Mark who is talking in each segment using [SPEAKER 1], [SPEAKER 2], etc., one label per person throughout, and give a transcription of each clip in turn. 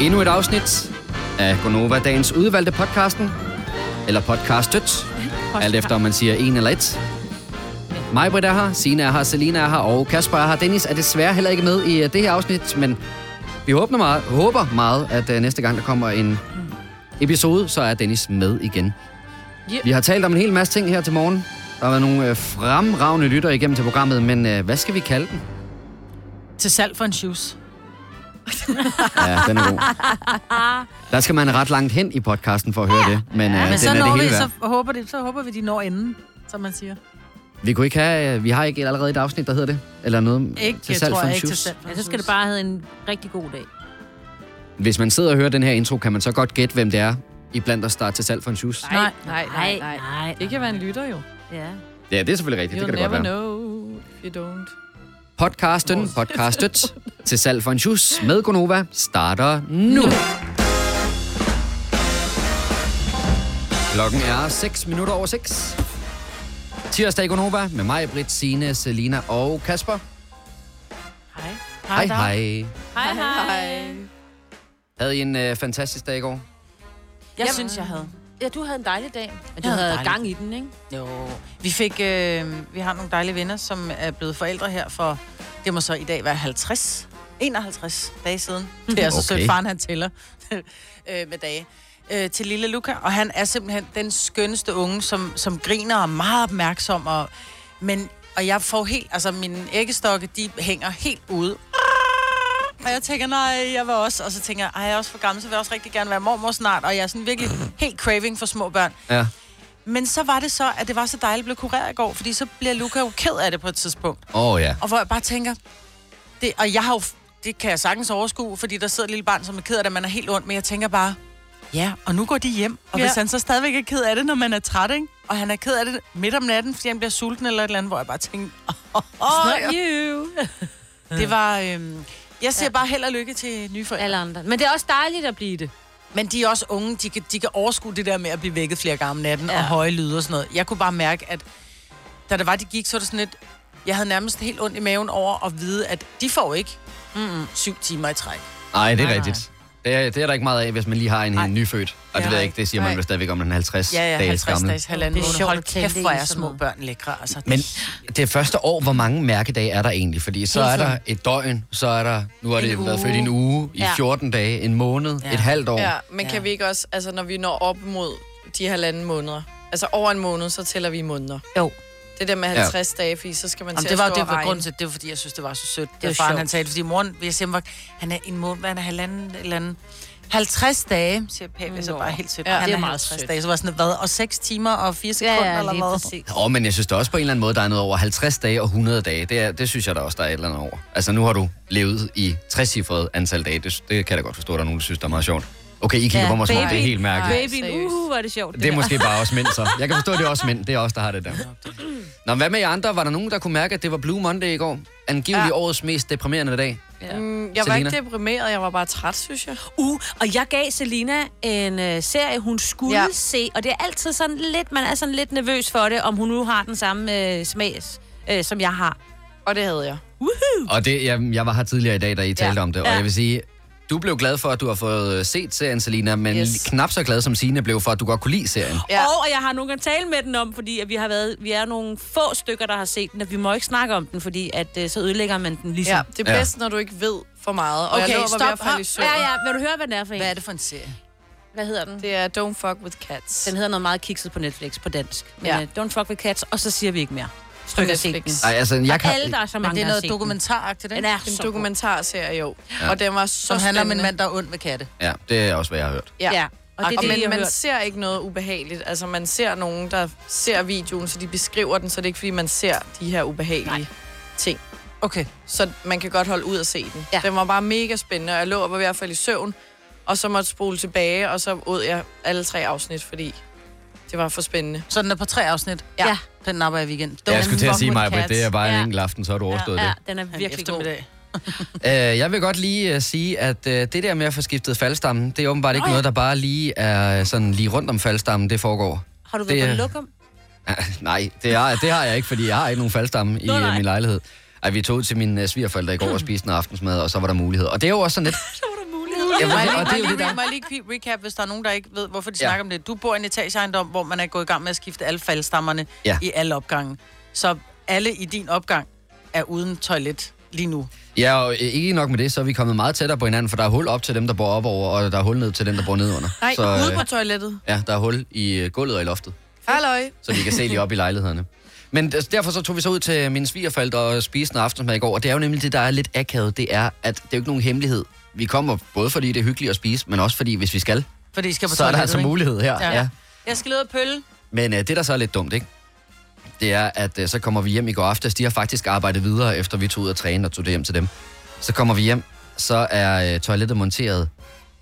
[SPEAKER 1] Endnu et afsnit af Gonova Dagens udvalgte podcasten. Eller podcastet. Alt efter, om man siger en eller et. Mig, Britt er her, Sina er her, Selina er her, og Kasper er her. Dennis er desværre heller ikke med i øh, det her afsnit, men vi håber meget, håber meget at øh, næste gang, der kommer en episode, så er Dennis med igen.
[SPEAKER 2] Yep.
[SPEAKER 1] Vi har talt om en hel masse ting her til morgen. Der har været nogle øh, fremragende lyttere igennem til programmet, men øh, hvad skal vi kalde den?
[SPEAKER 2] Til salg for en shoes.
[SPEAKER 1] Ja, den er god. Der skal man ret langt hen i podcasten for at høre det, men, øh,
[SPEAKER 2] Ja, men
[SPEAKER 1] den
[SPEAKER 2] så,
[SPEAKER 1] er det
[SPEAKER 2] når
[SPEAKER 1] hele
[SPEAKER 2] vi,
[SPEAKER 1] værd.
[SPEAKER 2] så, håber det, så håber vi, de når inden, som man siger.
[SPEAKER 1] Vi kunne ikke have, øh, vi har ikke allerede et afsnit, der hedder det, eller noget
[SPEAKER 2] Ikke,
[SPEAKER 1] til salg
[SPEAKER 2] tror
[SPEAKER 1] for
[SPEAKER 2] jeg,
[SPEAKER 1] en
[SPEAKER 2] ikke til
[SPEAKER 1] shoes.
[SPEAKER 2] salg for
[SPEAKER 3] Ja,
[SPEAKER 2] en
[SPEAKER 3] så skal det
[SPEAKER 2] shoes.
[SPEAKER 3] bare have en rigtig god dag.
[SPEAKER 1] Hvis man sidder og hører den her intro, kan man så godt gætte, hvem det er i blandt os, der er til salg for en shoes.
[SPEAKER 2] Nej,
[SPEAKER 3] nej, nej, nej. nej.
[SPEAKER 4] Det kan være en lytter jo.
[SPEAKER 3] Ja.
[SPEAKER 1] Ja, det er selvfølgelig rigtigt, det
[SPEAKER 4] You'll
[SPEAKER 1] kan det godt
[SPEAKER 4] never
[SPEAKER 1] være.
[SPEAKER 4] know if you don't.
[SPEAKER 1] Podcasten, podcastet til salg for en shoes med Gonova starter nu. Klokken er 6 minutter over 6. Tirsdag i Gonova med mig, Britt, Signe, Selina og Kasper.
[SPEAKER 2] Hej.
[SPEAKER 1] Hej,
[SPEAKER 2] Dag.
[SPEAKER 1] hej.
[SPEAKER 3] Hej,
[SPEAKER 1] Havde I en øh, fantastisk dag i går?
[SPEAKER 2] Jeg synes, jeg havde.
[SPEAKER 5] Ja, du havde en dejlig dag. Og du
[SPEAKER 2] Jeg havde
[SPEAKER 5] havde
[SPEAKER 2] en dejlig
[SPEAKER 5] gang i den, ikke?
[SPEAKER 2] Jo. Vi fik, øh, vi har nogle dejlige venner, som er blevet forældre her for, det må så i dag være 50, 51 dage siden. Det er så
[SPEAKER 1] Okay.
[SPEAKER 2] okay. sødt, faren han tæller øh, med dage. Øh, til lille Luca, og han er simpelthen den skønneste unge, som, som griner og er meget opmærksom. Og, men, og jeg får helt, altså mine æggestokke, de hænger helt ude. Og jeg tænker, nej, jeg vil også. Og så tænker jeg, ej, jeg er også for gammel, så vil jeg også rigtig gerne være mormor snart. Og jeg er sådan virkelig helt craving for små børn.
[SPEAKER 1] Ja.
[SPEAKER 2] Men så var det så, at det var så dejligt at blive kureret i går, fordi så bliver Luca jo ked af det på et tidspunkt.
[SPEAKER 1] Åh oh, ja.
[SPEAKER 2] Og hvor jeg bare tænker, det, og jeg har jo, det kan jeg sagtens overskue, fordi der sidder et lille barn, som er ked af det, man er helt ondt, men jeg tænker bare, ja, og nu går de hjem. Og ja. hvis han så stadigvæk er ked af det, når man er træt, ikke? og han er ked af det midt om natten, fordi han bliver sulten eller et eller andet, hvor jeg bare tænker, åh, oh,
[SPEAKER 3] Not you.
[SPEAKER 2] det var... Øhm, jeg siger ja. bare held og lykke til nye forældre.
[SPEAKER 3] Alle andre. Men det er også dejligt at blive det.
[SPEAKER 2] Men de er også unge, de kan, de kan overskue det der med at blive vækket flere gange om natten, ja.
[SPEAKER 3] Ja.
[SPEAKER 2] og høje lyde og sådan noget. Jeg kunne bare mærke, at da det var, de gik, så var det sådan lidt... Jeg havde nærmest helt ondt i maven over at vide, at de får ikke mm-mm, syv timer i træk.
[SPEAKER 1] Ej, det er
[SPEAKER 2] Nej,
[SPEAKER 1] rigtigt. Det er, det er der ikke meget af, hvis man lige har en,
[SPEAKER 2] Nej.
[SPEAKER 1] en nyfødt. Og det
[SPEAKER 2] Ja.
[SPEAKER 1] ved jeg ikke, det siger man
[SPEAKER 4] Nej.
[SPEAKER 1] jo stadigvæk om den 50
[SPEAKER 2] Ja, ja,
[SPEAKER 1] dages
[SPEAKER 2] 50
[SPEAKER 1] gammel.
[SPEAKER 2] dages, halvanden
[SPEAKER 3] Det er
[SPEAKER 2] måned.
[SPEAKER 3] sjovt
[SPEAKER 2] Hold
[SPEAKER 3] at tænke
[SPEAKER 2] kæft,
[SPEAKER 3] det
[SPEAKER 2] hvor
[SPEAKER 3] i
[SPEAKER 2] er
[SPEAKER 3] sådan
[SPEAKER 2] små
[SPEAKER 3] noget.
[SPEAKER 2] børn lækre. Altså,
[SPEAKER 1] Men det første år, hvor mange mærkedage er der egentlig? Fordi så er der et døgn, så er der, nu har det
[SPEAKER 2] En
[SPEAKER 1] været
[SPEAKER 2] uge.
[SPEAKER 1] født i en uge, i
[SPEAKER 3] Ja.
[SPEAKER 1] 14 dage, en måned,
[SPEAKER 2] Ja.
[SPEAKER 1] et halvt år.
[SPEAKER 4] Ja, men
[SPEAKER 2] Ja.
[SPEAKER 4] kan vi ikke også, altså når vi når op mod de halvanden måneder, altså over en måned, så tæller vi i måneder.
[SPEAKER 3] Jo.
[SPEAKER 4] Det der med
[SPEAKER 1] Ja.
[SPEAKER 4] 50 ja. dage, fordi så skal man
[SPEAKER 2] Jamen,
[SPEAKER 4] til
[SPEAKER 2] det var
[SPEAKER 4] at stå
[SPEAKER 2] det
[SPEAKER 4] og
[SPEAKER 2] var
[SPEAKER 4] regne.
[SPEAKER 2] grunden til, det var fordi, jeg synes, det var så sødt, det,
[SPEAKER 3] er
[SPEAKER 2] faren
[SPEAKER 3] sjovt.
[SPEAKER 2] han sagde. Fordi moren, jeg siger, han er en måned, hvad han er halvanden eller anden. 50 dage, Mm. siger Pape, så bare helt sødt.
[SPEAKER 4] Ja,
[SPEAKER 2] han
[SPEAKER 3] det er meget
[SPEAKER 2] 50
[SPEAKER 3] sødt.
[SPEAKER 2] dage, så var jeg sådan, hvad, og 6 timer og 4 sekunder eller
[SPEAKER 3] lige
[SPEAKER 2] hvad?
[SPEAKER 3] præcis.
[SPEAKER 1] Åh, men jeg synes da også på en eller anden måde, der er noget over 50 dage og 100 dage. Det, er, det synes jeg da også, der er et eller andet over. Altså, nu har du levet i 60 antal dage. Det, det kan jeg da godt forstå, at der er nogen, der synes, der er meget sjovt. Okay, I kigger ja,
[SPEAKER 3] Ja,
[SPEAKER 1] på mig som om
[SPEAKER 3] baby.
[SPEAKER 1] det er helt mærkeligt.
[SPEAKER 3] Baby,
[SPEAKER 4] seriøst.
[SPEAKER 3] uh, hvor er det sjovt.
[SPEAKER 1] Det er
[SPEAKER 3] der.
[SPEAKER 1] måske bare også mænd, så. Jeg kan forstå, at det er også mænd. Det er også der har det der. Nå, hvad med jer andre? Var der nogen, der kunne mærke, at det var Blue Monday i går? Angiveligt ja.
[SPEAKER 4] Ja.
[SPEAKER 1] årets mest deprimerende dag.
[SPEAKER 4] Mm, jeg var
[SPEAKER 1] Selina?
[SPEAKER 4] ikke deprimeret, jeg var bare træt, synes jeg.
[SPEAKER 3] Uh, og jeg gav Selina en øh, serie, hun skulle ja.
[SPEAKER 4] Ja.
[SPEAKER 3] se, og det er altid sådan lidt, man er sådan lidt nervøs for det, om hun nu har den samme øh, smag, øh, som jeg har.
[SPEAKER 4] Og det havde jeg.
[SPEAKER 1] Og det, jeg, jeg var her tidligere i dag, da I talte om det, og
[SPEAKER 3] Ja.
[SPEAKER 1] jeg vil sige, du blev glad for, at du har fået øh, set serien, Selina, men yes.
[SPEAKER 4] Yes.
[SPEAKER 1] knap så glad som Signe blev for, at du godt kunne lide serien.
[SPEAKER 3] Ja.
[SPEAKER 4] Ja.
[SPEAKER 3] Og, og jeg har nogen at tale med den om, fordi at vi, har været, vi er nogle få stykker, der har set den, og vi må ikke snakke om den, fordi at, øh, så ødelægger man den ligesom.
[SPEAKER 4] Ja,
[SPEAKER 3] Ja.
[SPEAKER 4] det
[SPEAKER 1] Ja.
[SPEAKER 4] er bedst, når du ikke ved for meget. Og jeg
[SPEAKER 2] Okay,
[SPEAKER 4] lå og var ved at
[SPEAKER 2] stop.
[SPEAKER 4] falde i søvn.
[SPEAKER 3] Ja, ja, vil du høre, hvad den er for en?
[SPEAKER 2] Hvad er det for en serie?
[SPEAKER 3] Hvad hedder den?
[SPEAKER 4] Det er Don't Fuck With Cats.
[SPEAKER 3] Den hedder noget meget kikset på Netflix på dansk. Men
[SPEAKER 4] Ja.
[SPEAKER 3] ja. uh, Don't fuck with cats, og så siger vi ikke mere. Stykker set den.
[SPEAKER 4] Netflix.
[SPEAKER 1] Ej, altså, jeg kan...
[SPEAKER 3] Og alle, der er så
[SPEAKER 2] Men
[SPEAKER 3] mange,
[SPEAKER 2] det er
[SPEAKER 3] der har
[SPEAKER 2] noget
[SPEAKER 3] set den.
[SPEAKER 2] dokumentaragtigt,
[SPEAKER 3] Den
[SPEAKER 2] ikke?
[SPEAKER 3] er
[SPEAKER 4] En
[SPEAKER 3] så god.
[SPEAKER 4] dokumentarserie, jo. Ja. Og den var så
[SPEAKER 2] Som handler om en
[SPEAKER 4] spændende.
[SPEAKER 2] mand, der er ond ved katte.
[SPEAKER 1] Ja, det er også, hvad jeg har hørt.
[SPEAKER 4] Ja.
[SPEAKER 3] Ja, og det er
[SPEAKER 4] Og
[SPEAKER 3] det,
[SPEAKER 4] man,
[SPEAKER 3] jeg har
[SPEAKER 4] man
[SPEAKER 3] hørt.
[SPEAKER 4] ser ikke noget ubehageligt. Altså, man ser nogen, der ser videoen, så de beskriver den, så det er ikke, fordi man ser de her ubehagelige Nej. ting.
[SPEAKER 2] Okay.
[SPEAKER 4] Så man kan godt holde ud og se den.
[SPEAKER 3] Ja.
[SPEAKER 4] Ja. Den var bare mega spændende, og jeg lå og var i hvert fald i søvn, og så måtte spole tilbage, og så ud jeg alle tre afsnit, fordi det var for spændende.
[SPEAKER 2] Så den er på tre afsnit.
[SPEAKER 4] Ja.
[SPEAKER 3] Ja.
[SPEAKER 2] Den napper jeg i weekend.
[SPEAKER 1] Jeg skulle til at sige mig,
[SPEAKER 2] Britt,
[SPEAKER 1] det er bare en
[SPEAKER 3] Ja.
[SPEAKER 1] enkelt aften, så har du overstået
[SPEAKER 3] Ja,
[SPEAKER 1] det.
[SPEAKER 3] den er virkelig god.
[SPEAKER 1] Øh, jeg vil godt lige øh, sige, at øh, det der med at få skiftet faldstammen, det er åbenbart ikke noget, der bare lige er øh, sådan lige rundt om faldstammen, det foregår.
[SPEAKER 3] Har du
[SPEAKER 1] Det
[SPEAKER 3] været på
[SPEAKER 1] er-
[SPEAKER 3] luk om?
[SPEAKER 1] Nej, det har, det har jeg ikke, fordi jeg har ikke nogen faldstamme i
[SPEAKER 3] Nå, nej. Hmm.
[SPEAKER 1] øh, min lejlighed. Ej, vi tog ud til mine øh, svigerforældre i går og spiste en aftensmad, og så var der mulighed. Og det er jo også sådan lidt... så var der mulighed. Jamen,
[SPEAKER 2] Må jeg
[SPEAKER 1] og det er jo
[SPEAKER 2] lige,
[SPEAKER 1] det,
[SPEAKER 2] må
[SPEAKER 1] der...
[SPEAKER 2] jeg lige, må jeg lige pe- recap, hvis der er nogen, der ikke ved, hvorfor de
[SPEAKER 1] Ja.
[SPEAKER 2] ja. snakker om det. Du bor i en etageejendom, hvor man er gået i gang med at skifte alle faldstammerne
[SPEAKER 1] Ja.
[SPEAKER 2] ja. i alle opgange. Så alle i din opgang er uden toilet lige nu.
[SPEAKER 1] Ja, og øh, ikke nok med det, så er vi kommet meget tættere på hinanden, for der er hul op til dem, der bor op over, og der er hul ned til dem, der bor ned under.
[SPEAKER 4] Nej,
[SPEAKER 1] så,
[SPEAKER 4] ude
[SPEAKER 1] øh,
[SPEAKER 4] på toilettet.
[SPEAKER 1] ja, der er hul i øh, gulvet og i loftet.
[SPEAKER 4] Halløj.
[SPEAKER 1] så vi kan se lige op i lejlighederne. Men d- derfor så tog vi så ud til mine svigerforældre og spiste en aftensmad i går, og det er jo nemlig det, der er lidt akavet, det er, at det er jo ikke nogen hemmelighed. Vi kommer både fordi det er hyggeligt at spise, men også fordi, hvis vi skal,
[SPEAKER 2] Fordi I skal på
[SPEAKER 1] så er der
[SPEAKER 2] toilettet,
[SPEAKER 1] altså
[SPEAKER 2] ikke?
[SPEAKER 1] mulighed her. Ja.
[SPEAKER 2] Ja.
[SPEAKER 1] Ja.
[SPEAKER 3] Jeg skal lede og pølle.
[SPEAKER 1] Men øh, det, der så er lidt dumt, ikke? det er, at øh, så kommer vi hjem i går aftes. De har faktisk arbejdet videre, efter vi tog ud og træne og tog det hjem til dem. Så kommer vi hjem, så er øh, toilettet monteret,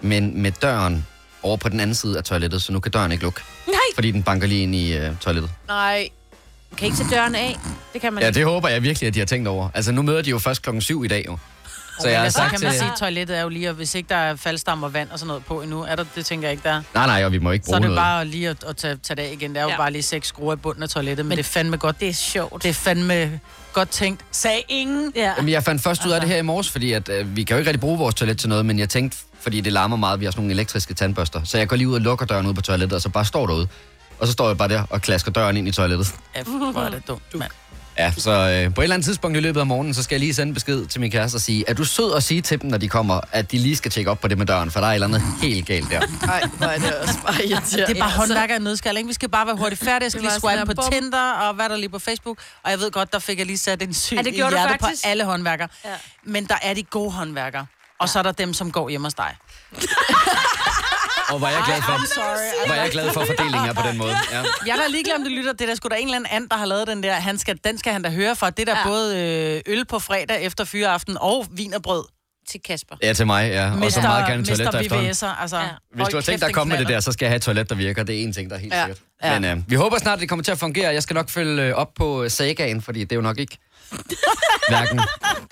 [SPEAKER 1] men med døren over på den anden side af toilettet, så nu kan døren ikke lukke,
[SPEAKER 3] Nej,
[SPEAKER 1] fordi den banker lige ind i øh, toilettet.
[SPEAKER 4] Nej.
[SPEAKER 3] du kan ikke se døren af. Det kan man
[SPEAKER 1] Ja,
[SPEAKER 3] ikke.
[SPEAKER 1] det håber jeg virkelig, at de har tænkt over. Altså, nu møder de jo først klokken 7 i dag, jo. Så
[SPEAKER 2] Men
[SPEAKER 1] jeg har
[SPEAKER 2] altså,
[SPEAKER 1] sagt
[SPEAKER 2] kan
[SPEAKER 1] til...
[SPEAKER 2] man sige, at toilettet er jo lige, og hvis ikke der er faldstammer, vand og sådan noget på endnu, er der, det tænker jeg ikke, der er.
[SPEAKER 1] Nej, nej, og vi må ikke
[SPEAKER 2] Så er
[SPEAKER 1] bruge
[SPEAKER 2] det
[SPEAKER 1] noget.
[SPEAKER 2] bare lige at, at tage, tage det af igen. Det er jo
[SPEAKER 3] Ja.
[SPEAKER 2] ja. bare lige seks skruer i bunden af toilettet, men, men
[SPEAKER 3] Men
[SPEAKER 2] det er fandme godt. Det,
[SPEAKER 3] er sjovt.
[SPEAKER 2] det er fandme godt tænkt. Sagde ingen.
[SPEAKER 3] Ja.
[SPEAKER 1] Jamen, jeg fandt først ud af det her i morges, fordi at, øh, vi kan jo ikke rigtig bruge vores toilet til noget, men jeg tænkte, fordi det larmer meget, vi har sådan nogle elektriske tandbørster, så jeg går lige ud og lukker døren ud på toilettet, og så bare står derude. Og så står jeg bare der og klasker døren ind i toilettet.
[SPEAKER 2] Ja, hvor er det dumt, mand.
[SPEAKER 1] Ja, så øh, på et eller andet tidspunkt i løbet af morgenen, så skal jeg lige sende besked til min kæreste og sige, er du sød at sige til dem, når de kommer, at de lige skal tjekke op på det med døren, for der er et eller andet helt galt der.
[SPEAKER 4] Nej, hvor er det også bare irriterende.
[SPEAKER 2] Det er bare håndværk af nødskal, ikke? Vi skal bare være hurtigt færdige. Jeg skal
[SPEAKER 4] Det
[SPEAKER 2] lige
[SPEAKER 4] var sådan
[SPEAKER 2] swipe på
[SPEAKER 4] her, bum.
[SPEAKER 2] Tinder, og hvad er der lige på Facebook. Og jeg ved godt, der fik jeg lige sat en syg
[SPEAKER 3] Ja,
[SPEAKER 2] ja,
[SPEAKER 3] det
[SPEAKER 2] i
[SPEAKER 3] gjorde du
[SPEAKER 2] hjertet på
[SPEAKER 3] faktisk.
[SPEAKER 2] alle håndværkere.
[SPEAKER 3] Ja.
[SPEAKER 2] Ja. Men der er de gode håndværkere. Og så er der dem, som går hjemme hos dig.
[SPEAKER 1] Og var jeg glad for,
[SPEAKER 2] sorry.
[SPEAKER 1] var jeg glad for fordelingen her på den måde. Ja.
[SPEAKER 2] Jeg er da ligeglad, om du lytter. Det er der sgu da en eller anden and, der har lavet den der. Han skal, den skal han da høre fra. Det er der
[SPEAKER 3] Ja.
[SPEAKER 2] ja. både øh, øl på fredag efter fyreaften og vin og brød.
[SPEAKER 3] Til Kasper.
[SPEAKER 1] Ja, til mig, ja. Og så meget gerne et toilet der
[SPEAKER 2] Mr.
[SPEAKER 1] efterhånden.
[SPEAKER 2] BVS'er. Altså,
[SPEAKER 3] Ja.
[SPEAKER 2] ja.
[SPEAKER 1] Hvis du har tænkt dig at komme med det der, så skal jeg have et toilet, der virker. Det er en ting, der er helt ja.
[SPEAKER 4] Ja.
[SPEAKER 1] sikkert.
[SPEAKER 2] Ja.
[SPEAKER 1] Men øh, vi håber snart, det kommer til at fungere. Jeg skal nok følge øh, op på øh, sagaen, fordi det er jo nok ikke hverken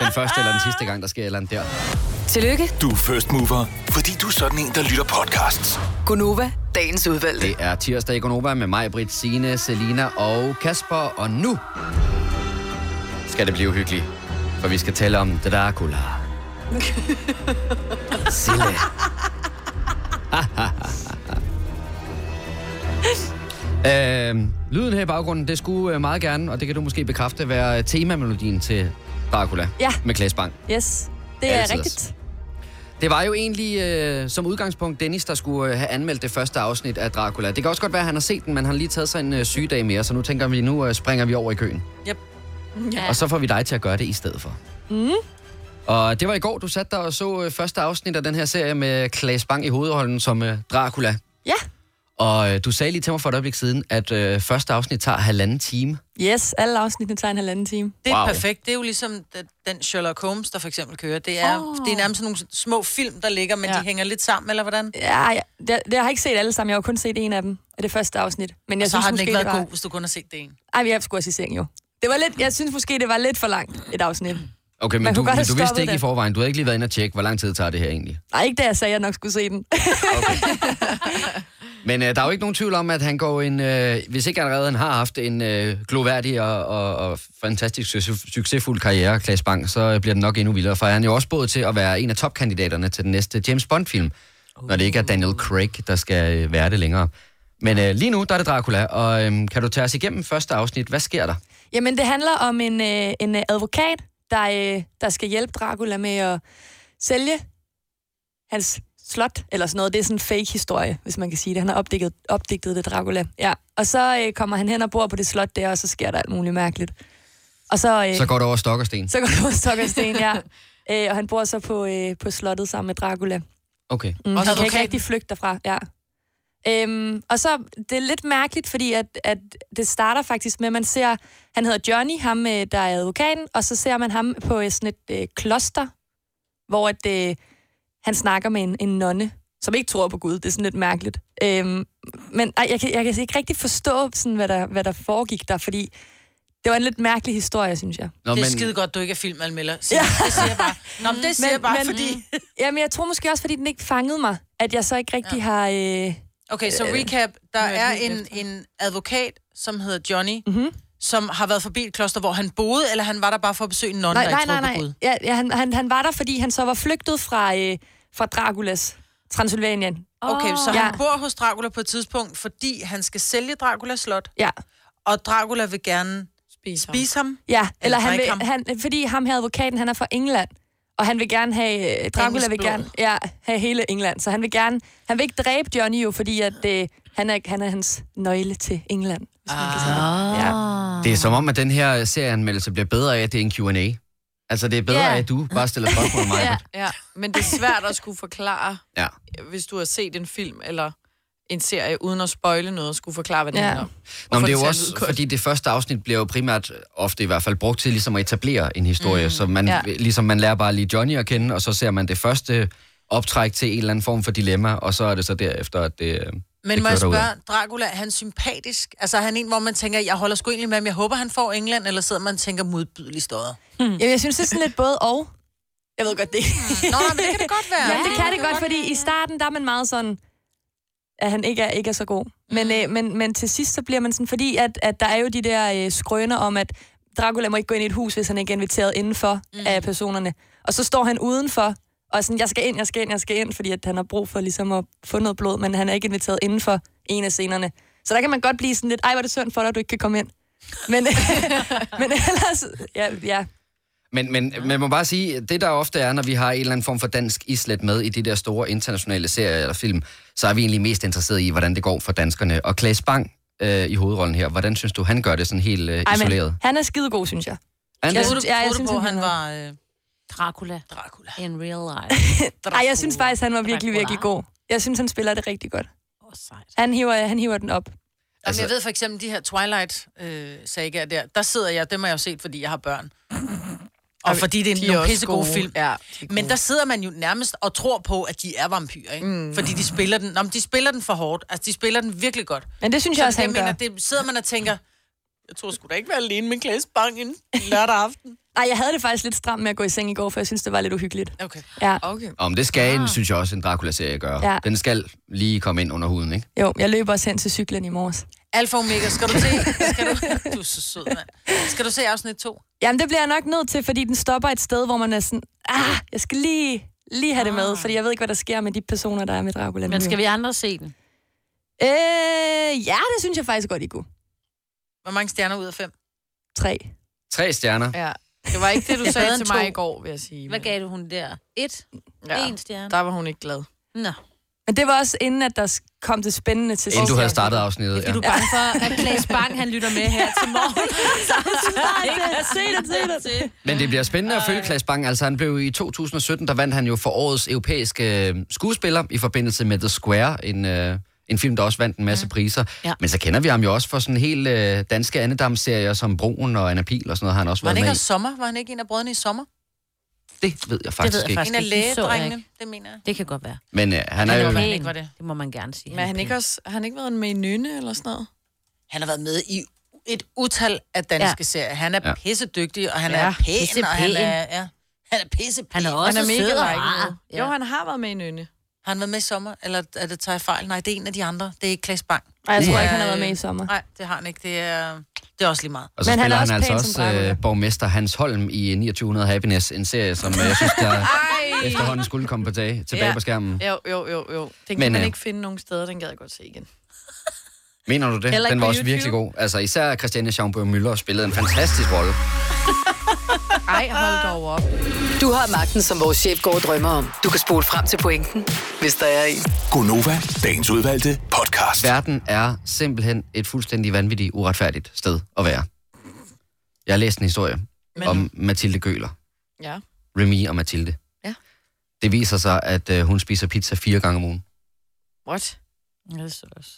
[SPEAKER 1] den første eller den sidste gang, der sker et eller andet der.
[SPEAKER 5] Tillykke,
[SPEAKER 6] Du er first mover, fordi du er sådan en, der lytter podcasts.
[SPEAKER 5] Gunova, dagens udvalgte.
[SPEAKER 1] Det er tirsdag i Gonova med mig, Britt, Signe, Selina og Kasper. Og nu skal det blive hyggeligt, for vi skal tale om Dracula. Sille. øhm, lyden her i baggrunden, det skulle øh, meget gerne, og det kan du måske bekræfte, være øh, temamelodien til Dracula
[SPEAKER 3] Ja.
[SPEAKER 1] med Klaas Bang.
[SPEAKER 3] Yes, det er
[SPEAKER 1] Altid.
[SPEAKER 3] rigtigt.
[SPEAKER 1] Det var jo egentlig øh, som udgangspunkt Dennis, der skulle øh, have anmeldt det første afsnit af Dracula. Det kan også godt være, at han har set den, men han har lige taget sig en øh, sygedag mere, så nu tænker vi, nu øh, springer vi over i køen.
[SPEAKER 2] Yep.
[SPEAKER 1] Ja. Og så får vi dig til at gøre det i stedet for. Mm. Og det var i går, du satte dig og så øh, første afsnit af den her serie med Claes Bang i hovedrollen som øh, Dracula.
[SPEAKER 5] Ja.
[SPEAKER 1] Og øh, du sagde lige til mig for et øjeblik siden, at øh, første afsnit tager halvanden time.
[SPEAKER 5] Yes, alle afsnittene tager en halvanden time.
[SPEAKER 2] Det er
[SPEAKER 1] Wow.
[SPEAKER 2] wow. perfekt. Det er jo ligesom den- den Sherlock Holmes, der for eksempel kører. Det er,
[SPEAKER 5] Åh.
[SPEAKER 2] oh. det er nærmest sådan nogle små film, der ligger, men
[SPEAKER 5] Ja.
[SPEAKER 2] ja. de hænger lidt sammen, eller hvordan? Jeg
[SPEAKER 5] Ja, ja det, det, jeg har ikke set alle sammen. Jeg har jo kun set en af dem af det første afsnit. Men jeg
[SPEAKER 2] så
[SPEAKER 5] synes
[SPEAKER 2] har den
[SPEAKER 5] måske,
[SPEAKER 2] ikke
[SPEAKER 5] det
[SPEAKER 2] været
[SPEAKER 5] var...
[SPEAKER 2] god, hvis du kun har set det ene.
[SPEAKER 5] Ej, vi har sgu også i seng jo. Det var lidt, jeg synes måske, det var lidt for langt et afsnit.
[SPEAKER 1] Okay, men
[SPEAKER 5] Man
[SPEAKER 1] du,
[SPEAKER 5] kunne godt
[SPEAKER 1] men
[SPEAKER 5] have
[SPEAKER 1] du vidste
[SPEAKER 5] stoppet
[SPEAKER 1] ikke
[SPEAKER 5] det.
[SPEAKER 1] i forvejen. Du havde ikke lige været inde og tjekke, hvor lang tid tager det her egentlig.
[SPEAKER 5] Nej, ikke da jeg sagde, at jeg nok skulle se den.
[SPEAKER 1] Men øh, der er jo ikke nogen tvivl om, at han går en, øh, hvis ikke allerede han har haft en øh, gloværdig og, og, og fantastisk succes, succesfuld karriere, Klaas Bang, så øh, bliver den nok endnu vildere, for han er jo også både til at være en af topkandidaterne til den næste James Bond-film, uh. når det ikke er Daniel Craig, der skal øh, være det længere. Men øh, lige nu, der er det Dracula, og øh, kan du tage os igennem første afsnit? Hvad sker der?
[SPEAKER 5] Jamen, det handler om en, øh, en øh, advokat, der, øh, der skal hjælpe Dracula med at sælge hans slot, eller sådan noget. Det er sådan en fake-historie, hvis man kan sige det. Han har opdigtet, opdigtet det, Dracula. Ja. Og så øh, kommer han hen og bor på det slot der, og så sker der alt muligt mærkeligt. Og så, øh,
[SPEAKER 1] Så går det over stok og sten.
[SPEAKER 5] så går det over stok og sten, ja. Øh, og han bor så på, øh, på slottet sammen med Dracula.
[SPEAKER 1] Okay.
[SPEAKER 5] Mm, han
[SPEAKER 2] Også
[SPEAKER 5] kan ikke
[SPEAKER 2] advokaten?
[SPEAKER 5] rigtig flygte derfra, ja. Øhm, og så, det er lidt mærkeligt, fordi at, at det starter faktisk med, at man ser, han hedder Johnny, ham øh, der er advokaten, og så ser man ham på øh, sådan et øh, kloster, hvor at, øh, han snakker med en, en nonne, som ikke tror på Gud. Det er sådan lidt mærkeligt. Øhm, men ej, jeg, kan, jeg kan ikke rigtig forstå, sådan, hvad, der, hvad der foregik der, fordi det var en lidt mærkelig historie, synes jeg.
[SPEAKER 1] Nå,
[SPEAKER 2] Det er
[SPEAKER 1] men,
[SPEAKER 2] skide godt, du ikke er filmanmelder. Sig, ja. Det siger jeg bare. Nå, men
[SPEAKER 5] Mm.
[SPEAKER 2] det siger jeg bare, fordi...
[SPEAKER 5] Jamen, mm. jeg tror måske også, fordi den ikke fangede mig, at jeg så ikke rigtig ja. har... Øh,
[SPEAKER 2] Okay, så recap. Der
[SPEAKER 4] hørte
[SPEAKER 2] er
[SPEAKER 4] helt
[SPEAKER 2] en,
[SPEAKER 4] efter.
[SPEAKER 2] en advokat, som hedder Johnny,
[SPEAKER 5] Mhm.
[SPEAKER 2] mm-hmm. som har været forbi et kloster, hvor han boede, eller han var der bare for at besøge en nonne, der
[SPEAKER 5] Nej,
[SPEAKER 2] ikke
[SPEAKER 5] nej, nej,
[SPEAKER 2] troede på
[SPEAKER 5] nej.
[SPEAKER 2] Gud.
[SPEAKER 5] Ja, ja, han, han, han var der, fordi han så var flygtet fra, øh, fra Draculas Transylvanien.
[SPEAKER 2] Okay, så
[SPEAKER 5] Ja.
[SPEAKER 2] han bor hos Dracula på et tidspunkt, fordi han skal sælge Draculas slot,
[SPEAKER 5] Ja,
[SPEAKER 2] og Dracula vil gerne
[SPEAKER 4] Spise ham.
[SPEAKER 2] spise ham.
[SPEAKER 5] ja. eller han
[SPEAKER 2] drikke
[SPEAKER 5] vil, han, fordi ham her advokaten, han er fra England, og han vil gerne have, øh, Dracula
[SPEAKER 2] Engelsk
[SPEAKER 5] vil
[SPEAKER 2] blod.
[SPEAKER 5] gerne ja, have hele England, så han vil gerne, han vil ikke dræbe Johnny jo, fordi at, øh, han, er, han er hans nøgle til England. Hvis man kan sige
[SPEAKER 2] Ah.
[SPEAKER 5] det. Ja.
[SPEAKER 1] Det er som om, at den her serieanmeldelse bliver bedre af, at det er en Q&A. Altså, det er bedre
[SPEAKER 5] Ja.
[SPEAKER 1] af, at du bare stiller spørgsmål mig.
[SPEAKER 5] Ja.
[SPEAKER 4] Ja, men det er svært at skulle forklare,
[SPEAKER 1] ja.
[SPEAKER 4] hvis du har set en film eller en serie, uden at spoile noget, skulle forklare, hvad det
[SPEAKER 5] Ja.
[SPEAKER 4] ja. handler om.
[SPEAKER 1] Nå, men
[SPEAKER 4] Hvorfor
[SPEAKER 1] det er jo
[SPEAKER 4] ser
[SPEAKER 1] også,
[SPEAKER 4] ud godt.
[SPEAKER 1] fordi det første afsnit bliver jo primært, ofte i hvert fald, brugt til ligesom at etablere en historie. Mm, så man, ja. ligesom man lærer bare lige Johnny at kende, og så ser man det første optræk til en eller anden form for dilemma, og så er det så derefter, at det... øh,
[SPEAKER 2] Men
[SPEAKER 1] det
[SPEAKER 2] må jeg
[SPEAKER 1] kører derudad.
[SPEAKER 2] spørge, Dracula, er han sympatisk? Altså er han en, hvor man tænker, jeg holder sgu egentlig med ham, jeg håber, han får England, eller sidder man og tænker modbydelig støjet?
[SPEAKER 5] Jamen, jeg synes, det er sådan lidt både og. Jeg ved godt det.
[SPEAKER 2] Mm. Nå, men det kan det godt være.
[SPEAKER 5] Ja, det kan det godt, fordi i starten, der er man meget sådan, at han ikke er, ikke er så god. Men,
[SPEAKER 2] Mm.
[SPEAKER 5] øh, men, men til sidst, så bliver man sådan, fordi at, at der er jo de der øh, skrøner om, at Dracula må ikke gå ind i et hus, hvis han ikke er inviteret indenfor mm. af personerne. Og så står han udenfor, og er sådan, jeg skal ind, jeg skal ind, jeg skal ind, fordi at han har brug for ligesom at få noget blod, men han er ikke inviteret indenfor en af scenerne. Så der kan man godt blive sådan lidt, ej, hvor er det synd for dig, at du ikke kan komme ind. Men, men ellers, ja, ja.
[SPEAKER 1] Men, men man må bare sige, det der ofte er, når vi har en eller anden form for dansk islet med i de der store internationale serier eller film, så er vi egentlig mest interesseret i, hvordan det går for danskerne. Og Claes Bang øh, i hovedrollen her, hvordan synes du, han gør det sådan helt øh,
[SPEAKER 5] Ej,
[SPEAKER 1] isoleret?
[SPEAKER 5] men, han er skidegod, synes jeg.
[SPEAKER 1] Er han
[SPEAKER 5] jeg
[SPEAKER 1] det?
[SPEAKER 5] synes-
[SPEAKER 2] Troede du, ja, jeg synes, på,
[SPEAKER 5] han
[SPEAKER 2] han
[SPEAKER 5] er-
[SPEAKER 2] var øh,
[SPEAKER 3] Dracula
[SPEAKER 2] Dracula?
[SPEAKER 3] in real life.
[SPEAKER 5] Nej, jeg synes faktisk, han var virkelig,
[SPEAKER 3] Dracula.
[SPEAKER 5] virkelig god. Jeg synes, han spiller det rigtig godt.
[SPEAKER 3] Åh, sejt.
[SPEAKER 5] Han hiver, han hiver den op.
[SPEAKER 2] Altså,
[SPEAKER 1] Altså-
[SPEAKER 2] jeg ved for eksempel, de her Twilight-sager der, der sidder jeg, dem har jeg jo set, fordi jeg har børn. Og fordi det er
[SPEAKER 4] De
[SPEAKER 2] de
[SPEAKER 4] er
[SPEAKER 2] nogle
[SPEAKER 4] også
[SPEAKER 2] pissegode
[SPEAKER 4] gode.
[SPEAKER 2] film.
[SPEAKER 4] Ja, de er gode.
[SPEAKER 2] men der sidder man jo nærmest og tror på, at de er vampyrer, ikke? Mm. Fordi de spiller den... Nå, men de spiller den for hårdt. Altså, de spiller den virkelig godt.
[SPEAKER 5] Men det synes jeg også,
[SPEAKER 2] jeg
[SPEAKER 5] han gør.
[SPEAKER 2] mener, det sidder man og tænker, jeg tror sgu da ikke være alene med Klaas Bang en lørdag aften.
[SPEAKER 5] Nej, jeg havde det faktisk lidt stramt med at gå i seng i går, for jeg synes, det var lidt uhyggeligt.
[SPEAKER 2] Okay.
[SPEAKER 5] Ja,
[SPEAKER 4] Okay.
[SPEAKER 1] Om det skal, en, synes jeg også, en Dracula-serie gør.
[SPEAKER 5] Ja.
[SPEAKER 1] Den skal lige komme ind under huden, ikke?
[SPEAKER 5] jo, jeg løber også hen til cyklen i morges.
[SPEAKER 2] Alfa Omega, skal du se... Skal du, du er så sød, mand. Skal du se afsnit 2?
[SPEAKER 5] Jamen, det bliver jeg nok nødt til, fordi den stopper et sted, hvor man er sådan, ah, jeg skal lige, lige have det med, fordi jeg ved ikke, hvad der sker med de personer, der er med Dracula.
[SPEAKER 3] Ah. Men skal vi andre se den?
[SPEAKER 5] Øh, ja, det synes jeg faktisk godt, I kunne.
[SPEAKER 2] Hvor mange stjerner ud af fem?
[SPEAKER 5] Tre.
[SPEAKER 1] Tre stjerner.
[SPEAKER 4] Ja. Det var ikke det, du
[SPEAKER 3] Bedre
[SPEAKER 4] sagde
[SPEAKER 3] end
[SPEAKER 4] til mig
[SPEAKER 3] to.
[SPEAKER 4] i går, vil jeg sige.
[SPEAKER 3] Hvad
[SPEAKER 4] men-
[SPEAKER 3] gav du hun der? Et?
[SPEAKER 4] ja.
[SPEAKER 3] En stjerne?
[SPEAKER 4] Der var hun ikke glad.
[SPEAKER 3] Nå.
[SPEAKER 5] Men det var også inden, at der s- kom det spændende til
[SPEAKER 1] Inden du
[SPEAKER 5] sidst.
[SPEAKER 1] havde startet afsnittet. Ja.
[SPEAKER 3] Du er bange for, at Klaas Bang, han lytter med her til morgen. Så han ikke har set det, set det, til.
[SPEAKER 1] Men det bliver spændende at følge Claes Bang. Altså, han blev i 2017, der vandt han jo for årets europæiske øh, skuespiller i forbindelse med The Square, en, øh, en film, der også vandt en masse priser.
[SPEAKER 3] Ja.
[SPEAKER 1] Men så kender vi ham jo også for sådan helt øh, danske andedamsserier som Broen og Anna Pil og sådan noget, har han også
[SPEAKER 2] Var
[SPEAKER 1] været
[SPEAKER 2] han ikke
[SPEAKER 1] med
[SPEAKER 2] også sommer? Var han ikke en af brødrene i sommer?
[SPEAKER 1] i. Det ved jeg faktisk
[SPEAKER 3] ved jeg
[SPEAKER 1] ikke.
[SPEAKER 3] faktisk.
[SPEAKER 2] En af
[SPEAKER 3] Måske, den så jeg
[SPEAKER 2] lægedrengene, det mener jeg.
[SPEAKER 3] Det kan godt være.
[SPEAKER 1] Men øh, han er
[SPEAKER 2] Han
[SPEAKER 1] jo...
[SPEAKER 2] var-
[SPEAKER 3] Pæn.
[SPEAKER 2] ikke var det.
[SPEAKER 3] Det må man gerne sige.
[SPEAKER 4] Men har han ikke også, har han ikke været med i Nynne eller sådan noget?
[SPEAKER 2] Han har været med i et utal af danske
[SPEAKER 3] Ja.
[SPEAKER 2] ja. serier. Han er
[SPEAKER 1] Ja.
[SPEAKER 2] ja. pissedygtig, og han ja.
[SPEAKER 4] Ja.
[SPEAKER 2] er pæn,
[SPEAKER 3] Pissepæn.
[SPEAKER 2] og han er... Ja. Han er pissepæn.
[SPEAKER 3] Han er også
[SPEAKER 4] han er mega
[SPEAKER 3] sød og
[SPEAKER 4] likeable.
[SPEAKER 3] rar. Ja.
[SPEAKER 4] Jo, han har været med i Nynne.
[SPEAKER 2] Har han været med i sommer, eller er det tager jeg fejl? Nej, det er en af de andre. Det er ikke Klaas Bang.
[SPEAKER 5] Nej, jeg tror
[SPEAKER 2] Det er-
[SPEAKER 5] ikke, han har været med i sommer.
[SPEAKER 2] Nej, det har han ikke. Det er, det er også lige meget.
[SPEAKER 1] Og så
[SPEAKER 5] Men han
[SPEAKER 1] spiller
[SPEAKER 5] er
[SPEAKER 1] han,
[SPEAKER 5] også
[SPEAKER 1] altså
[SPEAKER 5] pæn
[SPEAKER 1] også
[SPEAKER 5] som Dracula.
[SPEAKER 1] øh, borgmester Hans Holm i 2900 Happiness, en serie, som øh, jeg synes, der efterhånden skulle komme på tag, tilbage
[SPEAKER 4] Ja.
[SPEAKER 1] på skærmen.
[SPEAKER 4] Jo, jo, jo, jo. Den kan
[SPEAKER 1] Men,
[SPEAKER 4] Men, man
[SPEAKER 1] øh,
[SPEAKER 4] ikke finde nogen steder, den gad jeg godt se igen.
[SPEAKER 1] Mener du det?
[SPEAKER 4] Heller ikke
[SPEAKER 1] Den var
[SPEAKER 4] på
[SPEAKER 1] også
[SPEAKER 4] YouTube?
[SPEAKER 1] virkelig god. Altså især Christiane Schaumburg Müller spillede en fantastisk rolle.
[SPEAKER 4] Ej, hold dog op.
[SPEAKER 7] Du har magten, som vores chef går og drømmer om. Du kan spole frem til pointen, hvis der er en.
[SPEAKER 6] Gonova, dagens udvalgte podcast.
[SPEAKER 1] Verden er simpelthen et fuldstændig vanvittigt, uretfærdigt sted at være. Jeg har læst en historie Men... om Mathilde Gøler.
[SPEAKER 4] Ja.
[SPEAKER 1] Remy og Mathilde.
[SPEAKER 4] Ja.
[SPEAKER 1] Det viser sig, at øh, hun spiser pizza fire gange om ugen.
[SPEAKER 4] What?
[SPEAKER 3] Ja, det er sødt også.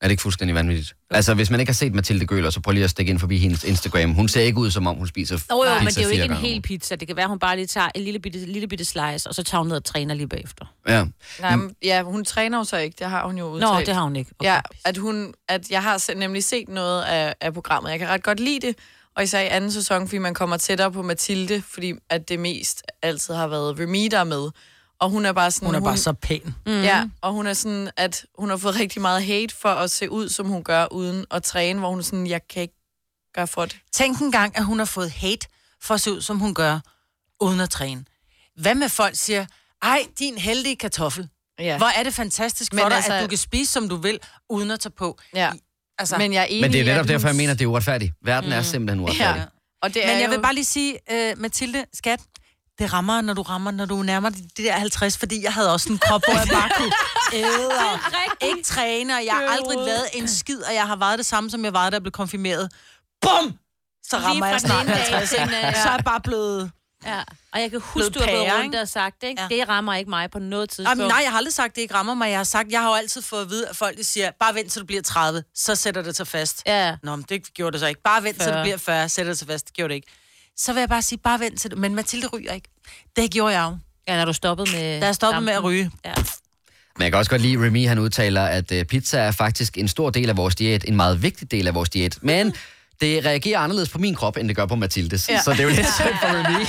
[SPEAKER 1] Er det ikke fuldstændig vanvittigt? Altså, hvis man ikke har set Mathilde Gøler, så prøv lige at stikke ind forbi hendes Instagram. Hun ser ikke ud, som om hun spiser f-
[SPEAKER 3] Nå jo,
[SPEAKER 1] pizza
[SPEAKER 3] men det er jo
[SPEAKER 1] fire
[SPEAKER 3] ikke en
[SPEAKER 1] gange om
[SPEAKER 3] hel
[SPEAKER 1] ugen.
[SPEAKER 3] pizza. Det kan være, at hun bare lige tager en lille bitte, lille bitte slice, og så tager hun ned og træner lige bagefter.
[SPEAKER 1] Ja.
[SPEAKER 4] Nej,
[SPEAKER 1] Mm.
[SPEAKER 4] men, ja, hun træner jo så ikke. Det har hun jo udtalt.
[SPEAKER 3] Nå, det har hun ikke. Okay.
[SPEAKER 4] Ja, at, hun, at jeg har se- nemlig set noget af, af programmet. Jeg kan ret godt lide det, og især i anden sæson, fordi man kommer tættere på Mathilde, fordi at det mest altid har været Remy, der er med. Og hun er bare sådan...
[SPEAKER 2] Hun er bare så pæn.
[SPEAKER 4] Mm. Ja,
[SPEAKER 3] Mhm.
[SPEAKER 4] og hun er sådan, at hun har fået rigtig meget hate for at se ud, som hun gør, uden at træne, hvor hun er sådan, jeg kan ikke gøre for det.
[SPEAKER 2] Tænk en gang, at hun har fået hate for at se ud, som hun gør, uden at træne. Hvad med folk siger, Ej, din heldige kartoffel.
[SPEAKER 4] Ja.
[SPEAKER 2] Hvor er det fantastisk
[SPEAKER 4] Men
[SPEAKER 2] for dig,
[SPEAKER 4] altså-
[SPEAKER 2] at du kan spise, som du vil, uden at tage på.
[SPEAKER 4] Ja.
[SPEAKER 2] Altså,
[SPEAKER 4] Men jeg er enig
[SPEAKER 1] Men det er
[SPEAKER 4] i, at
[SPEAKER 1] netop
[SPEAKER 4] hun-
[SPEAKER 1] derfor, jeg mener, at det er uretfærdigt. Verden er simpelthen uretfærdig.
[SPEAKER 4] Ja. Og det er
[SPEAKER 2] Mm. Men jeg
[SPEAKER 4] jo...
[SPEAKER 2] vil bare lige sige, uh, Mathilde, skat, det rammer, når du rammer, når du nærmer dig de der 50, fordi jeg havde også en krop, hvor jeg bare kunne æde og ikke træne, og jeg har aldrig lavet en skid, og jeg har vejet det samme, som jeg vejede, da jeg blev konfirmeret. Bum! Så rammer
[SPEAKER 3] fra
[SPEAKER 2] jeg snart
[SPEAKER 3] den ene dag
[SPEAKER 2] 50,
[SPEAKER 3] til
[SPEAKER 2] ikke?
[SPEAKER 3] den anden.
[SPEAKER 2] Så er jeg bare blevet...
[SPEAKER 3] Ja. Og jeg kan huske,
[SPEAKER 2] Blevet
[SPEAKER 3] du har gået
[SPEAKER 2] pære,
[SPEAKER 3] rundt
[SPEAKER 2] ikke?
[SPEAKER 3] og sagt, ikke?
[SPEAKER 2] Ja.
[SPEAKER 3] Ja. det rammer ikke mig på noget tidspunkt.
[SPEAKER 2] Jamen, nej, jeg har aldrig sagt, det ikke rammer mig. Jeg har sagt, jeg har jo altid fået at vide, at folk de siger, bare vent til du bliver 30, så sætter det sig fast.
[SPEAKER 3] Ja.
[SPEAKER 2] Nå, men det gjorde det så ikke. Bare vent til du
[SPEAKER 3] 40.
[SPEAKER 2] bliver 40, sætter det sig fast. Det gjorde det ikke. Så vil jeg bare sige, bare vent til det. Men Mathilde ryger ikke. Det gjorde jeg jo.
[SPEAKER 3] Ja, når du stoppede med...
[SPEAKER 2] Da jeg stoppede med at
[SPEAKER 3] dampen.
[SPEAKER 2] ryge.
[SPEAKER 3] Ja.
[SPEAKER 1] Men jeg kan også godt lide, at Remy han udtaler, at øh, pizza er faktisk en stor del af vores diæt, en meget vigtig del af vores diæt. Men det reagerer anderledes på min krop, end det gør på Mathildes. Ja. Så det er jo lidt synd for Remy,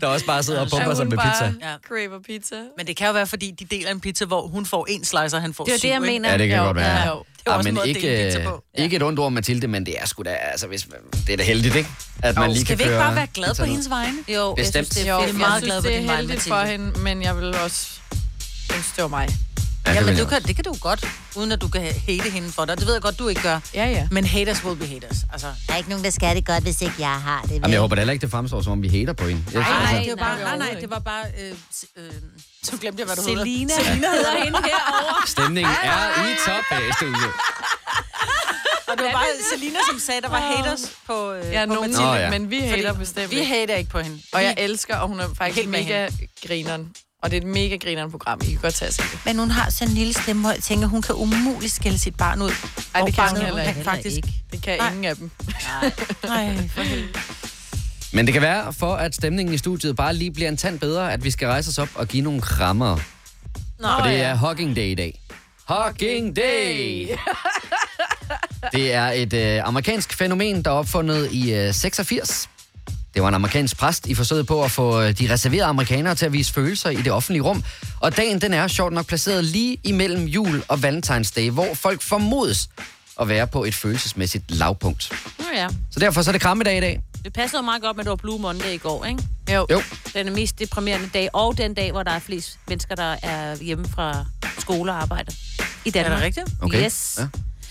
[SPEAKER 1] der også bare sidder og
[SPEAKER 4] at
[SPEAKER 1] pumper sig
[SPEAKER 4] hun
[SPEAKER 1] med pizza.
[SPEAKER 4] bare
[SPEAKER 2] Ja.
[SPEAKER 4] craver pizza.
[SPEAKER 2] Men det kan jo være, fordi de deler en pizza, hvor hun får en slice, og han får
[SPEAKER 3] Det er jo
[SPEAKER 2] syv,
[SPEAKER 3] det, jeg
[SPEAKER 2] ikke?
[SPEAKER 3] mener.
[SPEAKER 1] Ja, det kan godt være.
[SPEAKER 2] jo. Det er jo
[SPEAKER 1] Ja,
[SPEAKER 2] også en
[SPEAKER 1] men
[SPEAKER 2] måde at dele
[SPEAKER 1] ikke,
[SPEAKER 2] pizza
[SPEAKER 1] øh,
[SPEAKER 2] på.
[SPEAKER 1] ikke et ondt ord om Mathilde, men det er sgu da, altså, hvis, det er da heldigt, ikke? At man lige
[SPEAKER 2] Skal
[SPEAKER 1] kan
[SPEAKER 2] vi ikke
[SPEAKER 1] køre
[SPEAKER 2] bare være glade
[SPEAKER 1] pizza
[SPEAKER 2] på
[SPEAKER 1] ned.
[SPEAKER 2] hendes vegne?
[SPEAKER 3] Jo,
[SPEAKER 1] Bestemt.
[SPEAKER 3] jeg synes, det
[SPEAKER 4] Jo,
[SPEAKER 3] er
[SPEAKER 4] jeg,
[SPEAKER 3] fedt.
[SPEAKER 4] jeg
[SPEAKER 2] meget
[SPEAKER 4] meget
[SPEAKER 2] glad
[SPEAKER 4] synes,
[SPEAKER 2] på
[SPEAKER 4] det
[SPEAKER 2] din
[SPEAKER 4] er
[SPEAKER 2] vej,
[SPEAKER 4] heldigt
[SPEAKER 2] Mathilde.
[SPEAKER 4] for hende, men jeg vil også ønske, det var mig.
[SPEAKER 1] Ja, det
[SPEAKER 2] Ja, men
[SPEAKER 1] vil
[SPEAKER 2] du
[SPEAKER 1] jeg
[SPEAKER 2] kan, det kan du godt, uden at du kan hate hende for dig. Det ved jeg godt, du ikke gør.
[SPEAKER 4] Ja, ja.
[SPEAKER 2] Men haters will be haters. Altså,
[SPEAKER 8] Der er ikke nogen, der skal det godt, hvis ikke jeg har det. vel?
[SPEAKER 1] Jamen, jeg håber da heller ikke, det fremstår, som om vi hater på hende. Jeg,
[SPEAKER 2] Nej,
[SPEAKER 1] altså,
[SPEAKER 2] nej, det var bare, nej, nej,
[SPEAKER 4] overhovedet
[SPEAKER 2] det var bare, øh, s- øh, så glemte jeg, hvad du hedder.
[SPEAKER 3] Selina. Selina hedder hende herovre.
[SPEAKER 1] stemningen er i top af studiet.
[SPEAKER 2] Og det var bare Selina, som sagde, der var haters på, øh,
[SPEAKER 4] Jeg er
[SPEAKER 2] på
[SPEAKER 4] nogen,
[SPEAKER 2] Mathilde.
[SPEAKER 1] Nå, ja.
[SPEAKER 4] men vi hater bestemt
[SPEAKER 2] Vi
[SPEAKER 4] ikke.
[SPEAKER 2] hater ikke på hende.
[SPEAKER 4] Og jeg elsker, og hun er faktisk
[SPEAKER 2] Helt med
[SPEAKER 4] mega grineren. Og det er et mega grineren program. I kan godt tage sig det.
[SPEAKER 2] Men hun har sådan en lille stemme, hvor jeg tænker, hun kan umuligt skælde sit barn ud.
[SPEAKER 4] Ej,
[SPEAKER 2] Og
[SPEAKER 4] det kan hun
[SPEAKER 2] barnet,
[SPEAKER 4] heller ikke.
[SPEAKER 2] Faktisk.
[SPEAKER 8] ikke.
[SPEAKER 4] Det kan
[SPEAKER 2] Nej.
[SPEAKER 4] ingen af dem.
[SPEAKER 2] Nej, for helvede.
[SPEAKER 1] Men det kan være, for at stemningen i studiet bare lige bliver en tand bedre, at vi skal rejse os op og give nogle rammer. Nå, For det er Hugging Day i dag. Hugging Day! Det er et øh, amerikansk fænomen, der er opfundet i øh, 86. Det var en amerikansk præst i forsøget på at få øh, de reserverede amerikanere til at vise følelser i det offentlige rum. Og dagen den er sjovt nok placeret lige imellem jul og valentinsdag, hvor folk formodes at være på et følelsesmæssigt lavpunkt.
[SPEAKER 3] Nå ja.
[SPEAKER 1] Så derfor så er det krammedag i dag.
[SPEAKER 3] Det passede jo meget godt med, at det var Blue Monday i går, ikke?
[SPEAKER 4] Jo.
[SPEAKER 1] Jo.
[SPEAKER 3] Den mest deprimerende dag, og den dag, hvor der er flest mennesker, der er hjemme fra skole og arbejde i Danmark.
[SPEAKER 2] Er det rigtigt?
[SPEAKER 1] Okay.
[SPEAKER 3] Yes.
[SPEAKER 1] Ja.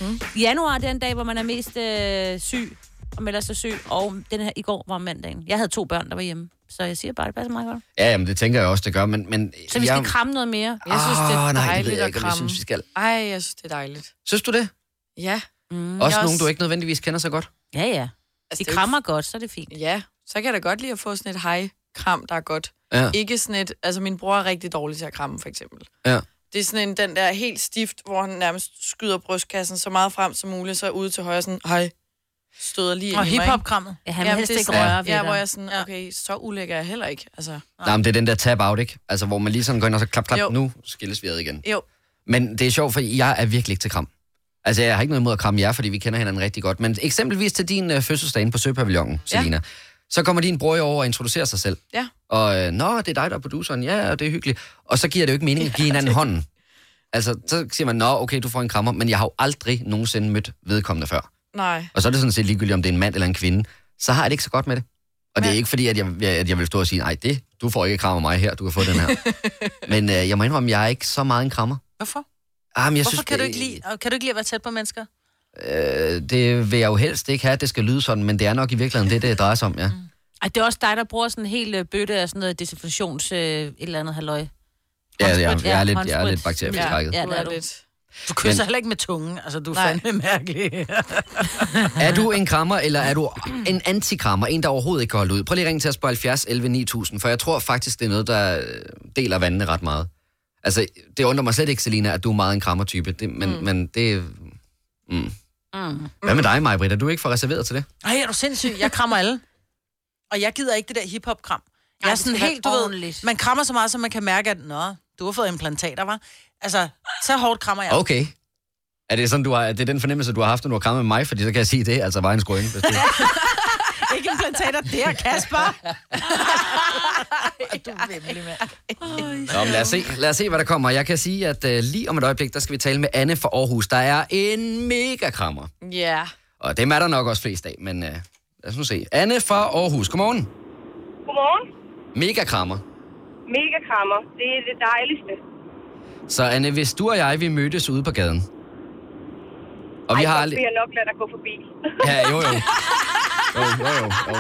[SPEAKER 3] Ja. Januar er den dag, hvor man er mest øh, syg, og melder sig syg, og den her i går var mandagen. Jeg havde to børn, der var hjemme, så jeg siger bare, det passer meget godt.
[SPEAKER 1] Ja, jamen, det tænker jeg også, det gør, men... men
[SPEAKER 3] Så vi skal kramme noget mere.
[SPEAKER 4] Jeg synes, det er
[SPEAKER 1] Åh, Ah, nej, det ved jeg
[SPEAKER 4] dejligt at
[SPEAKER 1] ikke, om jeg
[SPEAKER 4] kramme.
[SPEAKER 1] synes, vi skal.
[SPEAKER 4] Ej, jeg synes, det er dejligt.
[SPEAKER 1] Synes du det?
[SPEAKER 4] Ja.
[SPEAKER 1] Mm, også
[SPEAKER 4] jeg
[SPEAKER 1] nogen,
[SPEAKER 4] også-
[SPEAKER 1] du ikke nødvendigvis kender så godt?
[SPEAKER 3] Ja, ja.
[SPEAKER 4] Altså,
[SPEAKER 3] De
[SPEAKER 4] det er jo
[SPEAKER 3] krammer godt, så er det fint.
[SPEAKER 4] Ja, så kan jeg da godt lide at få sådan et hej-kram, der er godt.
[SPEAKER 1] Ja.
[SPEAKER 4] Ikke sådan et, altså min bror er rigtig dårlig til at kramme, for eksempel.
[SPEAKER 1] Ja.
[SPEAKER 4] Det er sådan en, den der helt stift, hvor han nærmest skyder brystkassen så meget frem som muligt, så ude til højre sådan, hej, støder lige ind
[SPEAKER 2] Og
[SPEAKER 4] i mig, ikke?
[SPEAKER 2] hiphop-krammet.
[SPEAKER 3] Ja, han vil
[SPEAKER 4] Jamen,
[SPEAKER 3] helst
[SPEAKER 4] det er
[SPEAKER 3] ikke
[SPEAKER 4] sådan-
[SPEAKER 3] røre ved
[SPEAKER 4] Ja,
[SPEAKER 3] dig.
[SPEAKER 4] hvor jeg er sådan, okay, så ulækker jeg heller ikke. Altså,
[SPEAKER 1] Nej, men det er den der tab-out, ikke? Altså, hvor man lige sådan går ind og så klap, klap,
[SPEAKER 4] Jo.
[SPEAKER 1] nu skilles vi ad igen.
[SPEAKER 4] jo,
[SPEAKER 1] Men det er sjovt, for jeg er virkelig ikke til kram. Altså, jeg har ikke noget imod at kramme jer, fordi vi kender hinanden rigtig godt. Men eksempelvis til din øh, fødselsdag inde på Søpavillonen, Selina. Så kommer din bror jo over og introducerer sig selv.
[SPEAKER 4] Ja.
[SPEAKER 1] Og, øh, nå, det er dig, der er produceren. Ja, og det er hyggeligt. Og så giver det jo ikke mening at give hinanden hånden. Altså, så siger man, nå, okay, du får en krammer, men jeg har jo aldrig nogensinde mødt vedkommende før.
[SPEAKER 4] nej.
[SPEAKER 1] Og så er det sådan set ligegyldigt, om det er en mand eller en kvinde. Så har jeg det ikke så godt med det. Og det er ikke fordi, at jeg, jeg- at jeg vil stå og sige, nej, det, du får ikke krammer mig her, du kan få den her. Men øh, jeg må indrømme, jeg er ikke så meget en krammer.
[SPEAKER 2] Hvorfor?
[SPEAKER 1] Ah, men jeg
[SPEAKER 2] Hvorfor
[SPEAKER 1] synes,
[SPEAKER 2] kan
[SPEAKER 1] det,
[SPEAKER 2] du ikke lide, og kan du ikke lide at være tæt på mennesker?
[SPEAKER 1] Øh, det vil jeg jo helst ikke have, at det skal lyde sådan, men det er nok i virkeligheden det, det drejer sig om, ja.
[SPEAKER 3] Ej, det er også dig, der bruger sådan en hel øh, bøtte af sådan noget desinfektions øh, et eller andet halløj.
[SPEAKER 1] Ja, jeg, jeg, er
[SPEAKER 3] ja,
[SPEAKER 1] lidt, jeg er
[SPEAKER 3] håndsprit.
[SPEAKER 1] lidt bakteriebeskrækket.
[SPEAKER 3] Ja,
[SPEAKER 4] Ja,
[SPEAKER 3] det er du.
[SPEAKER 4] lidt.
[SPEAKER 2] Du kysser heller ikke med tungen. Altså, du er
[SPEAKER 4] Nej.
[SPEAKER 2] fandme mærkelig.
[SPEAKER 1] Er du en krammer, eller er du en antikrammer? En, der overhovedet ikke kan holde ud? Prøv lige at ringe til os på 70 11 9000, for jeg tror faktisk, det er noget, der øh, deler vandene ret meget. Altså, det undrer mig slet ikke, Selina, at du er meget en krammertype, det, men, mm. men det... Mm. Mm. Hvad med dig, Majbrit? Er du ikke for reserveret til det?
[SPEAKER 2] Ej, er du sindssyg? Jeg krammer alle. Og jeg gider ikke det der hiphop-kram. Jeg
[SPEAKER 3] Ej,
[SPEAKER 2] er
[SPEAKER 3] det
[SPEAKER 2] sådan
[SPEAKER 3] skal
[SPEAKER 2] helt, du
[SPEAKER 3] være
[SPEAKER 2] ved,
[SPEAKER 3] ordentligt.
[SPEAKER 2] man krammer så meget, så man kan mærke, at nå, du har fået implantater, var. Altså, så hårdt krammer jeg.
[SPEAKER 1] Okay. Er det sådan, du har, er det den fornemmelse, du har haft, når du har krammet mig? Fordi så kan jeg sige det, er altså vejens grønne. Hvis det...
[SPEAKER 2] Ikke implantater der, Kasper. du er vemmelig, mand.
[SPEAKER 1] Nå, men lad os, se, lad os se, hvad der kommer. Jeg kan sige, at øh, lige om et øjeblik, der skal vi tale med Anne fra Aarhus. Der er en mega krammer.
[SPEAKER 4] Ja.
[SPEAKER 1] Og dem er der nok også flest af, men øh, lad os nu se. Anne fra Aarhus, godmorgen.
[SPEAKER 9] Godmorgen.
[SPEAKER 1] Mega krammer.
[SPEAKER 9] mega krammer. Det er det dejligste.
[SPEAKER 1] Så Anne, hvis du og jeg, vi mødtes ude på gaden. Og vi har aldrig...
[SPEAKER 9] aldrig... jeg nok lade dig gå forbi.
[SPEAKER 1] Ja, jo, jo. Jo, jo, jo, jo.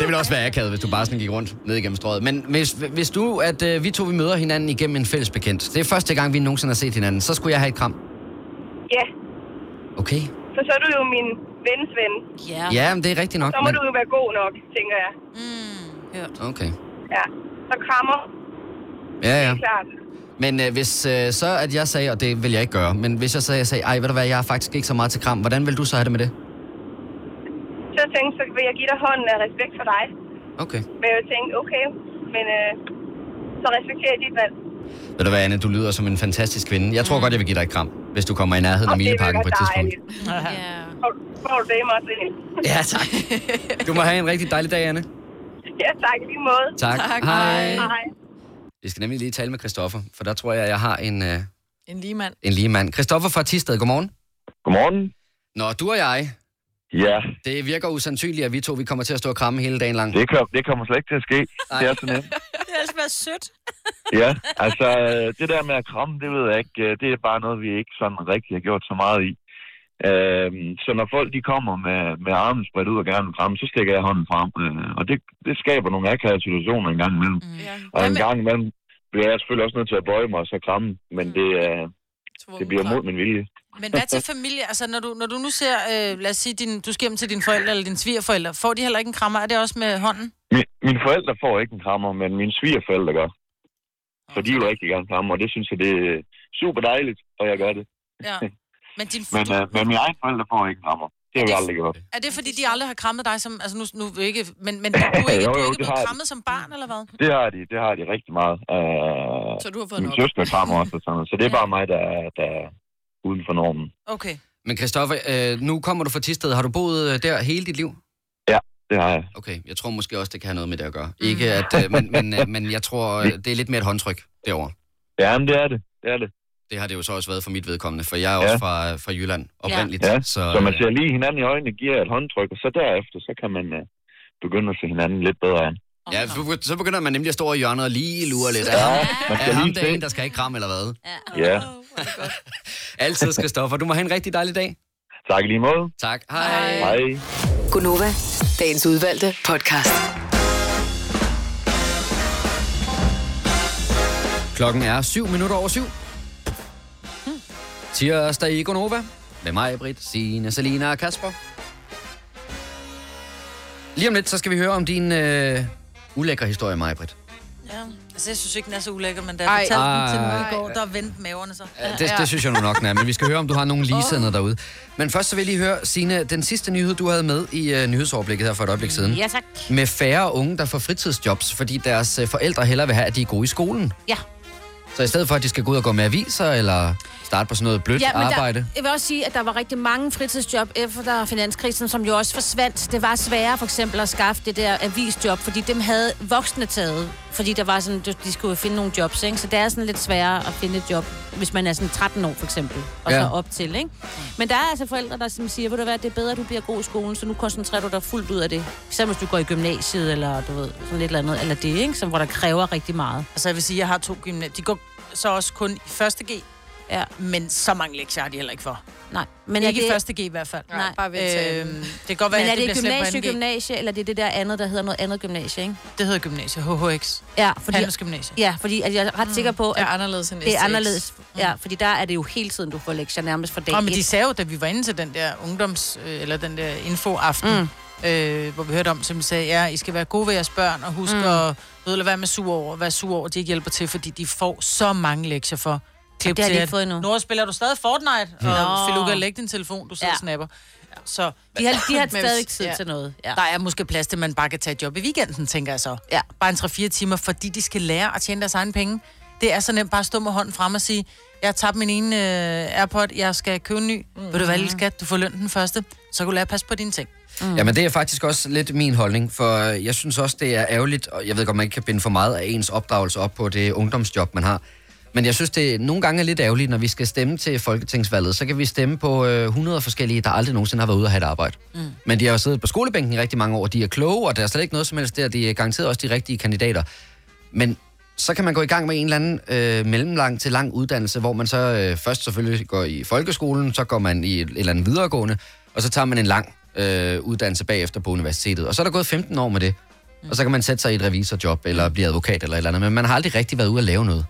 [SPEAKER 1] Det ville også være akavet, hvis du bare sådan gik rundt ned igennem strøget. Men hvis, hvis du, at øh, vi to vi møder hinanden igennem en fælles bekendt, det er første gang, vi nogensinde har set hinanden, så skulle jeg have et kram.
[SPEAKER 9] Ja,
[SPEAKER 1] Okay.
[SPEAKER 9] for så er du jo min vens ven.
[SPEAKER 3] Ja.
[SPEAKER 1] Ja, men det er rigtigt nok.
[SPEAKER 9] Så må
[SPEAKER 1] Men...
[SPEAKER 9] du jo være god nok, tænker jeg.
[SPEAKER 1] Okay.
[SPEAKER 9] Ja. Så krammer,
[SPEAKER 1] Ja, ja.
[SPEAKER 9] klart.
[SPEAKER 1] Men øh, hvis øh, så, at jeg sagde, og det vil jeg ikke gøre, men hvis jeg så jeg sagde, ej, ved du hvad, jeg er faktisk ikke så meget til kram, hvordan vil du så have det med det?
[SPEAKER 9] Så jeg tænkte, så vil jeg give dig hånden af respekt for dig.
[SPEAKER 1] Okay.
[SPEAKER 9] Men jeg tænkte, okay, men øh, så respekterer jeg dit valg.
[SPEAKER 1] Ved du hvad, Anne, du lyder som en fantastisk kvinde. Jeg tror godt, jeg vil give dig et kram, hvis du kommer i nærheden af
[SPEAKER 9] Og det vil
[SPEAKER 1] Mileparken på et
[SPEAKER 9] være
[SPEAKER 1] tidspunkt.
[SPEAKER 9] dejligt. Får du- Får du det, Martin?
[SPEAKER 1] Ja, tak. Du må have en rigtig dejlig dag, Anne.
[SPEAKER 9] Ja, tak i lige måde.
[SPEAKER 1] Tak.
[SPEAKER 4] Tak.
[SPEAKER 1] Hej.
[SPEAKER 9] Hej.
[SPEAKER 1] Vi skal nemlig lige tale med Christoffer, for der tror jeg, jeg har en, øh,
[SPEAKER 4] En lige mand.
[SPEAKER 1] en lige mand. Christoffer fra Tisted, godmorgen.
[SPEAKER 10] Godmorgen.
[SPEAKER 1] Nå, du og jeg,
[SPEAKER 10] Ja,
[SPEAKER 1] det virker usandsynligt, at vi to vi kommer til at stå og kramme hele dagen lang.
[SPEAKER 10] Mm. det, kom, det kommer slet ikke til at ske.
[SPEAKER 1] Ej.
[SPEAKER 10] Det er sådan en.
[SPEAKER 3] Det har altså været sødt.
[SPEAKER 10] Ja, altså øh, det der med at kramme, det ved jeg ikke. øh, Det er bare noget, vi ikke sådan rigtig har gjort så meget i. Øh, så når folk de kommer med, med armen spredt ud og gerne vil kramme, så stikker jeg hånden frem. Øh, og det, det skaber nogle akavede situationer en gang imellem.
[SPEAKER 4] Ja.
[SPEAKER 2] Mm.
[SPEAKER 10] Og
[SPEAKER 2] Hvad
[SPEAKER 10] en
[SPEAKER 2] med-
[SPEAKER 10] gang imellem bliver jeg selvfølgelig også nødt til at bøje mig og så kramme. Men
[SPEAKER 2] Mm.
[SPEAKER 10] det, øh, det bliver mod min vilje.
[SPEAKER 2] Men hvad til familie? Altså, når du, når du nu ser, øh, lad os sige, din, du skal hjem til dine forældre eller dine svigerforældre, får de heller ikke en krammer? Er det også med hånden?
[SPEAKER 10] Min, mine forældre får ikke en krammer, men mine svigerforældre gør. For de vil rigtig gerne kramme, og det synes jeg, det er super dejligt, og jeg gør det.
[SPEAKER 2] Ja. Men, din,
[SPEAKER 10] Men, øh, men mine egne forældre får ikke en rammer. Det har vi
[SPEAKER 2] Det-
[SPEAKER 10] aldrig gjort.
[SPEAKER 2] er det fordi, de aldrig har krammet dig som... Altså, nu, nu er vi ikke... Men, men du er ikke,
[SPEAKER 10] Jo,
[SPEAKER 2] du
[SPEAKER 10] jo,
[SPEAKER 2] er ikke
[SPEAKER 10] det har
[SPEAKER 2] blevet
[SPEAKER 10] jeg.
[SPEAKER 2] krammet som barn, eller hvad?
[SPEAKER 10] Det har de, det har de rigtig meget. Øh,
[SPEAKER 4] Så du har fået
[SPEAKER 10] min
[SPEAKER 4] nok.
[SPEAKER 10] søster krammer også og sådan noget. Så det er bare mig, der, er- der er uden for normen.
[SPEAKER 2] Okay.
[SPEAKER 1] Men Christoffer, øh, nu kommer du fra Tisted. Har du boet øh, der hele dit liv?
[SPEAKER 10] Det har jeg.
[SPEAKER 1] Okay, jeg tror måske også, det kan have noget med det at gøre. Ikke at, øh, men, men, øh, men jeg tror, øh, det er lidt mere et håndtryk derovre.
[SPEAKER 10] Ja, men det er det. Det er det.
[SPEAKER 1] Det har det jo så også været for mit vedkommende, for jeg er
[SPEAKER 10] Ja.
[SPEAKER 1] også fra, fra Jylland oprindeligt.
[SPEAKER 10] Ja,
[SPEAKER 1] Så,
[SPEAKER 10] Så man
[SPEAKER 1] øh,
[SPEAKER 10] ser lige hinanden i øjnene, giver et håndtryk, og så derefter, så kan man øh, begynde at se hinanden lidt bedre an.
[SPEAKER 1] ja, så- så begynder man nemlig at stå over i hjørnet og lige lure lidt.
[SPEAKER 10] Ja,
[SPEAKER 1] Er,
[SPEAKER 10] man
[SPEAKER 1] er
[SPEAKER 10] skal
[SPEAKER 1] ham
[SPEAKER 10] lige
[SPEAKER 1] der
[SPEAKER 10] se.
[SPEAKER 1] en, der skal ikke kramme, eller hvad?
[SPEAKER 3] Ja.
[SPEAKER 10] Ja,
[SPEAKER 1] Altid, Christoffer. Du må have en rigtig dejlig dag.
[SPEAKER 10] tak i lige måde.
[SPEAKER 1] Tak. Hej.
[SPEAKER 10] Hej.
[SPEAKER 7] Gunova, dagens udvalgte podcast.
[SPEAKER 1] Klokken er 7 minutter over syv.
[SPEAKER 10] Hmm.
[SPEAKER 1] Tirsdag i Gonova. Med mig, Britt, Signe, Selina og Kasper. Lige om lidt, så skal vi høre om din øh, ulækre historie, mig, Britt.
[SPEAKER 2] Ja. Altså, jeg synes ikke, den er så ulækker, men da
[SPEAKER 4] Ej.
[SPEAKER 2] jeg fortalte den til
[SPEAKER 1] Ej.
[SPEAKER 2] mig i går, der vendte maverne sig.
[SPEAKER 1] Ja, det, det synes jeg nu nok, den er, men vi skal høre, om du har nogle ligesendede derude. Men først så vil jeg lige høre, Signe, den sidste nyhed, du havde med i øh, nyhedsoverblikket her for et øjeblik siden.
[SPEAKER 3] Ja, tak.
[SPEAKER 1] Med færre unge, der får fritidsjobs, fordi deres øh, forældre hellere vil have, at de er gode i skolen.
[SPEAKER 3] Ja.
[SPEAKER 1] Så i stedet for, at de skal gå ud og gå med aviser, eller starte på sådan noget blødt
[SPEAKER 11] Ja, men
[SPEAKER 1] arbejde.
[SPEAKER 11] Der, jeg vil også sige, at der var rigtig mange fritidsjob efter finanskrisen, som jo også forsvandt. Det var sværere for eksempel at skaffe det der avisjob, fordi dem havde voksne taget. Fordi der var sådan, de skulle jo finde nogle jobs, ikke? Så det er sådan lidt sværere at finde et job, hvis man er sådan 13 år for eksempel, og ja.
[SPEAKER 1] Ja.
[SPEAKER 11] så op til, ikke? Men der er altså forældre, der som siger, ved du hvad, det er bedre, at du bliver god i skolen, så nu koncentrerer du dig fuldt ud af det. Især hvis du går i gymnasiet, eller du ved, sådan lidt eller andet, eller det, ikke? Som, hvor der kræver rigtig meget.
[SPEAKER 2] Altså, jeg vil sige, jeg har to gymnasier. De går så også kun i første G.
[SPEAKER 11] Ja.
[SPEAKER 2] Men så mange lektier har de heller ikke for.
[SPEAKER 11] Nej, men er
[SPEAKER 2] ikke i
[SPEAKER 11] det-
[SPEAKER 2] første G i hvert fald.
[SPEAKER 11] Nej.
[SPEAKER 4] Bare ved til
[SPEAKER 2] Øhm, det kan godt være,
[SPEAKER 11] Men er
[SPEAKER 2] at det,
[SPEAKER 11] det, det
[SPEAKER 2] bliver
[SPEAKER 11] gymnasie,
[SPEAKER 2] slemt på anden
[SPEAKER 11] gymnasie, eller det er det der andet, der hedder noget andet gymnasie, ikke?
[SPEAKER 2] G. Det hedder gymnasie, HHX.
[SPEAKER 11] Ja,
[SPEAKER 2] Fordi...
[SPEAKER 11] fordi,
[SPEAKER 2] Handelsgymnasie.
[SPEAKER 11] ja, fordi at jeg er
[SPEAKER 2] Mm.
[SPEAKER 11] ret sikker på,
[SPEAKER 4] er
[SPEAKER 11] at
[SPEAKER 4] anderledes end
[SPEAKER 11] det er
[SPEAKER 4] STX.
[SPEAKER 11] anderledes. Ja, fordi der er det jo hele tiden, du får lektier nærmest fra dag
[SPEAKER 2] Og Mm. men de
[SPEAKER 11] et.
[SPEAKER 2] sagde jo, da vi var inde til den der ungdoms... Øh, eller den der infoaften, mm. øh, hvor vi hørte om, som sagde, ja, I skal være gode ved jeres børn, og husk mm. at ved, lade være med sur over, være sur over, de ikke hjælper til, fordi de får så mange lektier for. Klip
[SPEAKER 11] det har de
[SPEAKER 2] til,
[SPEAKER 11] ikke
[SPEAKER 2] at,
[SPEAKER 11] fået endnu.
[SPEAKER 2] Nora, spiller du stadig Fortnite? Mm. Og Filuka, læg din telefon, du sidder ja.
[SPEAKER 11] Ja.
[SPEAKER 2] og snapper. Så
[SPEAKER 11] De har, de har
[SPEAKER 4] Men-
[SPEAKER 11] stadig tid
[SPEAKER 4] ja.
[SPEAKER 11] til noget. Ja.
[SPEAKER 2] der er måske plads til, at man bare kan tage et job i weekenden, tænker jeg så.
[SPEAKER 11] Ja.
[SPEAKER 2] Bare en 3-4 timer, fordi de skal lære at tjene deres egen penge. Det er så nemt bare at stå med hånden frem og sige, jeg har tabt min ene uh, Airpod, jeg skal købe en ny. Mm. Vil du være lille skat, du får løn den første, så kan du lære at passe på dine ting.
[SPEAKER 1] Mm. Jamen, det er faktisk også lidt min holdning, for øh, jeg synes også, det er ærgerligt, og jeg ved godt, man ikke kan binde for meget af ens opdragelse op på det ungdomsjob, man har. Men jeg synes, det nogle gange er lidt ærgerligt, når vi skal stemme til Folketingsvalget, så kan vi stemme på øh, 100 forskellige, der aldrig nogensinde har været ude og have et arbejde. Mm. Men de har jo siddet på skolebænken i rigtig mange år, de er kloge, og der er slet ikke noget som helst der, de er garanteret også de rigtige kandidater. Men så kan man gå i gang med en eller anden øh, mellemlang til lang uddannelse, hvor man så øh, først selvfølgelig går i folkeskolen, så går man i et eller andet videregående, og så tager man en lang øh, uddannelse bagefter på universitetet. Og så er der gået 15 år med det. Og så kan man sætte sig i et revisorjob, eller blive advokat eller et eller andet, men man har aldrig rigtig været ude at lave noget.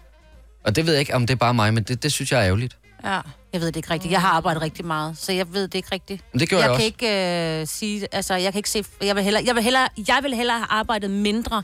[SPEAKER 1] Og det ved jeg ikke, om det er bare mig, men det, det synes jeg er ærgerligt.
[SPEAKER 11] Ja. Jeg ved det ikke rigtigt. Jeg har arbejdet rigtig meget, så jeg ved det ikke rigtigt.
[SPEAKER 1] Men det gjorde jeg
[SPEAKER 11] kan
[SPEAKER 1] også.
[SPEAKER 11] Ikke, øh, sige, altså, jeg kan ikke se... Jeg vil, hellere, jeg, vil hellere, jeg vil hellere have arbejdet mindre,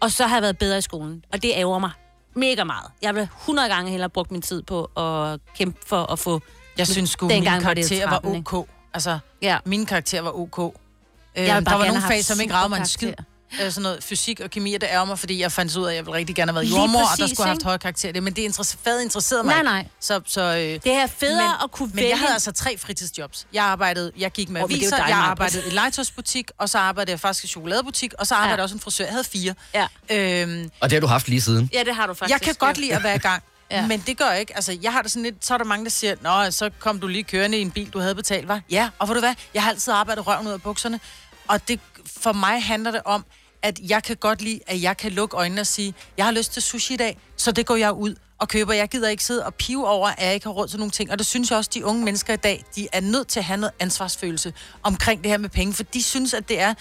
[SPEAKER 11] og så have været bedre i skolen. Og det ærger mig mega meget. Jeg vil 100 gange hellere brugt min tid på at kæmpe for at få...
[SPEAKER 2] Jeg synes sgu, min
[SPEAKER 11] Dengang var det
[SPEAKER 2] karakter var
[SPEAKER 11] 13, ikke?
[SPEAKER 2] ok. Altså,
[SPEAKER 11] ja.
[SPEAKER 2] min karakter var ok. Øh,
[SPEAKER 11] vil bare
[SPEAKER 2] der var
[SPEAKER 11] gerne
[SPEAKER 2] nogle
[SPEAKER 11] have
[SPEAKER 2] fag,
[SPEAKER 11] haft
[SPEAKER 2] som ikke ragede mig en skid.
[SPEAKER 11] superkarakterer.
[SPEAKER 2] Øh, sådan noget fysik og kemi, og det ærger mig, fordi jeg fandt så ud af, at jeg ville rigtig gerne have været
[SPEAKER 11] Lige
[SPEAKER 2] jordmor, og der
[SPEAKER 11] præcis,
[SPEAKER 2] skulle have haft
[SPEAKER 11] ikke?
[SPEAKER 2] høje karakterer. i Det, men det interesse, faget interesserede mig
[SPEAKER 11] Nej,
[SPEAKER 2] ikke.
[SPEAKER 11] nej.
[SPEAKER 2] Så, så, øh, det
[SPEAKER 11] er federe at kunne
[SPEAKER 2] Men
[SPEAKER 11] vælge.
[SPEAKER 2] jeg havde altså tre fritidsjobs. Jeg arbejdede, jeg gik med
[SPEAKER 11] Åh, men det er jo
[SPEAKER 2] aviser,
[SPEAKER 11] dig,
[SPEAKER 2] jeg
[SPEAKER 11] Maja.
[SPEAKER 2] arbejdede i legetøjsbutik, og så arbejdede jeg faktisk i chokoladebutik, og så arbejdede jeg også som frisør. Jeg havde fire.
[SPEAKER 11] Ja.
[SPEAKER 2] Øhm,
[SPEAKER 1] Og det har du haft lige siden.
[SPEAKER 11] Ja, det har du
[SPEAKER 2] jeg kan godt lide at være i gang. ja. Men det gør jeg ikke. Altså, jeg har det sådan lidt, så er der mange, der siger, Nå, så kom du lige kørende i en bil, du havde betalt, var? Ja, og ved du hvad? Jeg har altid arbejdet røven ud af bukserne. Og det, for mig handler det om, at jeg kan godt lide, at jeg kan lukke øjnene og sige, jeg har lyst til sushi i dag, så det går jeg ud og køber. Jeg gider ikke sidde og pive over, at jeg ikke har råd til nogle ting. Og det synes jeg også, de unge mennesker i dag, de er nødt til at have noget ansvarsfølelse omkring det her med penge, for de synes, at det er...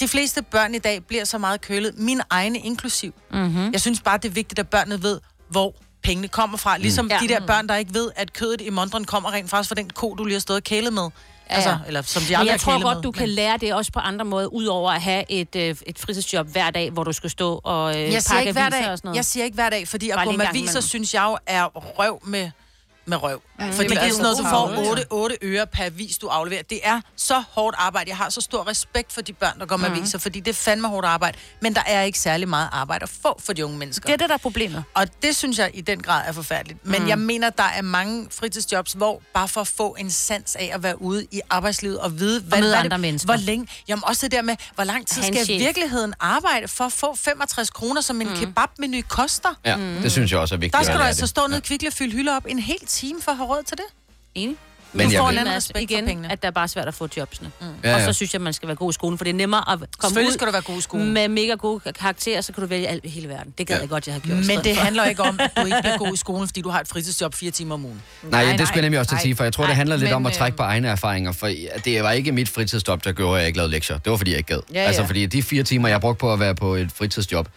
[SPEAKER 2] De fleste børn i dag bliver så meget kølet, mine egne inklusiv.
[SPEAKER 11] Mhm.
[SPEAKER 2] Jeg synes bare, det er vigtigt, at børnene ved, hvor pengene kommer fra. Ligesom
[SPEAKER 11] Mm.
[SPEAKER 2] mm.
[SPEAKER 11] Ja.
[SPEAKER 2] de der børn, der ikke ved, at kødet i mondren kommer rent faktisk fra den ko, du lige har stået og kælet med. Ja, altså, eller som de
[SPEAKER 11] Men
[SPEAKER 2] aldrig
[SPEAKER 11] jeg tror
[SPEAKER 2] har kælet
[SPEAKER 11] godt,
[SPEAKER 2] med.
[SPEAKER 11] du kan lære det også på andre måder, udover at have et, øh, et fritidsjob hver dag, hvor du skal stå og øh,
[SPEAKER 2] jeg siger
[SPEAKER 11] pakke
[SPEAKER 2] ikke hver
[SPEAKER 11] aviser
[SPEAKER 2] dag.
[SPEAKER 11] og sådan noget.
[SPEAKER 2] Jeg siger ikke hver dag, fordi at
[SPEAKER 11] Bare
[SPEAKER 2] gå
[SPEAKER 11] lige en
[SPEAKER 2] med
[SPEAKER 11] gang
[SPEAKER 2] aviser,
[SPEAKER 11] imellem.
[SPEAKER 2] synes jeg jo er røv med, med røv.
[SPEAKER 11] Ja,
[SPEAKER 2] Ja,
[SPEAKER 11] det
[SPEAKER 2] fordi
[SPEAKER 11] er
[SPEAKER 2] det er sådan noget, du
[SPEAKER 11] altså travlt,
[SPEAKER 2] får
[SPEAKER 11] ja.
[SPEAKER 2] 8, 8 øre per avis, du afleverer. Det er så hårdt arbejde. Jeg har så stor respekt for de børn, der går med
[SPEAKER 11] Mhm.
[SPEAKER 2] aviser, fordi det er fandme hårdt arbejde. Men der er ikke særlig meget arbejde at få for de unge mennesker.
[SPEAKER 11] Det er det, der er problemet.
[SPEAKER 2] Og det synes jeg i den grad er forfærdeligt. Men
[SPEAKER 11] Mm.
[SPEAKER 2] mm. jeg mener, der er mange fritidsjobs, hvor bare for at få en sans af at være ude i arbejdslivet og vide, hvad,
[SPEAKER 11] møde
[SPEAKER 2] hvad
[SPEAKER 11] andre
[SPEAKER 2] det,
[SPEAKER 11] mennesker.
[SPEAKER 2] hvor længe. Jamen også det der med, hvor lang tid
[SPEAKER 11] Have en
[SPEAKER 2] skal jeg
[SPEAKER 11] chef. Mhm.
[SPEAKER 2] i virkeligheden arbejde for at få 65 kroner, som en mm. kebabmenu koster?
[SPEAKER 1] Ja, mm. det synes jeg også er vigtigt.
[SPEAKER 2] Der
[SPEAKER 1] at
[SPEAKER 2] skal du
[SPEAKER 1] lære
[SPEAKER 2] altså
[SPEAKER 1] det.
[SPEAKER 2] stå nede i Kvickly og fylde hylder op en hel time for at have råd til det.
[SPEAKER 11] Enig.
[SPEAKER 1] Men
[SPEAKER 11] du
[SPEAKER 1] jeg
[SPEAKER 11] får en
[SPEAKER 1] vil-
[SPEAKER 11] anden
[SPEAKER 2] Men
[SPEAKER 11] respekt igen, for pengene. at der er bare svært at få jobsene. Mm.
[SPEAKER 1] Ja,
[SPEAKER 11] Ja, og
[SPEAKER 1] ja.
[SPEAKER 11] så synes jeg, at man skal være god i skolen, for det er nemmere at komme
[SPEAKER 2] Selvfølgelig
[SPEAKER 11] ud
[SPEAKER 2] skal du være god i skolen.
[SPEAKER 11] med mega gode karakterer, så kan du vælge alt i hele verden. Det gad ja. jeg godt, jeg har gjort. i
[SPEAKER 2] Men
[SPEAKER 11] stedet
[SPEAKER 2] det
[SPEAKER 11] for.
[SPEAKER 2] handler ikke om, at du ikke bliver god i skolen, fordi du har et fritidsjob fire timer om ugen.
[SPEAKER 1] Nej, det skulle jeg nemlig også til at sige, for jeg tror, det handler lidt
[SPEAKER 2] men,
[SPEAKER 1] om at
[SPEAKER 2] øh,
[SPEAKER 1] trække på egne erfaringer, for det var ikke mit fritidsjob, der gjorde, at jeg ikke lavede lektier. Det var, fordi jeg ikke gad.
[SPEAKER 2] Ja, ja.
[SPEAKER 1] Altså, fordi de fire timer, jeg brugte på at være på et fritidsjob,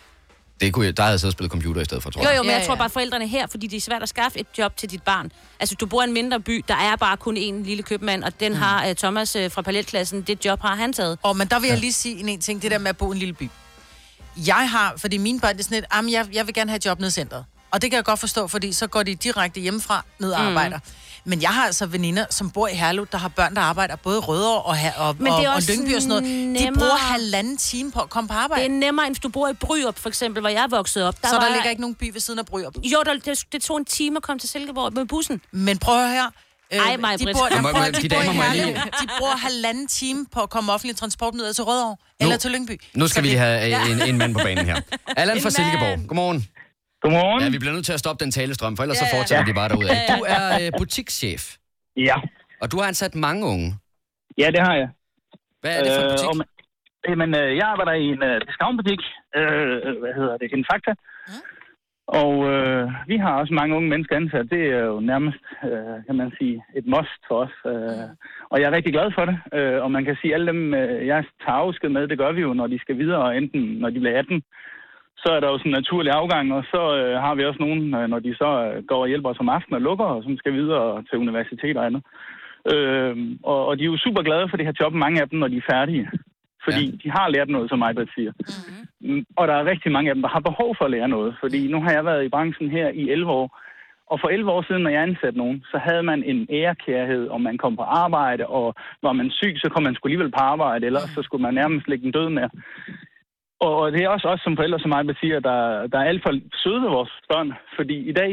[SPEAKER 1] det kunne jeg, der havde jeg siddet og spillet computer i stedet for, tror
[SPEAKER 11] Jo,
[SPEAKER 1] jeg.
[SPEAKER 11] jo, men
[SPEAKER 1] ja.
[SPEAKER 11] jeg tror bare, at forældrene her, fordi det er svært at skaffe et job til dit barn. Altså, du bor i en mindre by, der er bare kun én lille købmand, og den har uh, Thomas uh, fra paletklassen, det job har han taget.
[SPEAKER 2] Mm. Og men der vil jeg lige sige en, en ting, det der med at bo i en lille by. Jeg har, fordi mine børn, det er sådan lidt, "Jamen, jeg, jeg vil gerne have et job nede i centret. Og det kan jeg godt forstå, fordi så går de direkte hjemmefra ned og
[SPEAKER 11] Mm.
[SPEAKER 2] arbejder. Men jeg har altså veninder, som bor i Herlev, der har børn, der arbejder både i Rødovre og, her, og,
[SPEAKER 11] Men det er
[SPEAKER 2] og, og
[SPEAKER 11] også
[SPEAKER 2] Lyngby og sådan noget. De
[SPEAKER 11] nemmere.
[SPEAKER 2] bruger halvanden time på at komme på arbejde.
[SPEAKER 11] Det er nemmere, end hvis du bor i Bryop, for eksempel, hvor jeg er vokset op.
[SPEAKER 2] Så der ligger ikke nogen by ved siden af Bryop?
[SPEAKER 11] Jo, der, det, det tog en time at komme til Silkeborg med bussen.
[SPEAKER 2] Men prøv at høre. Øh,
[SPEAKER 11] Ej, mig,
[SPEAKER 2] de
[SPEAKER 11] Britt.
[SPEAKER 2] bor,
[SPEAKER 1] Nå,
[SPEAKER 2] de,
[SPEAKER 1] må-
[SPEAKER 2] bor,
[SPEAKER 1] må-
[SPEAKER 2] de,
[SPEAKER 1] de
[SPEAKER 2] bor i
[SPEAKER 1] damer må jeg
[SPEAKER 2] Herlev.
[SPEAKER 1] lige-
[SPEAKER 2] de bruger halvanden time på at komme offentlig transport ned til Rødovre eller til Lyngby.
[SPEAKER 1] Nu skal
[SPEAKER 2] Så
[SPEAKER 1] vi
[SPEAKER 2] det-
[SPEAKER 1] have øh, en,
[SPEAKER 2] Ja.
[SPEAKER 1] en mand på banen her. Allan
[SPEAKER 2] En
[SPEAKER 1] fra Silkeborg.
[SPEAKER 2] mand.
[SPEAKER 1] Godmorgen.
[SPEAKER 12] Godmorgen.
[SPEAKER 1] Ja, vi bliver nødt til at stoppe den talestrøm, for ellers så fortsætter de bare derude. Du er øh, butikschef.
[SPEAKER 12] Ja.
[SPEAKER 1] Og du har ansat mange unge.
[SPEAKER 12] Ja, det har jeg. Øh,
[SPEAKER 1] Hvad er det for en butik?
[SPEAKER 12] og man- Jamen, øh, jeg arbejder i en øh, discountbutik. Øh, hvad hedder det? En fakta. Og øh, vi har også mange unge mennesker ansat. Det er jo nærmest, øh, kan man sige, et must for os. Øh, og jeg er rigtig glad for det. Øh, og man kan sige, at alle dem, øh, jeg tager afsked med, det gør vi jo, når de skal videre. Enten når de bliver 18, så er der jo sådan en naturlig afgang. Og så øh, har vi også nogen, øh, når de så øh, går og hjælper os om aftenen og lukker, og som skal videre til universitet og andet. Øh, og, og de er jo super glade for det her job, mange af dem, når de er færdige. Fordi ja. de har lært noget, som Majbert siger. Mm-hmm. Og der er rigtig mange af dem, der har behov for at lære noget. Fordi nu har jeg været i branchen her i 11 år. Og for 11 år siden, når jeg ansatte nogen, så havde man en ærekærhed, og man kom på arbejde, og var man syg, så kom man sgu alligevel på arbejde, ellers så skulle man nærmest ligge den død med. Og og det er også os som forældre, som Majbert siger, der, der er alt for søde ved vores børn. Fordi i dag,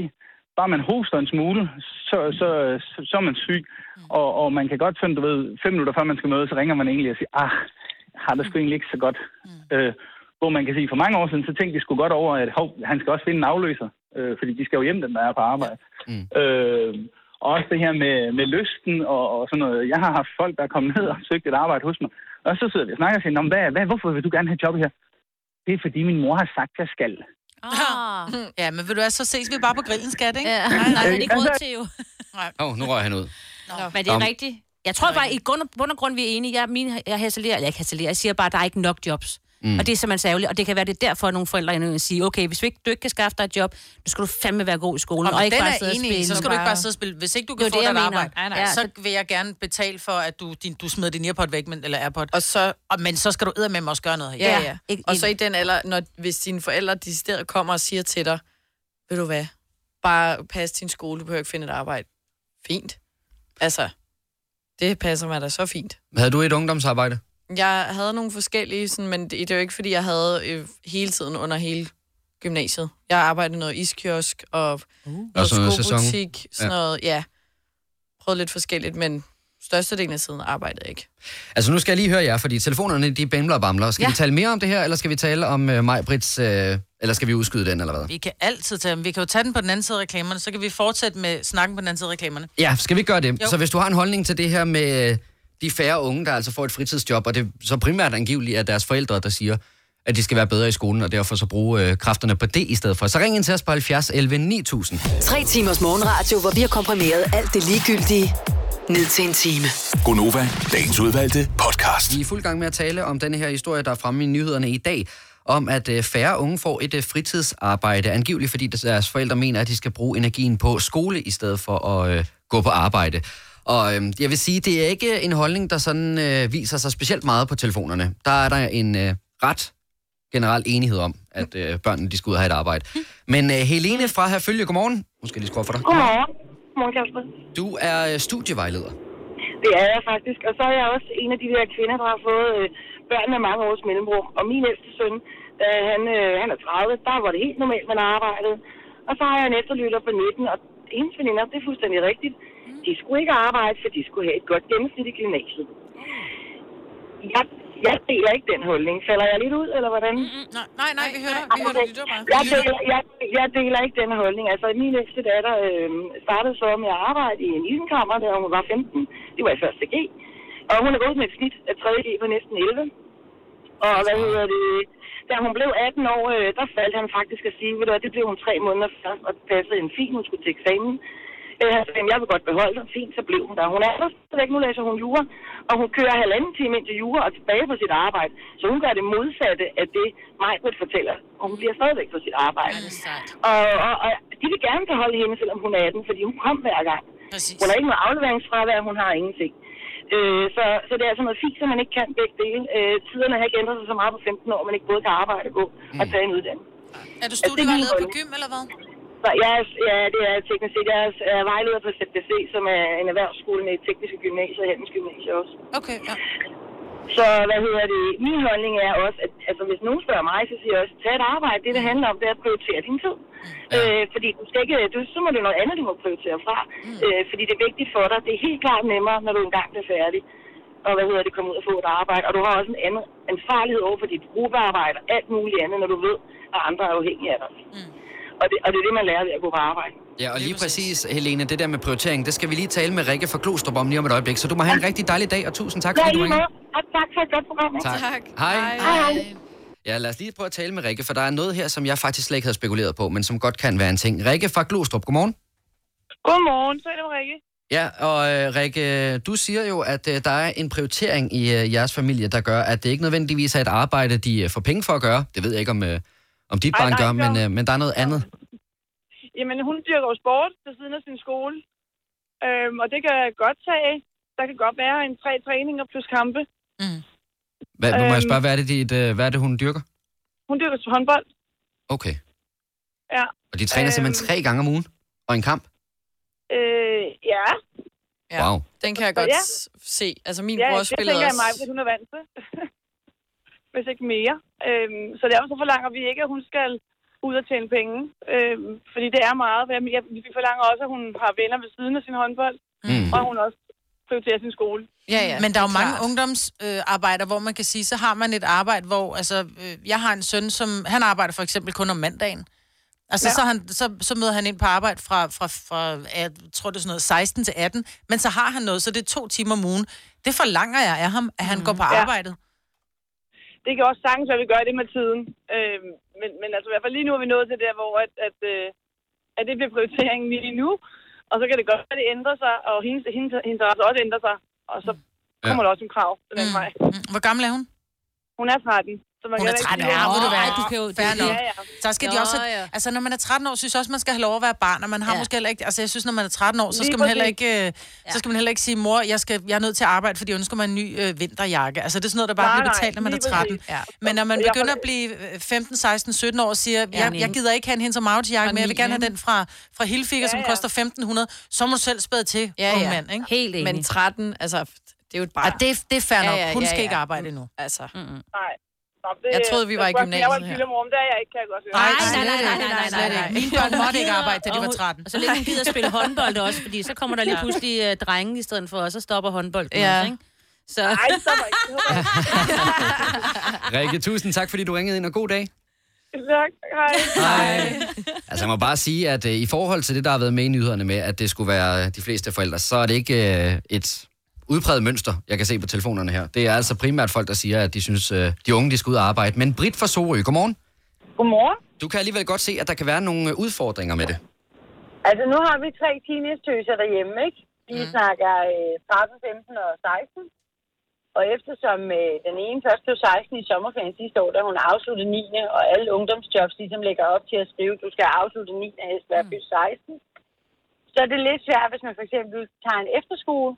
[SPEAKER 12] bare man hoster en smule, så, så, så, så er man syg. Og, og man kan godt sådan, du ved, fem minutter før man skal møde, så ringer man egentlig og siger, ah, jeg har det sgu egentlig ikke så godt. Øh, hvor man kan sige, for mange år siden, så tænkte de sgu godt over, at hov, han skal også finde en afløser. Øh, fordi de skal jo hjem, den der er på arbejde.
[SPEAKER 1] Mm.
[SPEAKER 12] Øh, og også det her med, med lysten og, og sådan noget. Jeg har haft folk, der er kommet ned og søgt et arbejde hos mig. Og så sidder vi og snakker og siger, "Nå, men hvad, hvad, hvorfor vil du gerne have et job her? Det er fordi min mor har sagt, jeg skal.
[SPEAKER 2] Ah. Ja, men vil du altså, så ses vi bare på grillen, skat, ikke? Ja. Nej,
[SPEAKER 11] nej, det er ikke råd til
[SPEAKER 2] jo.
[SPEAKER 1] Åh, oh, nu røg han ud.
[SPEAKER 11] Nå. Men det er
[SPEAKER 1] Nå.
[SPEAKER 11] rigtigt. Jeg tror bare, i grund og, bund og grund, vi er enige. Jeg, min, jeg hasselerer, eller ikke hasselerer, jeg siger bare, at der er ikke nok jobs.
[SPEAKER 1] Mm.
[SPEAKER 11] Mm. Og det er simpelthen særligt, og det kan være, det er derfor, at nogle forældre endnu siger, okay, hvis vi ikke, du ikke kan skaffe dig et job, nu skal du fandme være god i skolen, og, og ikke bare sidde og spille.
[SPEAKER 2] så skal du ikke bare sidde og spille. Hvis ikke du
[SPEAKER 11] Det
[SPEAKER 2] kan
[SPEAKER 11] er
[SPEAKER 2] få
[SPEAKER 11] det,
[SPEAKER 2] dig
[SPEAKER 11] jeg
[SPEAKER 2] et
[SPEAKER 11] mener.
[SPEAKER 2] arbejde,
[SPEAKER 11] Nej, nej.
[SPEAKER 2] ja,
[SPEAKER 11] Ja,
[SPEAKER 2] så
[SPEAKER 11] det-
[SPEAKER 2] vil jeg gerne betale for, at du, din, du smider din earpod væk, men, eller airpod. Og så, og, men så skal du eddermame også gøre noget her.
[SPEAKER 4] Ja, ja. ja. Og så i den alder, når, hvis dine forældre de steder kommer og siger til dig, ved du hvad, bare pas din skole, du behøver ikke finde et arbejde. Fint. Altså, det passer mig da så fint.
[SPEAKER 1] Havde du et ungdomsarbejde?
[SPEAKER 4] Jeg havde nogle forskellige, sådan, men det, det er jo ikke, fordi jeg havde øh, hele tiden under hele gymnasiet. Jeg arbejdede noget iskiosk og uh. noget
[SPEAKER 1] sådan noget sæson.
[SPEAKER 4] skobutik, sådan
[SPEAKER 1] Ja.
[SPEAKER 4] noget, ja. Prøvede lidt forskelligt, men størstedelen af tiden arbejdede jeg ikke.
[SPEAKER 1] Altså, nu skal jeg lige høre jer, fordi telefonerne, de bamler og bamler. Skal ja.
[SPEAKER 4] Ja.
[SPEAKER 1] vi tale mere om det her, eller skal vi tale om uh, Maj Brits, uh, eller skal vi udskyde den, eller hvad?
[SPEAKER 2] Vi kan altid tage dem. Vi kan jo tage den på den anden side af reklamerne, så kan vi fortsætte med snakken på den anden side af reklamerne.
[SPEAKER 1] Ja, skal vi ikke gøre det? Jo.
[SPEAKER 2] Jo.
[SPEAKER 1] Så hvis du har en holdning til det her med øh, de færre unge, der altså får et fritidsjob, og det så primært angiveligt er deres forældre, der siger, at de skal være bedre i skolen, og derfor så bruge øh, kræfterne på det i stedet for. Så ring ind til os på 70 11 9000.
[SPEAKER 7] Tre timers morgenradio, hvor vi har komprimeret alt det ligegyldige ned til en time.
[SPEAKER 6] Gonova, dagens udvalgte podcast.
[SPEAKER 1] Vi er i fuld gang med at tale om denne her historie, der er fremme i nyhederne i dag, om at øh, færre unge får et øh, fritidsarbejde, angiveligt fordi deres forældre mener, at de skal bruge energien på skole i stedet for at øh, gå på arbejde. Og øh, jeg vil sige, det er ikke en holdning, der sådan øh, viser sig specielt meget på telefonerne. Der er der en øh, ret generel enighed om, at øh, børnene de skal ud og have et arbejde. Men øh, Helene fra Herfølge, godmorgen. Nu skal jeg lige skrue for dig.
[SPEAKER 13] Godmorgen. Godmorgen, Kasper.
[SPEAKER 1] Du er øh, studievejleder.
[SPEAKER 13] Det er jeg faktisk. Og så er jeg også en af de der kvinder, der har fået øh, børn med mange års mellemrum. Og min ældste søn, da han, øh, han er 30, der var det helt normalt, man arbejdede. Og så har jeg en efterlytter på 19, og hendes veninder, det er fuldstændig rigtigt. De skulle ikke arbejde, for de skulle have et godt gennemsnit i gymnasiet. Jeg, jeg deler ikke den holdning. Falder jeg lidt ud, eller hvordan?
[SPEAKER 2] Nej, nej, nej vi hører dig. Vi hører dig. Vi lytter bare.
[SPEAKER 13] Jeg deler, jeg, jeg deler ikke den holdning. Altså, min ældste datter øh, startede så med at arbejde i en isenkammer, da hun var 15. Det var i første G. Og hun er gået med et snit af 3. G på næsten 11. Og hvad hedder det? Da hun blev 18 år, øh, der faldt han faktisk at sige, ved du hvad, det blev hun tre måneder først, og det passede hende fint, hun skulle til eksamen. Øh, han sagde, "Jamen, jeg vil godt beholde dig. Fint, så blev hun der. Hun er der stadigvæk, nu læser hun jura, og hun kører halvanden time ind til jura og tilbage på sit arbejde. Så hun gør det modsatte af det, Majbrit fortæller. Og hun bliver stadigvæk på sit arbejde. Og, og, og de vil gerne beholde hende, selvom hun er 18, fordi hun kom hver gang.
[SPEAKER 2] Præcis.
[SPEAKER 13] Hun har ikke noget afleveringsfravær, hun har ingenting. Øh, så, så det er altså noget fint, som man ikke kan begge dele. Øh, tiderne har ikke ændret sig så meget på 15 år, man ikke både kan arbejde og gå mm. og tage en uddannelse.
[SPEAKER 2] Er du
[SPEAKER 13] Altså, det er min
[SPEAKER 2] studievejleder på
[SPEAKER 13] holdning.
[SPEAKER 2] gym, eller hvad?
[SPEAKER 13] Så jeg, er, ja, det er jeg teknisk set. Jeg er, jeg er vejleder på ZBC, som er en erhvervsskole med tekniske gymnasier og handels gymnasier også.
[SPEAKER 2] Okay, ja.
[SPEAKER 13] Så hvad hedder det? Min holdning er også, at altså, hvis nogen spørger mig, så siger jeg også, tag et arbejde. Det, det handler om, det er at prioritere din tid. Mm. Ja. Øh, fordi du skal ikke, du, så må det noget andet, du må prioritere fra. Mm. Øh, fordi det er vigtigt for dig. Det er helt klart nemmere, når du engang bliver færdig. Og hvad hedder det, komme ud og få et arbejde. Og du har også en anden ansvarlighed over for dit gruppearbejde og alt muligt andet, når du ved, at andre er afhængige af dig. Mm. Og, det, og det er det, man lærer ved at gå på arbejde.
[SPEAKER 1] Ja, og lige præcis, Helene, det der med prioritering, det skal vi lige tale med Rikke fra Klostrup om lige om et øjeblik. Så du må have en rigtig dejlig dag, og tusind tak,
[SPEAKER 13] Ja,
[SPEAKER 1] fordi
[SPEAKER 13] i
[SPEAKER 1] du
[SPEAKER 13] lige
[SPEAKER 1] ringede.
[SPEAKER 13] måde. Og tak for et godt program.
[SPEAKER 1] Tak. Tak. Hej. Hej. Ja, lad os lige prøve at tale med Rikke, for der er noget her, som jeg faktisk slet ikke havde spekuleret på, men som godt kan være en ting. Rikke fra Glostrup, godmorgen.
[SPEAKER 14] Godmorgen, så er det Rikke.
[SPEAKER 1] Ja, og øh, Rikke, du siger jo, at øh, der er en prioritering i øh, jeres familie, der gør, at det ikke nødvendigvis er et arbejde, de øh, får penge for at gøre. Det ved jeg ikke, om, øh, om dit
[SPEAKER 14] Ej,
[SPEAKER 1] barn
[SPEAKER 14] nej,
[SPEAKER 1] gør,
[SPEAKER 14] så-
[SPEAKER 1] men, øh, men der er noget andet.
[SPEAKER 14] Jamen, hun dyrker jo sport ved siden af sin skole. Øhm, og det kan jeg godt tage. Der kan godt være en tre træninger plus kampe.
[SPEAKER 2] Mm.
[SPEAKER 1] Hvad, nu må jeg
[SPEAKER 14] Øhm.
[SPEAKER 1] spørge, hvad er det, dit, øh, hvad er det hun dyrker?
[SPEAKER 14] Hun dyrker til håndbold.
[SPEAKER 1] Okay.
[SPEAKER 14] Ja.
[SPEAKER 1] Og de træner
[SPEAKER 15] Øhm.
[SPEAKER 1] simpelthen tre gange om ugen, og en kamp?
[SPEAKER 14] Øh, ja.
[SPEAKER 1] Ja. Wow.
[SPEAKER 4] Den kan jeg godt
[SPEAKER 14] Ja.
[SPEAKER 4] s- se. Altså, min
[SPEAKER 14] ja,
[SPEAKER 4] bror
[SPEAKER 14] det
[SPEAKER 4] spillede
[SPEAKER 14] tænker jeg
[SPEAKER 4] også...
[SPEAKER 14] mig, hvis hun er vant til. hvis ikke mere. Øhm, så derfor så forlanger vi ikke, at hun skal ud og tjene penge. Øhm, fordi det er meget. Hvad jeg- Vi forlanger også, at hun har venner ved siden af sin håndbold.
[SPEAKER 1] Mm.
[SPEAKER 14] Og hun også prioriterer sin skole.
[SPEAKER 2] Men der er jo mange ungdomsarbejder, øh, arbejder, hvor man kan sige, så har man et arbejde, hvor, altså, øh, jeg har en søn, som, han arbejder for eksempel kun om mandagen. Altså,
[SPEAKER 14] Ja.
[SPEAKER 2] ja. så, er han, så, så møder han ind på arbejde fra, fra, fra, jeg tror det er sådan noget, 16 til 18, men så
[SPEAKER 15] Mhm.
[SPEAKER 2] har han noget, så det er to timer om ugen. Det forlanger jeg af ham, at han mm. går på
[SPEAKER 14] Ja.
[SPEAKER 2] arbejdet.
[SPEAKER 14] det kan også sagtens være, at vi gør det med tiden. Øh, men, men altså i hvert fald lige nu er vi nået til der, hvor at, at, øh, at det bliver prioriteringen lige nu. Og så kan det godt være, at det ændrer sig, og hendes, hendes, hendes interesse også ændrer sig. Og så kommer der også en krav den anden vej.
[SPEAKER 2] Mm, Hvor gammel er hun?
[SPEAKER 14] Hun er 13. Så man
[SPEAKER 2] Hun
[SPEAKER 14] kan
[SPEAKER 2] er
[SPEAKER 14] heller
[SPEAKER 2] 13
[SPEAKER 14] ikke
[SPEAKER 2] år,
[SPEAKER 14] sige,
[SPEAKER 2] ved du hvad?
[SPEAKER 14] "Ej,
[SPEAKER 2] Du kan jo, det, er
[SPEAKER 14] Ja, ja.
[SPEAKER 2] Så skal de
[SPEAKER 14] Nå,
[SPEAKER 2] også...
[SPEAKER 14] ja.
[SPEAKER 2] Altså, når man er 13 år, synes jeg også, man skal have lov at være barn, og man har
[SPEAKER 14] Ja.
[SPEAKER 2] ja. måske heller ikke... Altså, jeg synes, når man er 13 år, så
[SPEAKER 14] Lige
[SPEAKER 2] skal, man heller
[SPEAKER 14] præcis.
[SPEAKER 2] ikke, øh, så skal man heller ikke sige, mor, jeg, skal, jeg er nødt til at arbejde, fordi jeg ønsker mig en ny øh, vinterjakke. Altså, det er sådan noget, der bare
[SPEAKER 14] Nej,
[SPEAKER 2] bliver
[SPEAKER 14] nej,
[SPEAKER 2] betalt, når man er
[SPEAKER 14] lige
[SPEAKER 2] 13.
[SPEAKER 14] præcis.
[SPEAKER 2] Ja. Men når man
[SPEAKER 14] Jeg-
[SPEAKER 2] begynder at blive øh, 15, 16, 17 år og siger, jeg, jeg gider ikke have en hendes og jakke men jeg vil gerne have den fra, fra Hilfiger, ja,
[SPEAKER 4] Ja,
[SPEAKER 2] som
[SPEAKER 4] ja.
[SPEAKER 2] koster 1500, så må du selv spæde til,
[SPEAKER 4] Ja,
[SPEAKER 2] unge
[SPEAKER 4] ja.
[SPEAKER 2] mand, ikke?
[SPEAKER 4] Helt enig. Men 13, altså, det er jo et barn.
[SPEAKER 2] Og det, det er fair nok. Hun skal ikke arbejde endnu.
[SPEAKER 4] Altså.
[SPEAKER 2] Mm-hmm.
[SPEAKER 14] Nej. Nå, det,
[SPEAKER 2] Jeg troede, vi var i
[SPEAKER 14] jeg skulle- Jeg var
[SPEAKER 2] gymnasiet
[SPEAKER 14] en
[SPEAKER 2] her.
[SPEAKER 14] kilomor, men det er jeg ikke, kan jeg godt høre.
[SPEAKER 2] Nej, nej, nej, nej, nej, nej, nej, nej, nej. Mine børn måtte ikke arbejde, da de var 13.
[SPEAKER 11] Og så længe hun gider spille håndbold også, fordi så kommer der lige pludselig uh, drenge i stedet for, og så stopper håndbolden
[SPEAKER 4] Ja.
[SPEAKER 11] ja. også, ikke? Så...
[SPEAKER 14] Ej, så var
[SPEAKER 1] Rikke, tusind tak, fordi du ringede ind, og god dag.
[SPEAKER 14] Tak, hej.
[SPEAKER 1] Altså, jeg må bare sige, at øh, i forhold til det, der har været med i nyhederne med, at det skulle være de fleste forældre, så er det ikke øh, et udpræget mønster, jeg kan se på telefonerne her. Det er altså primært folk, der siger, at de synes, øh, de unge de skal ud og arbejde. Men Britt fra Sorø, godmorgen.
[SPEAKER 14] Godmorgen.
[SPEAKER 1] Du kan alligevel godt se, at der kan være nogle øh, udfordringer med det.
[SPEAKER 9] Altså, nu har vi tre teenage-tøser derhjemme, ikke? De mm. snakker øh, 13, 15 og 16. Og eftersom øh, den ene først blev 16 i sommerferien sidste år, da hun afsluttede 9. og alle ungdomsjobs ligesom lægger op til at skrive, du skal afslutte 9. og helst
[SPEAKER 2] Mm.
[SPEAKER 9] være fyldt 16. Så er det lidt svært, hvis man for eksempel tager en efterskole,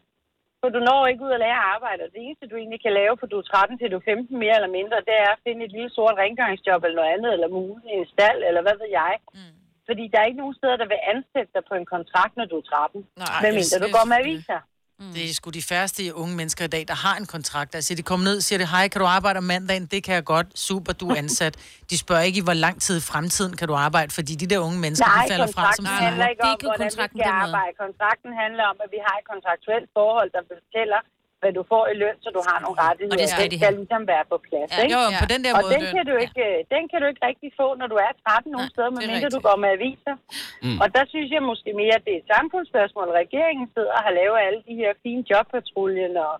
[SPEAKER 9] for du når ikke ud at lære at arbejde, og det eneste, du egentlig kan lave, for du er 13 til du er 15 mere eller mindre, det er at finde et lille sort rengøringsjob eller noget andet, eller mule i en stald, eller hvad ved jeg.
[SPEAKER 2] Mm.
[SPEAKER 9] Fordi der er ikke nogen steder, der vil ansætte dig på en kontrakt, når du er 13.
[SPEAKER 2] Nej,
[SPEAKER 9] Men
[SPEAKER 2] det
[SPEAKER 9] mindre
[SPEAKER 2] er
[SPEAKER 9] du går med aviser.
[SPEAKER 2] Det er sgu de færreste unge mennesker i dag, der har en kontrakt. Altså, de kommer ned og siger, det, hej, kan du arbejde om mandagen? Det kan jeg godt. Super, du er ansat. De spørger ikke, i hvor lang tid i fremtiden kan du arbejde, fordi de der unge mennesker,
[SPEAKER 9] Nej,
[SPEAKER 2] de falder fra som
[SPEAKER 9] kontrakten handler ikke om, hvordan vi skal arbejde. Kontrakten handler om, at vi har et kontraktuelt forhold, der fortæller, hvad du får i løn, så du har nogle rettigheder.
[SPEAKER 2] Og det skal de
[SPEAKER 9] skal
[SPEAKER 2] have.
[SPEAKER 9] ligesom være på plads.
[SPEAKER 2] Ja,
[SPEAKER 9] ikke?
[SPEAKER 2] jo, på den der
[SPEAKER 9] og
[SPEAKER 2] måde,
[SPEAKER 9] Den
[SPEAKER 2] løn.
[SPEAKER 9] kan, du ikke, øh, den kan du ikke rigtig få, når du er 13 nogle steder, medmindre du går med aviser.
[SPEAKER 16] Mm.
[SPEAKER 9] Og der synes jeg måske mere, at det er et samfundsspørgsmål. Regeringen sidder og har lavet alle de her fine jobpatruljen og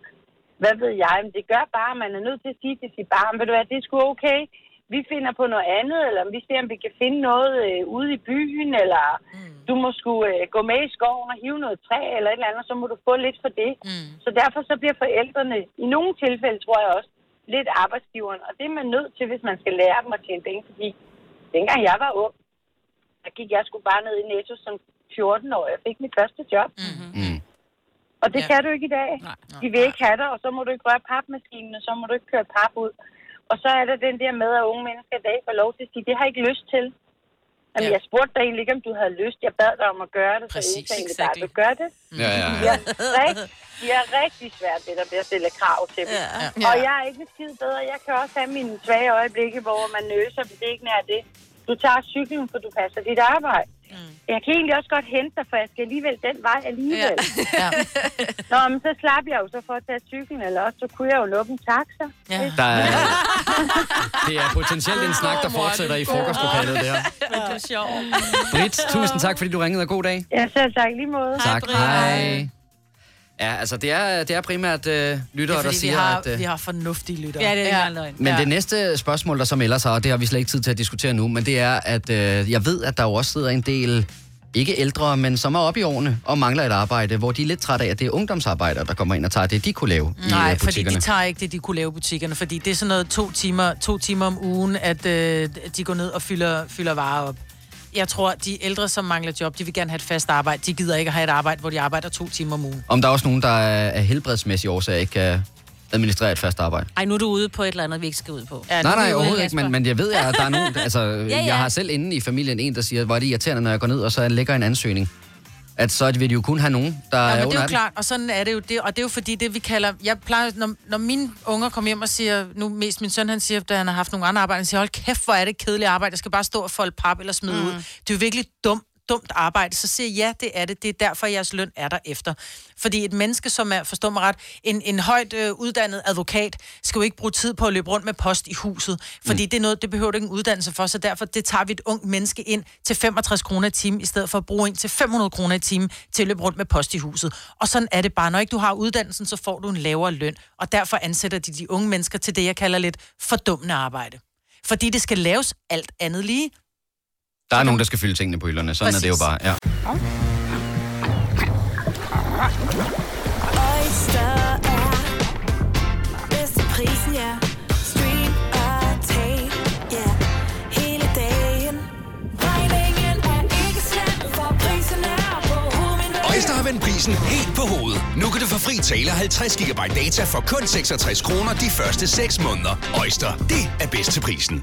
[SPEAKER 9] hvad ved jeg. Men det gør bare, at man er nødt til at sige til sit barn, ved du hvad, det er sgu okay. Vi finder på noget andet, eller vi ser, om vi kan finde noget øh, ude i byen, eller mm. du må sgu øh, gå med i skoven og hive noget træ eller et eller andet, så må du få lidt for det. Mm. Så derfor så bliver forældrene, i nogle tilfælde tror jeg også, lidt arbejdsgiveren. Og det er man nødt til, hvis man skal lære dem at tjene penge, fordi dengang jeg var ung, der gik jeg sgu bare ned i Netto som 14 år. Jeg fik mit første job. Mm-hmm. Og det ja. kan du ikke i dag. Nej, nej, De vil ikke have dig, og så må du ikke røre papmaskinen, og så må du ikke køre pap ud. Og så er der den der med, at unge mennesker i dag får lov til at sige, det har jeg ikke lyst til. Jamen, ja. jeg spurgte dig egentlig ikke, om du havde lyst. Jeg bad dig om at gøre det, så
[SPEAKER 16] Præcis,
[SPEAKER 9] ønsker jeg egentlig bare, at du gør det.
[SPEAKER 16] Ja, ja,
[SPEAKER 9] De har rigtig, de har rigtig svært ved at, ved at stille krav til dem.
[SPEAKER 16] Ja.
[SPEAKER 9] Og jeg er ikke en skid bedre. Jeg kan også have mine svage øjeblikke, hvor man nøser, hvis det ikke er det. Du tager cyklen, for du passer dit arbejde. Mm. Jeg kan egentlig også godt hente dig, for jeg skal alligevel den vej alligevel.
[SPEAKER 2] Ja.
[SPEAKER 9] Nå, men så slap jeg jo så for at tage cyklen, eller også så kunne jeg jo lukke en taxa.
[SPEAKER 2] Ja.
[SPEAKER 1] Der er, det er potentielt en snak, der fortsætter i frokostlokalet der.
[SPEAKER 9] Men det er sjovt.
[SPEAKER 1] Britt, tusind tak, fordi du ringede, og god dag.
[SPEAKER 9] Ja, selv tak lige måde.
[SPEAKER 1] tak, hej. Ja, altså det er, det er primært øh, lyttere, der
[SPEAKER 2] fordi vi
[SPEAKER 1] siger,
[SPEAKER 2] har,
[SPEAKER 1] at... øh,
[SPEAKER 2] vi har fornuftige lyttere.
[SPEAKER 11] Ja, det er ikke engang
[SPEAKER 2] løgn.
[SPEAKER 1] Men ja. det næste spørgsmål, der så melder sig, og det har vi slet ikke tid til at diskutere nu, men det er, at øh, jeg ved, at der jo også sidder en del, ikke ældre, men som er oppe i årene og mangler et arbejde, hvor de er lidt trætte af, at det er ungdomsarbejdere, der kommer ind og tager det, de kunne lave
[SPEAKER 9] Mm.
[SPEAKER 1] i
[SPEAKER 2] Nej,
[SPEAKER 1] øh,
[SPEAKER 2] fordi
[SPEAKER 1] butikkerne.
[SPEAKER 2] de tager ikke det, de kunne lave i butikkerne, fordi det er sådan noget to timer, to timer om ugen, at øh, de går ned og fylder, fylder varer op. Jeg tror, de ældre, som mangler job, de vil gerne have et fast arbejde. De gider ikke at have et arbejde, hvor de arbejder to timer om ugen.
[SPEAKER 1] Om der er også nogen, der er- af helbredsmæssige årsager ikke kan administrere et fast arbejde.
[SPEAKER 11] Ej, nu er du ude på et eller andet, vi ikke skal ud på.
[SPEAKER 1] Ja,
[SPEAKER 11] nu er
[SPEAKER 1] nej,
[SPEAKER 11] vi ude
[SPEAKER 1] nej,
[SPEAKER 11] i
[SPEAKER 1] overhovedet ikke,
[SPEAKER 11] Kasper.
[SPEAKER 1] men, men jeg ved, at der er nogen... Altså, ja, ja.
[SPEAKER 11] ja.
[SPEAKER 1] jeg har selv inde i familien en, der siger, hvor er det irriterende, når jeg går ned, og så lægger en ansøgning. At så vil de jo kun have nogen, der
[SPEAKER 2] Ja,
[SPEAKER 1] er
[SPEAKER 2] men det
[SPEAKER 1] under
[SPEAKER 2] er jo
[SPEAKER 1] 18.
[SPEAKER 2] klart, og sådan er det jo. Det, og det er jo fordi, det vi kalder... Jeg plejer, når, når mine unger kommer hjem og siger... Nu mest min søn, han siger, da han har haft nogle andre arbejder, han siger, hold kæft, hvor er det kedeligt arbejde. Jeg skal bare stå og folde pap eller smide mm. ud. Det er jo virkelig dumt dumt arbejde, så siger jeg, ja, det er det. Det er derfor, jeres løn er der efter. Fordi et menneske, som er, forstår mig ret, en, en højt øh, uddannet advokat, skal jo ikke bruge tid på at løbe rundt med post i huset. Fordi mm. det er noget, det behøver du ikke en uddannelse for, så derfor det tager vi et ungt menneske ind til 65 kroner i timen, i stedet for at bruge en til 500 kroner i timen til at løbe rundt med post i huset. Og sådan er det bare. Når ikke du har uddannelsen, så får du en lavere løn. Og derfor ansætter de de unge mennesker til det, jeg kalder lidt fordummende arbejde. Fordi det skal laves alt andet lige.
[SPEAKER 1] Der er nogen, der skal fylde tingene på hylderne. Sådan er det jo bare. Ja.
[SPEAKER 16] Oyster er bedst til prisen, ja. Stream og tag, ja. Hele dagen. Regningen er ikke slem, for prisen er på hovedet.
[SPEAKER 6] Øjster har vendt prisen helt på hovedet. Nu kan du få fri tale 50 GB data for kun 66 kroner de første 6 måneder. Øjster, det er bedst til prisen.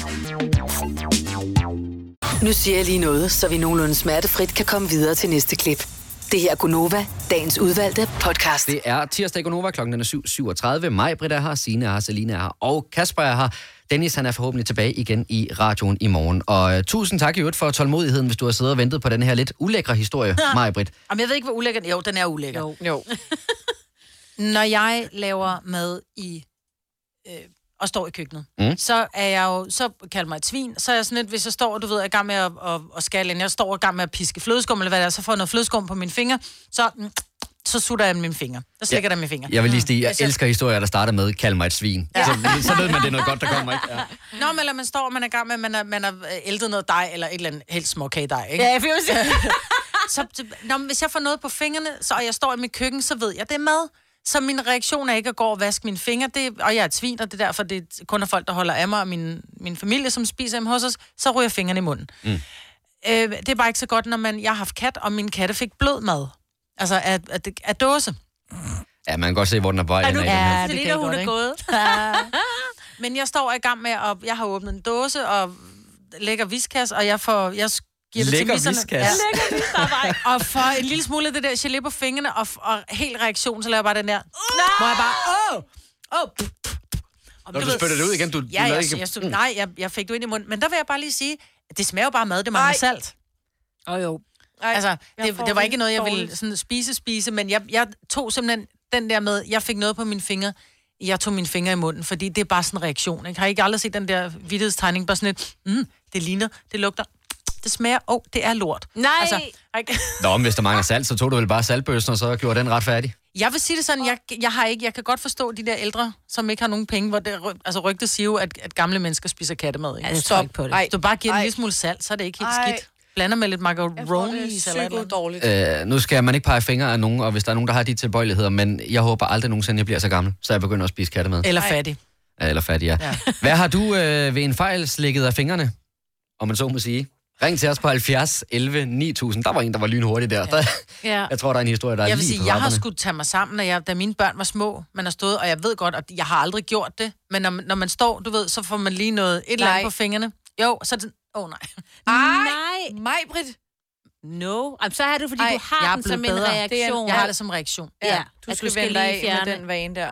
[SPEAKER 7] Nu siger jeg lige noget, så vi nogenlunde smertefrit kan komme videre til næste klip. Det her er Gunova, dagens udvalgte podcast.
[SPEAKER 1] Det er tirsdag i Gonova, klokken er 7.37. Maj, Britt er her, Signe er her, Selina er her, og Kasper er her. Dennis, han er forhåbentlig tilbage igen i radioen i morgen. Og øh, tusind tak i øvrigt for tålmodigheden, hvis du har siddet og ventet på den her lidt ulækre historie, Maj, Britt.
[SPEAKER 2] Jamen, jeg ved ikke, hvor ulækker den Jo, den er ulækker. Jo. jo. Når jeg laver mad i... Øh, og står i køkkenet,
[SPEAKER 1] Mm.
[SPEAKER 2] mm. så er jeg jo... Så kalder mig et svin. Så er jeg sådan lidt, hvis jeg står, du ved, er i gang med at, at, at skære ind, jeg står i gang med at piske flødeskum, eller hvad det er, så får jeg noget flødeskum på mine fingre, så... Mm, så sutter jeg mine fingre. Så slikker ja. jeg mine fingre.
[SPEAKER 1] Jeg vil lige sige, jeg
[SPEAKER 2] Hvis
[SPEAKER 1] elsker historier, der starter med, kald mig et svin. Ja. Så, så ved man, det er noget godt, der kommer, ikke? Ja.
[SPEAKER 2] Nå, men eller man står, og man er i gang med, at man har man er ældet noget dej, eller et eller andet helst småkagedej, ikke?
[SPEAKER 11] Ja, jeg vil jo sige.
[SPEAKER 2] så, nå, men hvis jeg får noget på fingrene, så, og jeg står i mit køkken, så ved jeg, det er mad. Så min reaktion er ikke at gå og vaske mine fingre, det, og jeg er et svin, og det er derfor, det er kun er folk, der holder af mig, og min, min familie, som spiser hjemme hos os, så ryger jeg fingrene i munden.
[SPEAKER 16] Mm.
[SPEAKER 2] Øh, det er bare ikke så godt, når man, jeg har haft kat, og min katte fik blød mad. Altså af, af, af dåse.
[SPEAKER 1] ja, man kan godt se, hvor den er på vej.
[SPEAKER 2] Er
[SPEAKER 1] hen
[SPEAKER 2] du-
[SPEAKER 1] af, den her.
[SPEAKER 2] Ja, det kan jeg godt, ikke? Men jeg står i gang med, at jeg har åbnet en dåse og lægger viskas, og jeg får... Jeg giver det
[SPEAKER 1] Lækker
[SPEAKER 2] til misserne.
[SPEAKER 1] viskas.
[SPEAKER 2] Lækker viskas. og for en lille smule af det der gelé på fingrene, og, og helt reaktion, så laver jeg bare den der... Uh! Hvor jeg bare... Åh! Oh! Åh! Oh!
[SPEAKER 1] Når du spytter det ud igen, du, du
[SPEAKER 2] Ja,
[SPEAKER 1] lader
[SPEAKER 2] jeg,
[SPEAKER 1] ikke...
[SPEAKER 2] jeg, jeg, nej, jeg, jeg fik det ind i munden. Men der vil jeg bare lige sige, at det smager jo bare mad, det mangler salt. Åh oh, jo. Ej, altså, det,
[SPEAKER 11] får
[SPEAKER 2] det var
[SPEAKER 11] det
[SPEAKER 2] ikke noget, jeg ville
[SPEAKER 11] dårligt.
[SPEAKER 2] sådan spise, spise, men jeg, jeg tog simpelthen den der med, jeg fik noget på mine fingre, jeg tog mine fingre i munden, fordi det er bare sådan en reaktion. Ikke? Har I ikke aldrig set den der vidtighedstegning? Bare sådan et, mm, det ligner, det lugter, det smager, åh, oh, det er lort. Nej! Altså, ikke?
[SPEAKER 1] Nå, men hvis der mangler salt, så tog du vel bare saltbøssen, og så gjorde den ret færdig.
[SPEAKER 2] Jeg vil sige det sådan, jeg, jeg, har ikke, jeg kan godt forstå de der ældre, som ikke har nogen penge, hvor det, ry- altså rygtet siger jo, at, at gamle mennesker spiser kattemad. Ikke?
[SPEAKER 11] Ja, jeg tror ikke på det.
[SPEAKER 2] Ej. Du bare giver en
[SPEAKER 11] Ej.
[SPEAKER 2] lille smule salt, så er det ikke helt
[SPEAKER 11] Ej.
[SPEAKER 2] skidt. Blander med lidt macaroni eller noget.
[SPEAKER 4] dårligt.
[SPEAKER 1] Øh, nu skal man ikke pege fingre af nogen, og hvis der er nogen, der har de tilbøjeligheder, men jeg håber aldrig nogensinde, jeg bliver så gammel, så jeg begynder at spise kattemad.
[SPEAKER 2] Eller fattig.
[SPEAKER 1] Ja, eller fattig, ja. ja. Hvad har du øh, ved en fejl slikket af fingrene? Om man så må sige. Ring til os på 70 11 9000. Der var en, der var lynhurtig der. der
[SPEAKER 2] Ja.
[SPEAKER 1] jeg tror, der er en historie, der er
[SPEAKER 2] jeg vil
[SPEAKER 1] lige
[SPEAKER 2] sige,
[SPEAKER 1] på
[SPEAKER 2] jeg har
[SPEAKER 1] trapperne.
[SPEAKER 2] skulle tage mig sammen, når jeg, da mine børn var små. Man har stået, og jeg ved godt, at jeg har aldrig gjort det. Men når, man- når man står, du ved, så får man lige noget, et eller andet
[SPEAKER 11] Nej.
[SPEAKER 2] på fingrene. Jo, så er det sådan, åh oh, nej.
[SPEAKER 11] Nej.
[SPEAKER 4] Mig, Britt.
[SPEAKER 11] No. Jamen, så er det, fordi
[SPEAKER 2] Ej,
[SPEAKER 11] Ej, du
[SPEAKER 2] jeg
[SPEAKER 11] har
[SPEAKER 2] er
[SPEAKER 11] den
[SPEAKER 2] blevet
[SPEAKER 11] som en
[SPEAKER 2] bedre. Det er
[SPEAKER 11] reaktion.
[SPEAKER 2] en- jeg har det som reaktion.
[SPEAKER 11] Ja,
[SPEAKER 2] Ja,
[SPEAKER 11] ja.
[SPEAKER 4] Du
[SPEAKER 11] At
[SPEAKER 4] skal, vende dig af med
[SPEAKER 11] fjerne
[SPEAKER 4] den vane der.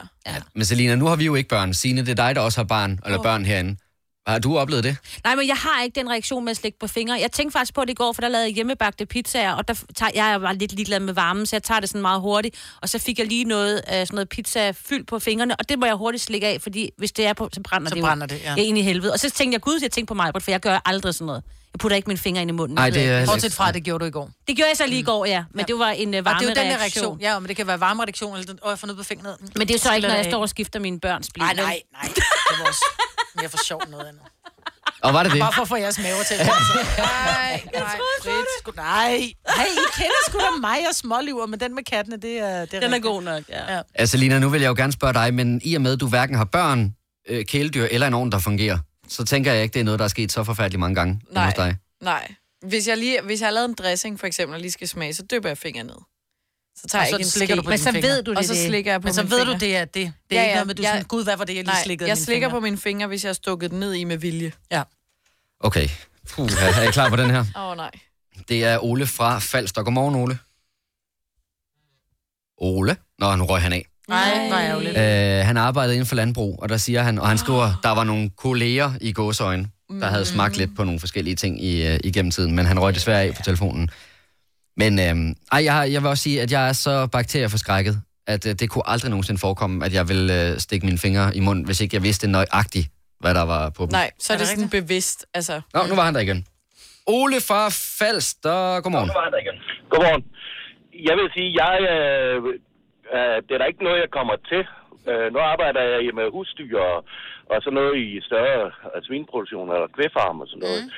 [SPEAKER 1] Men Selina, nu har vi jo ikke børn. Signe, det er dig, der også har barn, eller børn herinde. Har du oplevet det?
[SPEAKER 11] Nej, men jeg har ikke den reaktion med at slikke på fingre. Jeg tænkte faktisk på det i går, for der lavede jeg hjemmebagte pizzaer, og der tager, jeg var lidt ligeglad med varmen, så jeg tager det sådan meget hurtigt. Og så fik jeg lige noget, øh, sådan noget pizza fyldt på fingrene, og det må jeg hurtigt slikke af, fordi hvis det er på, så brænder
[SPEAKER 2] Så
[SPEAKER 11] det
[SPEAKER 2] brænder
[SPEAKER 11] jo.
[SPEAKER 2] det, ja.
[SPEAKER 11] Jeg er inde i helvede. Og så tænkte jeg, gud, jeg tænkte på mig, for jeg gør aldrig sådan noget. Jeg putter ikke mine fingre ind i munden.
[SPEAKER 1] Nej,
[SPEAKER 11] Jeg ved
[SPEAKER 1] det er
[SPEAKER 11] ikke.
[SPEAKER 1] heller
[SPEAKER 2] Bortset fra, at det gjorde du i går. Mm.
[SPEAKER 11] Det gjorde jeg så lige i går, ja. Men det var en øh, varme
[SPEAKER 2] Og det er jo den her
[SPEAKER 11] reaktion.
[SPEAKER 2] reaktion. Ja, men det kan være varmereaktion, eller den, åh, jeg får noget på fingeren.
[SPEAKER 11] Men det er jo så ikke, når jeg
[SPEAKER 2] Slet
[SPEAKER 11] står
[SPEAKER 2] af.
[SPEAKER 11] og skifter mine børns blik. Nej, nej,
[SPEAKER 2] nej. Det var også mere for sjov noget andet.
[SPEAKER 1] Og var det det?
[SPEAKER 2] Bare for at få jeres maver til at altså. Nej, nej, Britt, sgu nej. Nej, I kender sgu da mig og småliver, men den med kattene, det er... Det er den er god
[SPEAKER 11] nok, ja.
[SPEAKER 2] ja.
[SPEAKER 1] Altså, Lina, nu vil jeg jo gerne spørge dig, men i og med, at du hverken har børn, øh, kæledyr eller en ovn, der fungerer, så tænker jeg ikke, det er noget, der er sket så forfærdeligt mange gange Nej. hos dig.
[SPEAKER 4] Nej. Hvis jeg, lige, hvis jeg har lavet en dressing, for eksempel, og lige skal smage, så dypper jeg fingeren ned. Så tager
[SPEAKER 2] Og
[SPEAKER 4] jeg
[SPEAKER 2] så
[SPEAKER 4] ikke en
[SPEAKER 2] slikker
[SPEAKER 4] ske.
[SPEAKER 2] du på dine fingre.
[SPEAKER 4] Og så slikker jeg på
[SPEAKER 2] Men så
[SPEAKER 4] mine
[SPEAKER 2] ved du,
[SPEAKER 4] fingre.
[SPEAKER 2] det er det. Det er ikke noget med, du er sådan, "Gud, hvad var det, jeg lige
[SPEAKER 4] Nej,
[SPEAKER 2] slikkede
[SPEAKER 4] jeg
[SPEAKER 2] mine
[SPEAKER 4] slikker
[SPEAKER 2] fingre."
[SPEAKER 4] på mine fingre, hvis jeg har stukket den ned i med vilje.
[SPEAKER 2] Ja.
[SPEAKER 1] Okay. Puh, er I klar på den her?
[SPEAKER 4] Åh, oh, nej.
[SPEAKER 1] Det er Ole fra Falster. Godmorgen, Ole. Ole? Nå, nu røg han af.
[SPEAKER 2] Nej, nej, ærgerligt.
[SPEAKER 1] Øh, han arbejdede inden for landbrug, og der siger han, og han skriver, der var nogle kolleger i gåsøjne, der havde smagt lidt på nogle forskellige ting i, øh, igennem tiden, men han røg desværre af på telefonen. Men øh, ej, jeg, har, jeg vil også sige, at jeg er så bakterieforskrækket, at øh, det kunne aldrig nogensinde forekomme, at jeg ville øh, stikke mine fingre i munden, hvis ikke jeg vidste nøjagtigt, hvad der var på dem.
[SPEAKER 4] Nej, så er, det, sådan bevidst. Altså.
[SPEAKER 1] Nå, nu var han der igen. Ole fra Falster, godmorgen.
[SPEAKER 17] Godmorgen. Jeg vil sige, jeg, øh, øh, det er der ikke noget, jeg kommer til. Øh, nu arbejder jeg i med husdyr og, og sådan noget i større øh, svineproduktioner eller kvæfarm og sådan noget. Mm.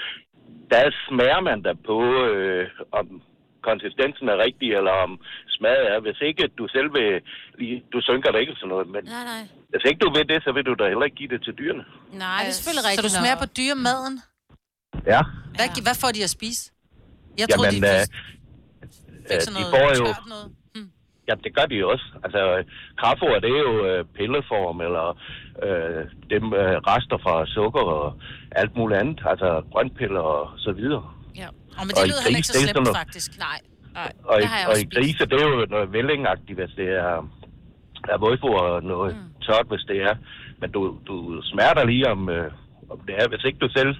[SPEAKER 17] Der smager man da på, øh, om konsistensen er rigtig, eller om smaget er. Hvis ikke du selv vil, lige- du synker dig ikke og sådan noget, men
[SPEAKER 11] Nej, nej.
[SPEAKER 17] hvis ikke du vil det, så vil du da heller ikke give det til dyrene.
[SPEAKER 11] Nej, det er selvfølgelig rigtigt
[SPEAKER 2] Så du
[SPEAKER 11] nok.
[SPEAKER 2] smager på dyremaden?
[SPEAKER 17] Ja.
[SPEAKER 2] Hvad, ja. hvad får de at spise? Jeg troede,
[SPEAKER 17] Jamen,
[SPEAKER 2] de
[SPEAKER 17] øh,
[SPEAKER 2] fik
[SPEAKER 17] øh,
[SPEAKER 2] sådan
[SPEAKER 17] de
[SPEAKER 2] noget
[SPEAKER 17] får jo...
[SPEAKER 2] tørt noget. Hmm.
[SPEAKER 17] Jamen, det gør de jo også. Altså, øh, krafoer, det er jo øh, pilleform, eller øh, dem øh, rester fra sukker og alt muligt andet. Altså, grønpiller og så videre.
[SPEAKER 2] Ja. Og men
[SPEAKER 17] Og
[SPEAKER 2] det
[SPEAKER 17] i
[SPEAKER 2] lyder heller ikke
[SPEAKER 17] gris, det
[SPEAKER 2] så
[SPEAKER 17] er sådan
[SPEAKER 2] slemt,
[SPEAKER 17] noget-
[SPEAKER 2] faktisk. Nej. Nej,
[SPEAKER 17] Og,
[SPEAKER 2] det
[SPEAKER 17] i,
[SPEAKER 2] har jeg
[SPEAKER 17] og
[SPEAKER 2] også
[SPEAKER 17] i grise, det er jo noget vællingagtigt, hvis det er, er vådfor og noget
[SPEAKER 2] Hmm.
[SPEAKER 17] mm. tørt, hvis det er. Men du, du smerter lige om, øh, om det er, hvis ikke du selv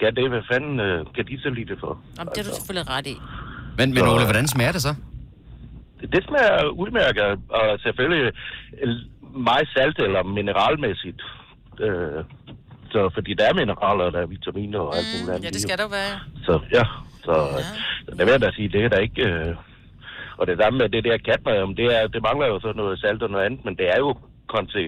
[SPEAKER 17] kan det, hvad fanden øh, kan de så lide det for?
[SPEAKER 11] Jamen, det er du selvfølgelig ret i.
[SPEAKER 1] Men, men Ole, hvordan smager det så?
[SPEAKER 17] Det smager udmærket, og selvfølgelig øh, meget salt eller mineralmæssigt. Øh, så, fordi der er mineraler, der er vitaminer og alt muligt andet.
[SPEAKER 2] Mm, Ja, det
[SPEAKER 17] i.
[SPEAKER 2] skal der jo være.
[SPEAKER 17] Så ja, så, så det vil jeg da sige, det er der ikke... Øh, og det samme med det der katmad, om det, er, det mangler jo så noget salt og noget andet, men det er jo konse,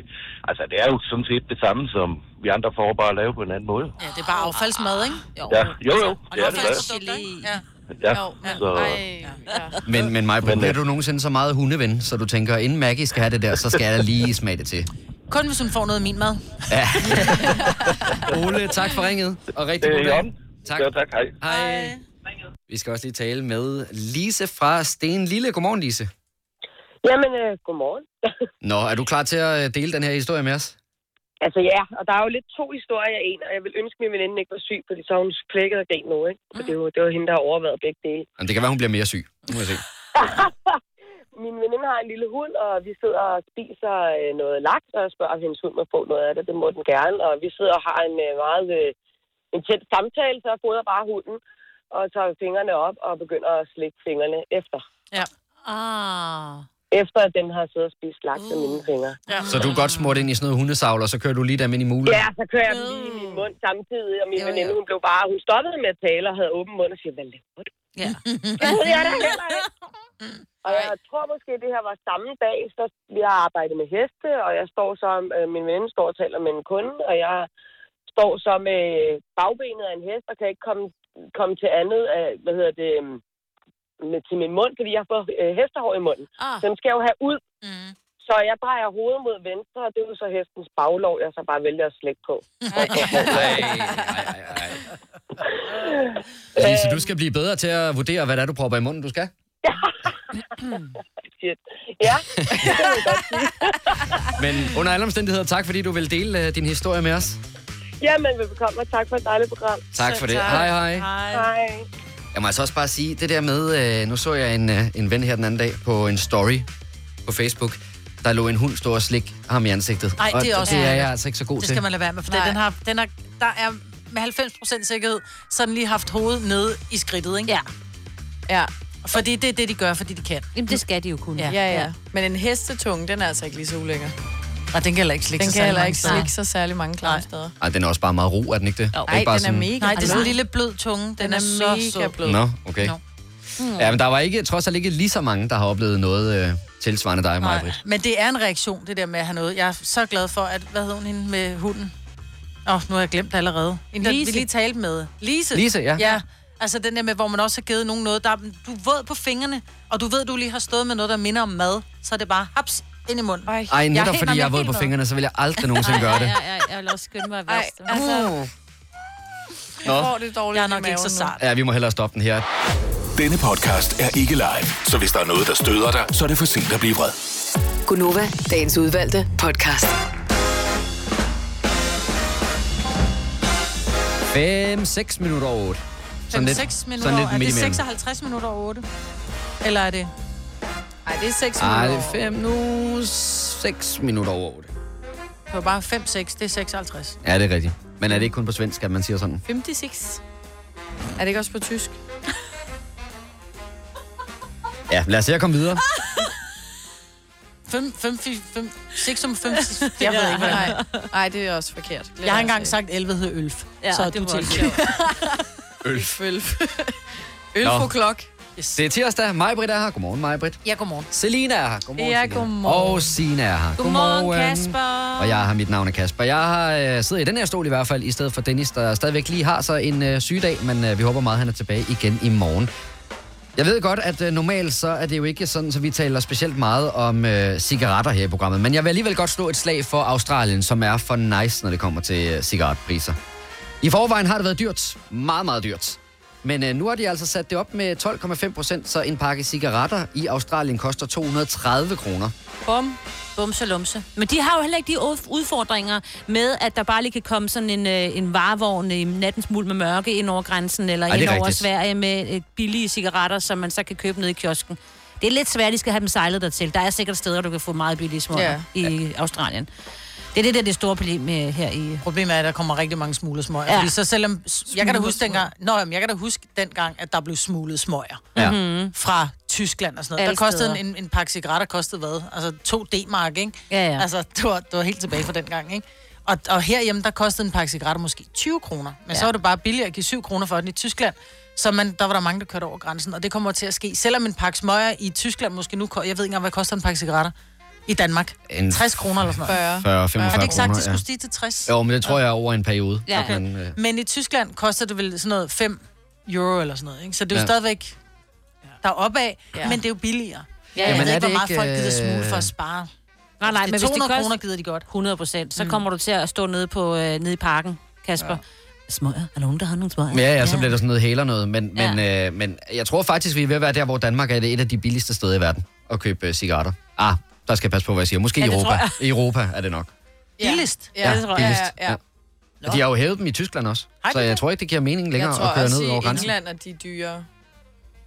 [SPEAKER 17] altså det er jo sådan set det samme, som vi andre får bare at lave på en anden måde.
[SPEAKER 2] Ja, det er bare affaldsmad, ikke?
[SPEAKER 17] Ja, jo jo,
[SPEAKER 2] Og
[SPEAKER 17] det er det da.
[SPEAKER 2] affaldsprodukt, ja.
[SPEAKER 17] Ja,
[SPEAKER 2] Jo, men-
[SPEAKER 17] så,
[SPEAKER 2] Ej, ja.
[SPEAKER 1] Men, men mig,
[SPEAKER 10] øh,
[SPEAKER 1] bliver du nogensinde så meget hundeven, så du tænker, inden Maggie skal have det der, så skal jeg da lige smage det til.
[SPEAKER 2] Kun hvis hun får noget af min mad.
[SPEAKER 1] Ja. Ole, tak for ringet, og rigtig
[SPEAKER 17] Det er
[SPEAKER 1] god
[SPEAKER 17] i
[SPEAKER 1] dag.
[SPEAKER 17] orden. Tak. Ja, tak, hej.
[SPEAKER 1] Hej. Vi skal også lige tale med Lise fra Sten Lille. Godmorgen, Lise.
[SPEAKER 18] Jamen, øh, godmorgen.
[SPEAKER 1] Nå, er du klar til at øh, dele den her historie med os?
[SPEAKER 18] Altså ja, og der er jo lidt to historier i en, og jeg vil ønske, at min veninde ikke var syg, fordi så har hun plækket og grin nu, ikke? For det var, det var hende, der har overvejet begge dele.
[SPEAKER 1] Jamen, det kan være, hun bliver mere syg. Nu må jeg se.
[SPEAKER 18] min veninde har en lille hund, og vi sidder og spiser øh, noget laks, og jeg spørger, om hendes hund må få noget af det. Det må den gerne. Og vi sidder og har en øh, meget øh, en tæt samtale, så jeg fodrer bare hunden, og tager fingrene op og begynder at slikke fingrene efter.
[SPEAKER 2] Ja.
[SPEAKER 18] Ah. Uh, Efter at den har siddet og spist laks af mine fingre. Ja.
[SPEAKER 1] Så du er godt smurt ind i sådan noget hundesavl, og så kører du lige dem ind i mulen.
[SPEAKER 18] Ja, så kører jeg dem lige i min mund samtidig, og min veninde, hun blev bare, hun stoppede med at tale og havde åben mund og siger, hvad laver du?
[SPEAKER 11] Ja.
[SPEAKER 18] Det ved jeg da heller ikke. Og jeg tror måske, det her var samme dag, så vi har arbejdet med heste, og jeg står så, øh, min veninde står og taler med en kunde, og jeg står så med bagbenet af en hest, og kan ikke komme, komme til andet, af, hvad hedder det, øhm, med, til min mund, fordi jeg har fået øh, hestehår i munden. Ah. Dem skal jeg jo have ud. Mm. Så jeg drejer hovedet mod venstre, og det er jo så hestens baglov, jeg så bare vælger at slække på.
[SPEAKER 1] Lise, du skal blive bedre til at vurdere, hvad det er, du propper i munden, du skal.
[SPEAKER 18] Shit. Ja, det kan man godt sige.
[SPEAKER 1] Men under alle omstændigheder, tak fordi du vil dele øh, din historie med os.
[SPEAKER 18] Jamen, velbekomme, og tak for et dejligt program.
[SPEAKER 1] Tak for det. Hej, hej.
[SPEAKER 18] Hej.
[SPEAKER 1] Jeg må altså også bare sige, det der med, øh, nu så jeg en, øh, en ven her den anden dag på en story på Facebook, der lå en hund stå og slik ham i ansigtet.
[SPEAKER 2] Ej,
[SPEAKER 1] og
[SPEAKER 2] det er også
[SPEAKER 1] det er
[SPEAKER 2] ærgerligt.
[SPEAKER 1] jeg altså ikke så god
[SPEAKER 2] det
[SPEAKER 1] til.
[SPEAKER 2] skal man lade være med, for den har, den har der er med 90% sikkerhed sådan lige haft hovedet nede i skridtet, ikke? Ja.
[SPEAKER 4] Ja.
[SPEAKER 2] Fordi det er det, de gør, fordi de kan.
[SPEAKER 3] Jamen, det skal de jo kunne.
[SPEAKER 4] Ja, ja. ja. Men en hestetunge, den er altså ikke lige så ulækker.
[SPEAKER 2] Og den kan heller ikke slikke
[SPEAKER 4] Den
[SPEAKER 2] sig
[SPEAKER 4] kan
[SPEAKER 2] særlig
[SPEAKER 4] heller
[SPEAKER 2] mange
[SPEAKER 4] ikke
[SPEAKER 2] steder.
[SPEAKER 4] slikke sig særlig mange klare steder.
[SPEAKER 1] Ej, den er også bare meget ro, er den ikke det? det
[SPEAKER 4] Ej,
[SPEAKER 1] ikke bare
[SPEAKER 4] den er mega
[SPEAKER 2] Nej, det er sådan
[SPEAKER 4] blød.
[SPEAKER 2] en lille blød tunge. Mm, Den, den er, er så
[SPEAKER 4] mega
[SPEAKER 2] sød.
[SPEAKER 4] blød.
[SPEAKER 1] Nå, okay.
[SPEAKER 2] Nå.
[SPEAKER 1] Ja, men der var ikke, trods alt ikke lige så mange, der har oplevet noget øh, tilsvarende dig,
[SPEAKER 2] Nej,
[SPEAKER 1] Maja
[SPEAKER 2] Men det er en reaktion, det der med at have noget. Jeg er så glad for, at... Hvad hed hun hende med hunden? Åh, oh, nu har jeg glemt det allerede. En, der, vi
[SPEAKER 3] Lise.
[SPEAKER 2] lige talte med. Lise.
[SPEAKER 1] Lise, ja.
[SPEAKER 2] Ja, altså den der med, hvor man også har givet nogen noget. Der, er- du er våd på fingrene, og du ved, du lige har stået med noget, der minder om mad. Så er det bare haps ind i munden.
[SPEAKER 1] Ej, netop
[SPEAKER 2] helt-
[SPEAKER 1] fordi jeg er
[SPEAKER 2] helt
[SPEAKER 1] våd på
[SPEAKER 2] med.
[SPEAKER 1] fingrene, så vil jeg aldrig nogensinde gøre det. Uh.
[SPEAKER 3] Ja, ja, jeg vil også skynde mig at vaske dem.
[SPEAKER 4] altså.
[SPEAKER 1] Nå.
[SPEAKER 4] det dårligt Jeg er nok ikke så sart.
[SPEAKER 1] Ja, vi må hellere stoppe den her.
[SPEAKER 6] Denne podcast er ikke live, så hvis der er noget, der støder dig, så er det for sent at blive vred.
[SPEAKER 7] Gunova, dagens udvalgte podcast.
[SPEAKER 1] 5-6 minutter over 8.
[SPEAKER 2] 5-6 minutter. Sådan er det 56 minutter over 8? Eller er det...
[SPEAKER 4] Nej, det er 6
[SPEAKER 1] Ej, det
[SPEAKER 2] minutter
[SPEAKER 1] er 5 nu... 6 minutter over 8.
[SPEAKER 2] Det var bare 5-6, det er 56.
[SPEAKER 1] Ja, det er rigtigt. Men er det ikke kun på svensk, at man siger sådan?
[SPEAKER 4] 56. Er det ikke også på tysk?
[SPEAKER 1] Ja, lad os se at komme videre.
[SPEAKER 2] Ah! 5, 5, 5, 6 om 5, jeg
[SPEAKER 4] Jeg
[SPEAKER 2] ved ikke, hvad det er.
[SPEAKER 4] nej. nej, det er også forkert.
[SPEAKER 2] Jeg har engang sagt 11 hed Ølf.
[SPEAKER 4] Ja,
[SPEAKER 2] så er
[SPEAKER 4] det
[SPEAKER 2] du
[SPEAKER 4] var
[SPEAKER 2] til.
[SPEAKER 4] også
[SPEAKER 1] Ølf.
[SPEAKER 4] Ølf.
[SPEAKER 1] Nå.
[SPEAKER 4] Ølf klok.
[SPEAKER 1] Yes. Det er tirsdag. Majbrit er her. Godmorgen, Majbrit.
[SPEAKER 2] Ja, godmorgen.
[SPEAKER 1] Selina er her. Godmorgen,
[SPEAKER 4] Ja,
[SPEAKER 1] Selina.
[SPEAKER 4] godmorgen.
[SPEAKER 1] Og Sina er her.
[SPEAKER 4] Godmorgen, Kasper.
[SPEAKER 1] øh, Og jeg har mit navn er Kasper. Jeg har øh, sidder i den her stol i hvert fald, i stedet for Dennis, der stadigvæk lige har sig en øh, sygedag, men øh, vi håber meget, han er tilbage igen i morgen. Jeg ved godt, at øh, normalt så er det jo ikke sådan, så vi taler specielt meget om øh, cigaretter her i programmet, men jeg vil alligevel godt slå et slag for Australien, som er for nice, når det kommer til øh, cigaretpriser. I forvejen har det været dyrt. Meget, meget dyrt. Men øh, nu har de altså sat det op med 12,5 procent, så en pakke cigaretter i Australien koster 230 kroner.
[SPEAKER 11] Bum. Bumse lumse. Men de har jo heller ikke de ud- udfordringer med, at der bare lige kan komme sådan en, øh, en varevogn i nattens muld med mørke ind over grænsen, eller
[SPEAKER 3] Ej, det
[SPEAKER 11] ind
[SPEAKER 3] er
[SPEAKER 11] over
[SPEAKER 3] rigtigt.
[SPEAKER 11] Sverige med øh, billige cigaretter, som man så kan købe nede i kiosken. Det er lidt svært, de skal have dem sejlet dertil. Der er sikkert steder, du kan få meget billige små
[SPEAKER 2] Ja.
[SPEAKER 11] ja. i Australien. Det er det, der er det store problem med her i...
[SPEAKER 2] Problemet er, at der kommer rigtig mange smuglersmøger. Ja. Fordi så selvom, jeg kan da huske dengang, nå, jamen, jeg kan da huske dengang, at der blev smuglet smøger
[SPEAKER 11] Ja.
[SPEAKER 2] Mhm. fra Tyskland og sådan noget.
[SPEAKER 11] Alle
[SPEAKER 2] der kostede
[SPEAKER 11] steder.
[SPEAKER 2] en, en pakke cigaretter, kostede hvad? Altså 2 D-mark, ikke?
[SPEAKER 11] Ja, ja.
[SPEAKER 2] Altså, det var, det var helt tilbage fra dengang, ikke? Og, og herhjemme, der kostede en pakke cigaretter måske 20 kroner. Men ja. så var det bare billigere at give 7 kroner for den i Tyskland. Så man, der var der mange, der kørte over grænsen, og det kommer til at ske. Selvom en pakke smøger i Tyskland måske nu, ko- jeg ved ikke engang, hvad koster en pakke cigaretter i Danmark.
[SPEAKER 1] En
[SPEAKER 2] 60 kroner eller sådan noget.
[SPEAKER 1] 40,
[SPEAKER 2] Er
[SPEAKER 1] 45
[SPEAKER 2] det ikke sagt,
[SPEAKER 1] kroner,
[SPEAKER 2] det skulle
[SPEAKER 1] ja.
[SPEAKER 2] stige til 60?
[SPEAKER 1] Jo, men det tror jeg er over en periode.
[SPEAKER 2] Ja.
[SPEAKER 1] at Man, øh,
[SPEAKER 2] Men i Tyskland koster det vel sådan noget 5 euro eller sådan noget, ikke? Så det er jo
[SPEAKER 1] Ja.
[SPEAKER 2] ja. stadigvæk der er opad, ja. men det er jo billigere.
[SPEAKER 11] Ja,
[SPEAKER 2] jeg
[SPEAKER 11] ja.
[SPEAKER 2] ved
[SPEAKER 11] Jamen, er
[SPEAKER 2] ikke,
[SPEAKER 11] det
[SPEAKER 2] hvor meget
[SPEAKER 11] ikke,
[SPEAKER 2] folk gider
[SPEAKER 11] øh,
[SPEAKER 2] smule for at spare.
[SPEAKER 11] Nej, nej,
[SPEAKER 2] Det er
[SPEAKER 11] men hvis det
[SPEAKER 2] 200
[SPEAKER 11] koster-
[SPEAKER 2] kroner gider de godt. Mm.
[SPEAKER 11] 100 procent. Så kommer du til at stå nede, på, øh, nede i parken, Kasper. Ja. Smøger. Er nogen, der har nogle smøger?
[SPEAKER 1] Ja, ja, så bliver der sådan noget hæler noget. Men,
[SPEAKER 11] Ja.
[SPEAKER 1] men, øh, men jeg tror faktisk, vi er ved at være der, hvor Danmark er det et af de billigste steder i verden at købe øh, cigaretter. Ah, der skal jeg passe på, hvad jeg siger. Måske
[SPEAKER 2] Ja,
[SPEAKER 1] ja,
[SPEAKER 2] det tror
[SPEAKER 1] Europa.
[SPEAKER 2] jeg.
[SPEAKER 1] I Europa er det nok.
[SPEAKER 2] Billigst?
[SPEAKER 1] Ja, det tror jeg. billigst, ja.
[SPEAKER 2] Nå.
[SPEAKER 1] Og de har jo hævet dem i Tyskland også.
[SPEAKER 4] Ej,
[SPEAKER 1] så
[SPEAKER 4] det
[SPEAKER 1] jeg
[SPEAKER 4] kan-
[SPEAKER 1] tror ikke, det giver mening
[SPEAKER 4] Jeg
[SPEAKER 1] længere
[SPEAKER 4] tror
[SPEAKER 1] at køre
[SPEAKER 4] også
[SPEAKER 1] ned over
[SPEAKER 4] i
[SPEAKER 1] grænsen.
[SPEAKER 4] England, at de er dyre.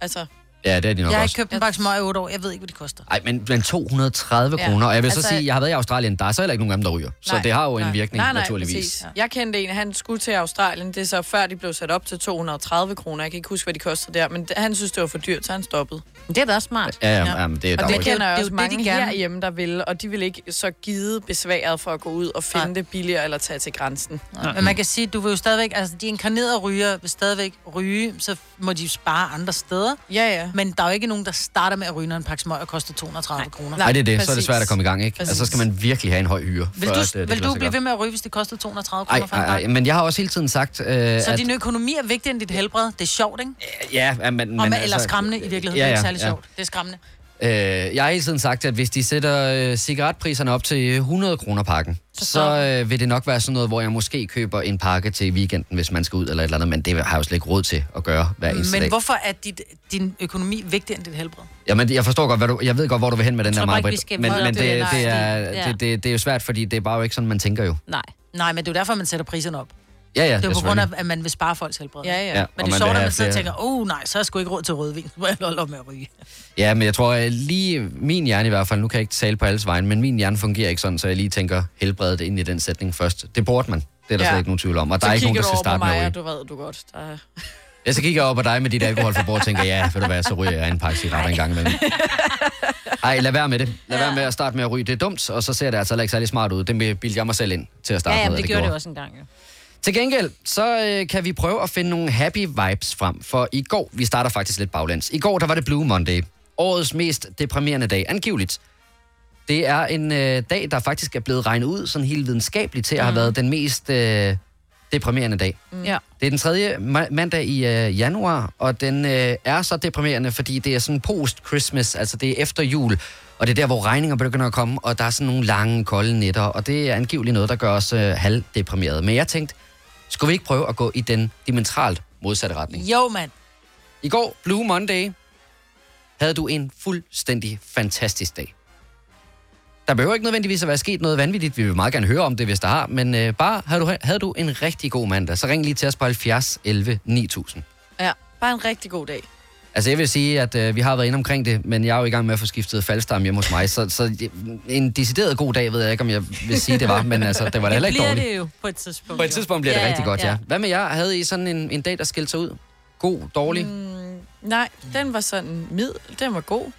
[SPEAKER 4] Altså,
[SPEAKER 1] Ja, det er de nok
[SPEAKER 2] Jeg har
[SPEAKER 1] også.
[SPEAKER 2] ikke købt en pakke smøger i 8 år. Jeg ved ikke, hvad det koster.
[SPEAKER 1] Ej, men, men 230
[SPEAKER 4] Ja.
[SPEAKER 1] ja. kroner. Og jeg vil
[SPEAKER 4] Altså-
[SPEAKER 1] så sige, jeg har været i Australien, der er så heller ikke nogen af dem, der ryger. Så
[SPEAKER 4] Nej,
[SPEAKER 1] det har jo en
[SPEAKER 4] nej.
[SPEAKER 1] virkning,
[SPEAKER 4] nej, nej,
[SPEAKER 1] naturligvis.
[SPEAKER 4] Præcis. Jeg kendte en, han skulle til Australien. Det er så før, de blev sat op til 230 kroner. Jeg kan ikke huske, hvad de kostede der, men det- han synes, det var for dyrt, så han stoppede.
[SPEAKER 11] Det er da også smart.
[SPEAKER 1] Ja, ja, ja, men det er
[SPEAKER 4] og
[SPEAKER 1] der
[SPEAKER 4] det
[SPEAKER 1] jo-
[SPEAKER 4] kender jeg
[SPEAKER 11] det er
[SPEAKER 4] også
[SPEAKER 11] jo
[SPEAKER 4] mange
[SPEAKER 11] det,
[SPEAKER 4] det, de
[SPEAKER 11] de gerne-
[SPEAKER 4] herhjemme, der vil, og de vil ikke så give besværet for at gå ud og finde det billigere eller tage til grænsen.
[SPEAKER 2] Nej. Men man kan sige, du vil jo stadigvæk, altså de inkarnerede ryger vil stadigvæk ryge, så må de spare andre steder.
[SPEAKER 4] Ja, ja.
[SPEAKER 2] Men der er jo ikke nogen, der starter med at ryge, når en pakke smøger koster 230 kroner.
[SPEAKER 1] Nej, det er det. Så er det svært at komme i gang, ikke?
[SPEAKER 2] Præcis.
[SPEAKER 1] Altså, så skal man virkelig have en høj hyre.
[SPEAKER 2] Vil
[SPEAKER 1] for
[SPEAKER 2] du,
[SPEAKER 1] at, øh, det
[SPEAKER 2] vil du
[SPEAKER 1] kan lade sig
[SPEAKER 2] blive
[SPEAKER 1] gøre.
[SPEAKER 2] ved med at ryge, hvis det koster 230
[SPEAKER 1] Ej,
[SPEAKER 2] kroner for en
[SPEAKER 1] ej,
[SPEAKER 2] pakke?
[SPEAKER 1] ej, men jeg har også hele tiden sagt, øh,
[SPEAKER 2] Så
[SPEAKER 1] at...
[SPEAKER 2] din økonomi er vigtigere end dit helbred. Det er sjovt, ikke?
[SPEAKER 1] Ja, ja, men... altså,
[SPEAKER 2] Og
[SPEAKER 1] men
[SPEAKER 2] med, eller skræmmende i virkeligheden.
[SPEAKER 1] ja,
[SPEAKER 2] det er
[SPEAKER 1] ja,
[SPEAKER 2] ikke særlig
[SPEAKER 1] ja.
[SPEAKER 2] sjovt. Det er skræmmende.
[SPEAKER 1] Øh, jeg har hele tiden sagt, at hvis de sætter øh, cigaretpriserne op til 100 kroner pakken, så, så øh, vil det nok være sådan noget, hvor jeg måske køber en pakke til weekenden, hvis man skal ud eller et eller andet, men det har jeg jo slet ikke råd til at gøre hver eneste
[SPEAKER 2] Men
[SPEAKER 1] dag.
[SPEAKER 2] hvorfor er dit, din økonomi vigtigere end dit helbred?
[SPEAKER 1] Jamen, jeg forstår godt, hvad du, jeg ved godt, hvor du vil hen med den
[SPEAKER 2] Jeg
[SPEAKER 1] der
[SPEAKER 2] tror bare
[SPEAKER 1] meget,
[SPEAKER 2] ikke, vi
[SPEAKER 1] men,
[SPEAKER 2] skal videre
[SPEAKER 1] men det,
[SPEAKER 2] på den
[SPEAKER 1] det,
[SPEAKER 2] her sti.
[SPEAKER 1] er,
[SPEAKER 2] Ja.
[SPEAKER 1] det, det, det er jo svært, fordi det er bare jo ikke sådan, man tænker jo.
[SPEAKER 11] Nej.
[SPEAKER 2] Nej, men det er jo derfor, man sætter priserne op.
[SPEAKER 1] Ja, ja,
[SPEAKER 2] det er jo på grund af,
[SPEAKER 1] selvfølgelig.
[SPEAKER 2] at man vil spare folks helbred.
[SPEAKER 4] Ja,
[SPEAKER 1] Ja,
[SPEAKER 2] Men
[SPEAKER 1] og man
[SPEAKER 2] det er
[SPEAKER 1] vil
[SPEAKER 2] sjovt, at
[SPEAKER 1] have
[SPEAKER 2] man sidder og
[SPEAKER 1] flere-
[SPEAKER 2] tænker, oh nej, så har jeg sgu ikke råd til rødvin. Så må jeg holde op med at ryge.
[SPEAKER 1] Ja, men jeg tror øh, lige, min hjerne i hvert fald, nu kan jeg ikke tale på alles vegne, men min hjerne fungerer ikke sådan, så jeg lige tænker helbredet ind i den sætning først. Det burde man. Det er der ja. slet ikke nogen tvivl om. Og der er ikke nogen, der skal starte med at ryge.
[SPEAKER 4] du ved du godt. Der...
[SPEAKER 1] Ja, så kigger jeg op på dig med dit alkoholforbrug og tænker, ja, ved du hvad, så ryger jeg en pakke cigaretter en gang imellem. Ej, lad være med det. Lad være med at starte med at ryge. Det er dumt, og så ser det altså heller ikke særlig smart ud. Det bildte jeg mig selv ind til at starte
[SPEAKER 11] Ja, ja,
[SPEAKER 1] med.
[SPEAKER 11] men
[SPEAKER 1] at
[SPEAKER 11] det gjorde det også en gang, jo.
[SPEAKER 1] Til gengæld, så øh, kan vi prøve at finde nogle happy vibes frem, for i går, vi starter faktisk lidt baglæns. I går, der var det Blue Monday. Årets mest deprimerende dag, angiveligt. Det er en øh, dag, der faktisk er blevet regnet ud sådan helt videnskabeligt til at have været den mest øh, deprimerende dag.
[SPEAKER 11] Ja.
[SPEAKER 1] Det er den tredje ma- mandag i øh, januar, og den øh, er så deprimerende, fordi det er sådan post-Christmas, altså det er efter jul, og det er der, hvor regninger begynder at komme, og der er sådan nogle lange, kolde nætter, og det er angiveligt noget, der gør os øh, halvdeprimerede. Men jeg tænkte, skulle vi ikke prøve at gå i den dimensionalt modsatte retning?
[SPEAKER 2] Jo, mand.
[SPEAKER 1] I går, Blue Monday, havde du en fuldstændig fantastisk dag. Der behøver ikke nødvendigvis at være sket noget vanvittigt. Vi vil meget gerne høre om det, hvis der har. Men øh, bare, havde du, havde du en rigtig god mandag, så ring lige til os på 70 11 9000.
[SPEAKER 4] Ja, bare en rigtig god dag.
[SPEAKER 1] Altså jeg vil sige, at øh, vi har været inde omkring det, men jeg er jo i gang med at få skiftet faldstamme hjemme hos mig. Så, så en decideret god dag ved jeg ikke, om jeg vil sige, det var. Men altså, det var da heller ikke
[SPEAKER 11] bliver
[SPEAKER 1] dårligt.
[SPEAKER 11] det jo på et tidspunkt.
[SPEAKER 1] På et tidspunkt bliver
[SPEAKER 11] jo.
[SPEAKER 1] det rigtig godt, ja. Hvad med jer? Havde I sådan en, en dag, der skilte sig ud? God, dårlig? Mm,
[SPEAKER 4] Nej, den var sådan mid. Den var god.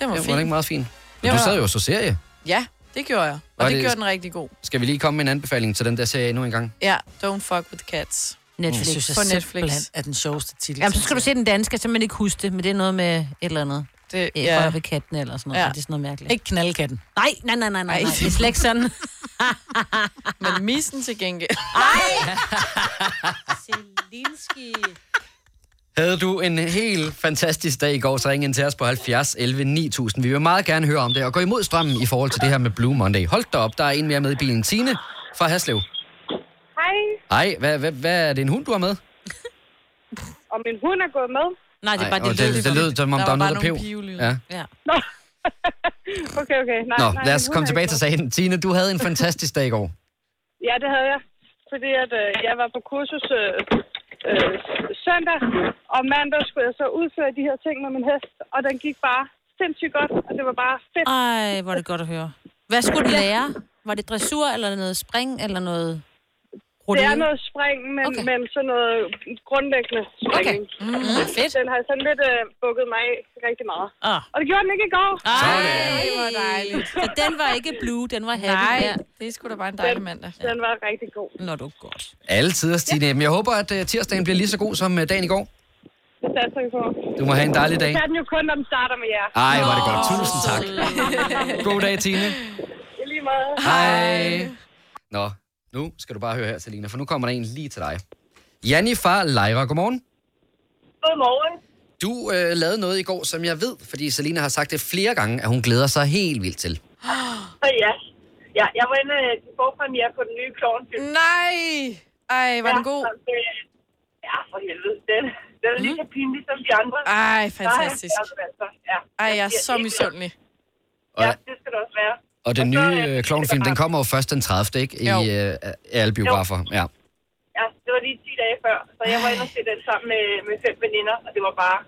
[SPEAKER 4] Den var
[SPEAKER 1] det
[SPEAKER 4] fin.
[SPEAKER 1] var ikke meget fin. Men
[SPEAKER 4] Jo.
[SPEAKER 1] du sad jo og så serie.
[SPEAKER 4] Ja, det gjorde jeg. Og
[SPEAKER 1] Var
[SPEAKER 4] det,
[SPEAKER 1] det-
[SPEAKER 4] det gjorde den rigtig god.
[SPEAKER 1] Skal vi lige komme med en anbefaling til den der serie endnu en gang?
[SPEAKER 4] Ja, Don't Fuck With Cats.
[SPEAKER 1] Netflix.
[SPEAKER 4] Mm.
[SPEAKER 1] Jeg synes,
[SPEAKER 4] På
[SPEAKER 1] at
[SPEAKER 4] Netflix.
[SPEAKER 2] er den sjoveste titel.
[SPEAKER 11] Jamen, så skal du se den danske, så man ikke huske det, men det er noget med et eller andet.
[SPEAKER 4] Det,
[SPEAKER 11] ja.
[SPEAKER 2] ja.
[SPEAKER 11] Rør ved katten eller sådan noget. Ja. Det er sådan noget mærkeligt.
[SPEAKER 2] Ikke knaldkatten.
[SPEAKER 11] Nej, nej, nej, nej, nej. nej. Det er slet ikke sådan.
[SPEAKER 4] Men missen til gengæld.
[SPEAKER 11] Nej!
[SPEAKER 1] Havde du en helt fantastisk dag i går, så ring ind til os på 70 11 9000. Vi vil meget gerne høre om det, og gå imod strømmen i forhold til det her med Blue Monday. Hold da op, der er en mere med i bilen. Tine fra Haslev.
[SPEAKER 14] Hej,
[SPEAKER 1] Ej, hvad, hvad, hvad er det en hund, du har med?
[SPEAKER 14] og min hund er gået med.
[SPEAKER 11] Nej,
[SPEAKER 1] det er Ej, bare det og det- lyd, det det lød, kom. som om Der der var var noget, bare der nogle pev. pivlyde. Ja.
[SPEAKER 11] ja.
[SPEAKER 14] Nå. okay, okay. Nej,
[SPEAKER 1] Nå,
[SPEAKER 14] nej,
[SPEAKER 1] lad
[SPEAKER 14] min
[SPEAKER 1] os
[SPEAKER 14] hund
[SPEAKER 1] komme
[SPEAKER 14] er
[SPEAKER 1] tilbage
[SPEAKER 14] ikke
[SPEAKER 1] til
[SPEAKER 14] med.
[SPEAKER 1] sagen. Tine, du havde en fantastisk dag i går.
[SPEAKER 14] Ja, det havde jeg. Fordi at, øh, jeg var på kursus øh, øh, søndag, og mandag skulle jeg så udføre de her ting med min hest, og den gik bare sindssygt godt, og det var bare fedt.
[SPEAKER 11] Ej, hvor er det godt at høre. Hvad skulle du lære? Var det dressur, eller noget spring, eller noget...
[SPEAKER 14] Det er
[SPEAKER 11] rodeo?
[SPEAKER 14] noget spring, men, okay. men sådan noget grundlæggende spring. Okay. Mm, fedt. Den har sådan lidt øh, bukket mig af rigtig meget.
[SPEAKER 11] Ah.
[SPEAKER 14] Og det gjorde den ikke i går.
[SPEAKER 11] Ej, hvor dejligt. Så den var ikke blue, den var happy.
[SPEAKER 4] Nej,
[SPEAKER 11] Ja.
[SPEAKER 4] det er sgu da bare en dejlig mandag.
[SPEAKER 14] Den var rigtig god.
[SPEAKER 11] Nå, du godt.
[SPEAKER 1] Alle tider, Stine. Men jeg håber, at øh, tirsdagen bliver lige så god som øh, dagen i går.
[SPEAKER 14] Det satser vi på.
[SPEAKER 1] Du må have en dejlig dag.
[SPEAKER 14] Det kan den jo kun, når den starter med jer.
[SPEAKER 1] Ej, hvor er det godt. Tusind tak. God dag, Tine.
[SPEAKER 14] I lige meget.
[SPEAKER 1] Hej. Nå, nu skal du bare høre her, Selina, for nu kommer der en lige til dig. Janni fra Lejre, godmorgen.
[SPEAKER 14] Godmorgen.
[SPEAKER 1] Du øh, lavede noget i går, som jeg ved, fordi Selina har sagt det flere gange, at hun glæder sig helt vildt til.
[SPEAKER 14] Så ja. ja, jeg var inde øh, til forpremiere på den nye klovnfilm.
[SPEAKER 4] Nej! Ej, var den god?
[SPEAKER 14] Ja, så, øh, ja, for helvede. Den, den er lige så pinlig som de andre.
[SPEAKER 4] Mm. Ej, fantastisk.
[SPEAKER 14] Nej, altså, ja.
[SPEAKER 4] Ej, jeg er
[SPEAKER 14] siger
[SPEAKER 4] så
[SPEAKER 14] ikke-
[SPEAKER 4] misundelig.
[SPEAKER 1] Og,
[SPEAKER 14] Det skal det også være.
[SPEAKER 1] og den nye øh, klovnfilm, den kommer jo først den 30. Ikke?
[SPEAKER 14] Jo.
[SPEAKER 1] I øh, alle biografer. Ja.
[SPEAKER 14] Ja, det var lige 10 dage før, så jeg var inde og se den sammen med, med fem veninder, og det var bare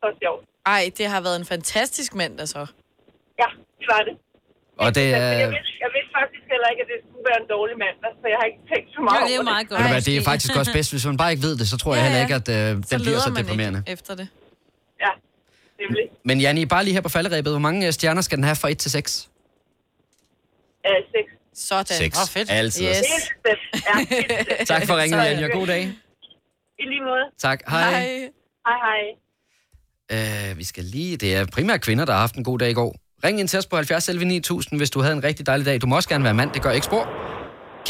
[SPEAKER 14] så sjovt.
[SPEAKER 4] Ej, det har været en fantastisk mandag så.
[SPEAKER 14] Ja, det var det.
[SPEAKER 1] Og det
[SPEAKER 14] Men
[SPEAKER 1] er...
[SPEAKER 14] jeg, vidste, jeg vidste faktisk heller ikke, at det skulle være en dårlig mandag, så jeg har ikke tænkt så meget
[SPEAKER 4] Jo, det er
[SPEAKER 14] over
[SPEAKER 4] meget
[SPEAKER 1] Ved du hvad, det er faktisk også bedst, hvis man bare ikke ved det, så tror jeg
[SPEAKER 4] Ja,
[SPEAKER 1] heller
[SPEAKER 4] ja.
[SPEAKER 1] ikke, at øh, den
[SPEAKER 4] så
[SPEAKER 1] bliver
[SPEAKER 4] leder
[SPEAKER 1] så
[SPEAKER 4] man
[SPEAKER 1] deprimerende.
[SPEAKER 4] ikke efter det.
[SPEAKER 14] Ja, nemlig.
[SPEAKER 1] Men Janni, bare lige her på falderæbet, hvor mange øh, stjerner skal den have fra 1 til
[SPEAKER 14] Øh,
[SPEAKER 1] 6?
[SPEAKER 14] seks.
[SPEAKER 4] Sådan.
[SPEAKER 1] Seks. Åh, fedt. Altid. Yes.
[SPEAKER 14] Helt bestemt. Ja, helt bestemt.
[SPEAKER 1] Tak for ringen,
[SPEAKER 14] Så-
[SPEAKER 1] Janni, og god dag.
[SPEAKER 14] I lige måde.
[SPEAKER 1] Tak, hej. hej.
[SPEAKER 14] Hej, hej.
[SPEAKER 1] Øh, vi skal lige... Det er primært kvinder, der har haft en god dag i går. Ring ind til os på 70 11 9000, hvis du havde en rigtig dejlig dag. Du må også gerne være mand, det gør ikke spor.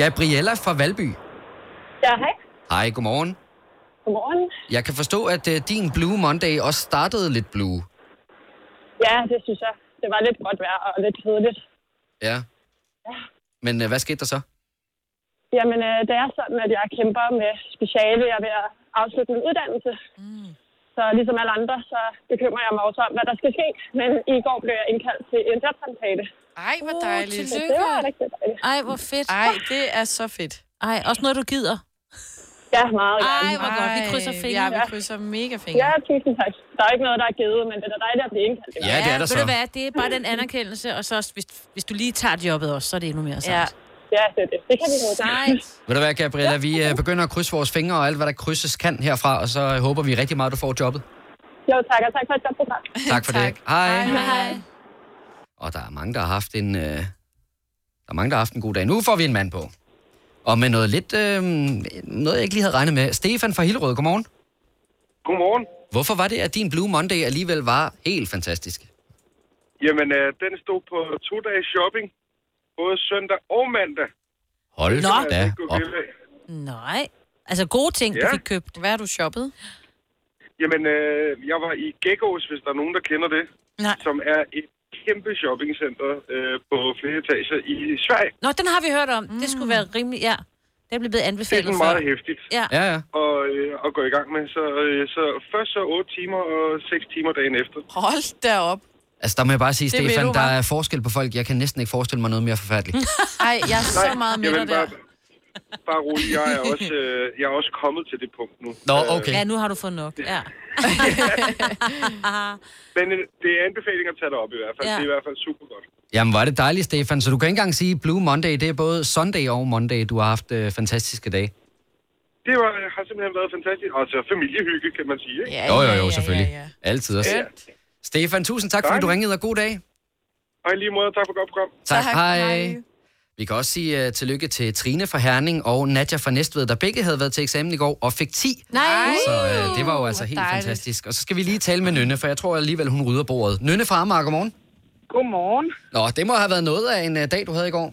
[SPEAKER 1] Gabriella fra Valby.
[SPEAKER 15] Ja, hej.
[SPEAKER 1] Hej, godmorgen.
[SPEAKER 15] Godmorgen.
[SPEAKER 1] Jeg kan forstå, at øh, din Blue Monday også startede lidt blue.
[SPEAKER 15] Ja, det synes jeg. Det var lidt godt vejr og lidt kedeligt.
[SPEAKER 1] Ja. Men øh, hvad skete der så?
[SPEAKER 15] Jamen, øh, det er sådan, at jeg kæmper med speciale. Jeg er ved at afslutte min uddannelse. Mm. Så ligesom alle andre, så bekymrer jeg mig også om, hvad der skal ske. Men i går blev jeg indkaldt til en jobsamtale.
[SPEAKER 4] Ej, hvor
[SPEAKER 15] Uh,
[SPEAKER 4] dejligt.
[SPEAKER 15] tillykke. Det var rigtig dejligt.
[SPEAKER 11] Ej, hvor fedt.
[SPEAKER 4] Ej, det er så fedt.
[SPEAKER 11] Ej, også noget, du gider.
[SPEAKER 15] Ja, meget gerne.
[SPEAKER 11] Ej, hvor godt. Vi krydser fingre.
[SPEAKER 4] Ja, vi krydser mega fingre.
[SPEAKER 15] Ja, tusind tak. Der er ikke noget, der er givet, men det er da dejligt at blive indkaldt.
[SPEAKER 1] Ja, det er der
[SPEAKER 11] ved
[SPEAKER 1] så.
[SPEAKER 11] du hvad, det er bare den anerkendelse, og så også, hvis, hvis du lige tager jobbet også, så er det endnu mere sejt.
[SPEAKER 4] Ja,
[SPEAKER 5] Ja, det er det. Det kan vi godt.
[SPEAKER 1] Ved du hvad, Gabriella, vi øh, begynder at krydse vores fingre og alt, hvad der krydses kan herfra, og så øh, håber vi rigtig meget, du får jobbet.
[SPEAKER 5] Jo, tak, og tak for et godt program.
[SPEAKER 1] Tak for tak. det. Hej.
[SPEAKER 5] Hej.
[SPEAKER 1] Og der er mange, der har haft en... Øh, der er mange, der har haft en god dag. Nu får vi en mand på. Og med noget lidt... Øh, noget, jeg ikke lige havde regnet med. Stefan fra Hillerød, godmorgen.
[SPEAKER 8] Godmorgen.
[SPEAKER 1] Hvorfor var det, at din Blue Monday alligevel var helt fantastisk?
[SPEAKER 8] Jamen, øh, den stod på to dages shopping, både søndag og mandag.
[SPEAKER 1] Hold
[SPEAKER 8] Så jeg
[SPEAKER 1] da
[SPEAKER 8] ikke gå
[SPEAKER 1] op.
[SPEAKER 8] glip af.
[SPEAKER 3] Nej. Altså gode ting, ja.
[SPEAKER 8] Ja.
[SPEAKER 3] du fik købt. Hvad har du shoppet?
[SPEAKER 8] Jamen, øh, jeg var i Geckos, hvis der er nogen, der kender det,
[SPEAKER 2] Nej.
[SPEAKER 8] som er et kæmpe shoppingcenter øh, på flere etager i Sverige.
[SPEAKER 3] Nå, den har vi hørt om. Mm. Det skulle være rimelig, ja. Det blev blevet
[SPEAKER 8] Det er
[SPEAKER 3] anbefalet
[SPEAKER 8] sådan meget hæftigt
[SPEAKER 3] Ja.
[SPEAKER 1] Ja, ja.
[SPEAKER 8] Og, øh, at gå i gang med. Så, øh, så først så 8 timer og 6 timer dagen efter.
[SPEAKER 4] Hold da op.
[SPEAKER 1] Altså, der må jeg bare sige,
[SPEAKER 4] Det ved
[SPEAKER 1] Stefan,
[SPEAKER 4] du,
[SPEAKER 1] der
[SPEAKER 4] hva'?
[SPEAKER 1] er forskel på folk. Jeg kan næsten ikke forestille mig noget mere forfærdeligt.
[SPEAKER 4] Ej, jeg er så
[SPEAKER 8] Nej,
[SPEAKER 4] meget med
[SPEAKER 8] jeg
[SPEAKER 4] dig
[SPEAKER 8] vil
[SPEAKER 4] der.
[SPEAKER 8] bare- Bare rolig, jeg er, også, øh, jeg er også kommet til det punkt nu.
[SPEAKER 1] Nå,
[SPEAKER 8] Øh,
[SPEAKER 1] okay.
[SPEAKER 3] Ja, nu har du fået nok. Ja.
[SPEAKER 8] Men øh, det er anbefaling at tage det op i hvert fald.
[SPEAKER 3] Ja.
[SPEAKER 8] Ja. Det er i hvert fald super godt.
[SPEAKER 1] Jamen, var det dejligt, Stefan. Så du kan ikke engang sige Blue Monday. Det er både Sunday og Monday, du har haft øh, fantastiske dage.
[SPEAKER 8] Det var, øh, har simpelthen været fantastisk. Og så familiehygge, kan man sige. Ikke?
[SPEAKER 1] Ja, jo, jo, jo, selvfølgelig. Ja, ja, ja. Altid også.
[SPEAKER 8] Ja.
[SPEAKER 1] Stefan, tusind tak, fordi
[SPEAKER 8] Tak.
[SPEAKER 1] du ringede, og god dag.
[SPEAKER 8] Og i lige måde, tak for godt program.
[SPEAKER 1] Tak, tak. Hej. Hej. Vi kan også sige uh, tillykke til Trine fra Herning og Nadja fra Næstved, der begge havde været til eksamen i går og fik 10.
[SPEAKER 16] Nej.
[SPEAKER 1] Så uh, det var jo altså helt dejligt. fantastisk. Og så skal vi lige tale med Nynne, for jeg tror alligevel, hun rydder bordet. Nynne fra Amager, godmorgen.
[SPEAKER 15] Godmorgen.
[SPEAKER 1] Nå, det må have været noget af en uh, dag, du havde i går.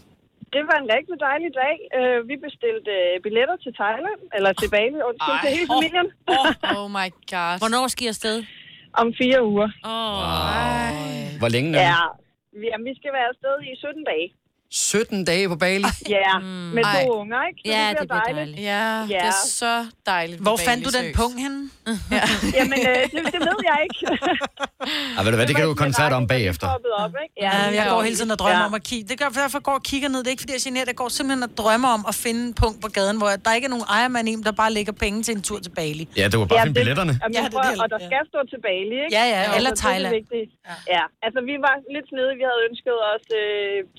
[SPEAKER 15] Det var en rigtig dejlig dag. Øh, Vi bestilte øh, billetter til Thailand, eller til Bali, og til hele familien.
[SPEAKER 4] Oh, oh my god.
[SPEAKER 3] Hvornår skal I afsted?
[SPEAKER 15] Om fire uger.
[SPEAKER 3] Oh.
[SPEAKER 1] Hvor længe, Nynne?
[SPEAKER 15] Ja, vi- jamen, vi skal være afsted i 17 dage.
[SPEAKER 1] 17 dage på Bali.
[SPEAKER 15] Ja, med to
[SPEAKER 4] Ej.
[SPEAKER 15] unger, ikke?
[SPEAKER 4] Ja,
[SPEAKER 15] bliver
[SPEAKER 4] det bliver dejligt. Ja, Ah, det er så dejligt.
[SPEAKER 15] Hvor fandt du den
[SPEAKER 4] pung henne?
[SPEAKER 15] Jamen, øh, det, det ved jeg ikke.
[SPEAKER 1] Ej, ved du hvad, det kan du koncert om bagefter.
[SPEAKER 15] Hoppet op, ikke?
[SPEAKER 2] Ja, jeg går hele tiden og drømmer ja. om
[SPEAKER 15] at...
[SPEAKER 2] at kigge. Det gør derfor, jeg går og kigger ned. Det er ikke, fordi jeg generer. Jeg går simpelthen og drømmer om at finde en punkt på gaden, hvor der ikke er nogen ejermand i, dem, der bare lægger penge til en tur til Bali.
[SPEAKER 19] Ja, det var bare Ja, finde det- billetterne.
[SPEAKER 15] Jamen, jeg
[SPEAKER 2] er
[SPEAKER 15] tror, og der skal stå til Bali, ikke?
[SPEAKER 2] Ja, ja,
[SPEAKER 15] Altså,
[SPEAKER 2] eller
[SPEAKER 15] det er det
[SPEAKER 2] Thailand.
[SPEAKER 15] vigtige. Ja, altså vi var lidt snede. Vi havde ønsket os øh,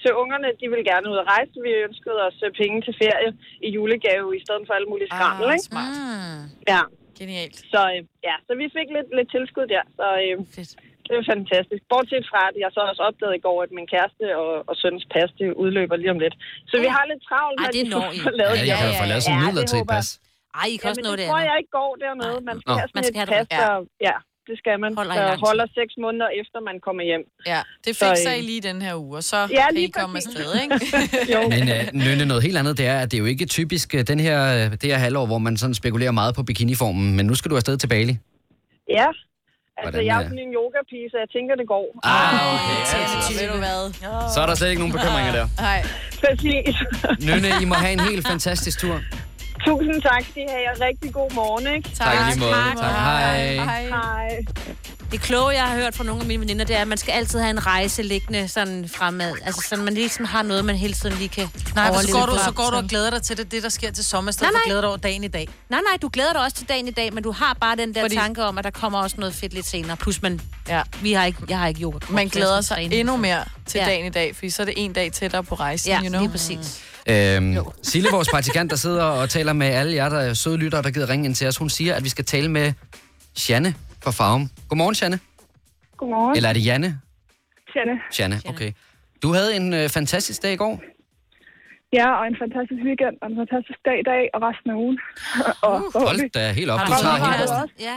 [SPEAKER 15] til ungerne, de ville gerne ud at rejse. Vi ønskede os øh, penge til ferie i julegave, i stedet for alle mulige skrammel, ikke? Mm.
[SPEAKER 4] smart.
[SPEAKER 15] Ja.
[SPEAKER 4] Genialt.
[SPEAKER 15] Så, øh, ja, så vi fik lidt, lidt tilskud der, så øh, det var fantastisk. Bortset fra, at jeg så også opdagede i går, at min kæreste og, og søns pas, det udløber lige om lidt. Så vi har lidt travlt,
[SPEAKER 3] Ej,
[SPEAKER 15] med, at
[SPEAKER 3] det
[SPEAKER 15] de
[SPEAKER 3] når I.
[SPEAKER 15] får lavet
[SPEAKER 1] Ja, jeg kan jo få lavet sådan
[SPEAKER 15] Ja,
[SPEAKER 1] midler
[SPEAKER 15] det
[SPEAKER 1] til et
[SPEAKER 15] håber
[SPEAKER 1] pas.
[SPEAKER 15] jeg.
[SPEAKER 3] Ej, I kan også nå
[SPEAKER 15] det
[SPEAKER 3] det
[SPEAKER 15] tror
[SPEAKER 3] andet.
[SPEAKER 15] jeg ikke går dernede. Man skal
[SPEAKER 1] Nå.
[SPEAKER 15] have sådan
[SPEAKER 3] Man skal
[SPEAKER 15] et
[SPEAKER 3] have det
[SPEAKER 15] pas,
[SPEAKER 3] rigtigt.
[SPEAKER 15] der, ja, det skal man.
[SPEAKER 4] Holder i
[SPEAKER 15] Holder
[SPEAKER 4] lang
[SPEAKER 15] der
[SPEAKER 4] tid.
[SPEAKER 15] holder seks måneder efter, man kommer hjem.
[SPEAKER 4] Ja, det
[SPEAKER 15] Så,
[SPEAKER 4] fik sig
[SPEAKER 15] øh,
[SPEAKER 4] lige den her uge, og så
[SPEAKER 15] Ja,
[SPEAKER 4] ja, kan I
[SPEAKER 15] lige
[SPEAKER 4] komme
[SPEAKER 15] præcis.
[SPEAKER 4] afsted, ikke?
[SPEAKER 1] Men øh, Nynne, noget helt andet, det er, at det er jo ikke typisk øh, den her, øh, det her halvår, hvor man sådan spekulerer meget på bikiniformen, men nu skal du afsted til Bali.
[SPEAKER 15] Ja. Altså,
[SPEAKER 1] Hvordan,
[SPEAKER 15] jeg er
[SPEAKER 1] øh?
[SPEAKER 15] jo sådan en yoga-pige, så jeg tænker, det går.
[SPEAKER 1] Ah,
[SPEAKER 15] okay.
[SPEAKER 4] Ja, ved du hvad?
[SPEAKER 1] Så er der slet ikke nogen bekymringer der.
[SPEAKER 4] Nej.
[SPEAKER 15] Præcis.
[SPEAKER 1] øh? Nynne, I må have en helt fantastisk tur.
[SPEAKER 15] Tusind tak, skal I have. Og Rigtig god morgen, ikke?
[SPEAKER 1] Tak i lige måde. Tak. Hej.
[SPEAKER 15] Hej.
[SPEAKER 3] Det kloge, jeg har hørt fra nogle af mine veninder, det er, at man skal altid have en rejse liggende sådan fremad. Altså, sådan, man ligesom har noget, man hele tiden lige kan
[SPEAKER 2] Nej, for så
[SPEAKER 3] overleve
[SPEAKER 2] går, du,
[SPEAKER 3] fra.
[SPEAKER 2] så går du og glæder dig til det, det der sker til sommer, i
[SPEAKER 3] Nej,
[SPEAKER 2] stedet for
[SPEAKER 3] nej.
[SPEAKER 2] glæder dig over dagen i dag.
[SPEAKER 3] Nej, nej, du glæder dig også til dagen i dag, men du har bare den der Fordi... tanke om, at der kommer også noget fedt lidt senere. Plus, man,
[SPEAKER 4] ja.
[SPEAKER 3] vi har ikke, jeg har ikke yoga.
[SPEAKER 4] Man glæder sig endnu mere til dagen i dag, fordi så er det en dag tættere på rejsen,
[SPEAKER 3] Ja,
[SPEAKER 4] you know?
[SPEAKER 3] lige præcis.
[SPEAKER 1] Øhm, Sille, vores praktikant, der sidder og taler med alle jer, der er søde lyttere, der gider ringe ind til os, hun siger, at vi skal tale med Janne fra Farum. Godmorgen, Janne.
[SPEAKER 20] Godmorgen.
[SPEAKER 1] Eller er det Janne?
[SPEAKER 20] Janne.
[SPEAKER 1] Janne, okay. Du havde en øh, fantastisk dag i går.
[SPEAKER 20] Ja, og en fantastisk weekend, og en fantastisk dag i dag, og resten af ugen. og
[SPEAKER 1] Hold da helt op. Du tager helt op.
[SPEAKER 20] Ja.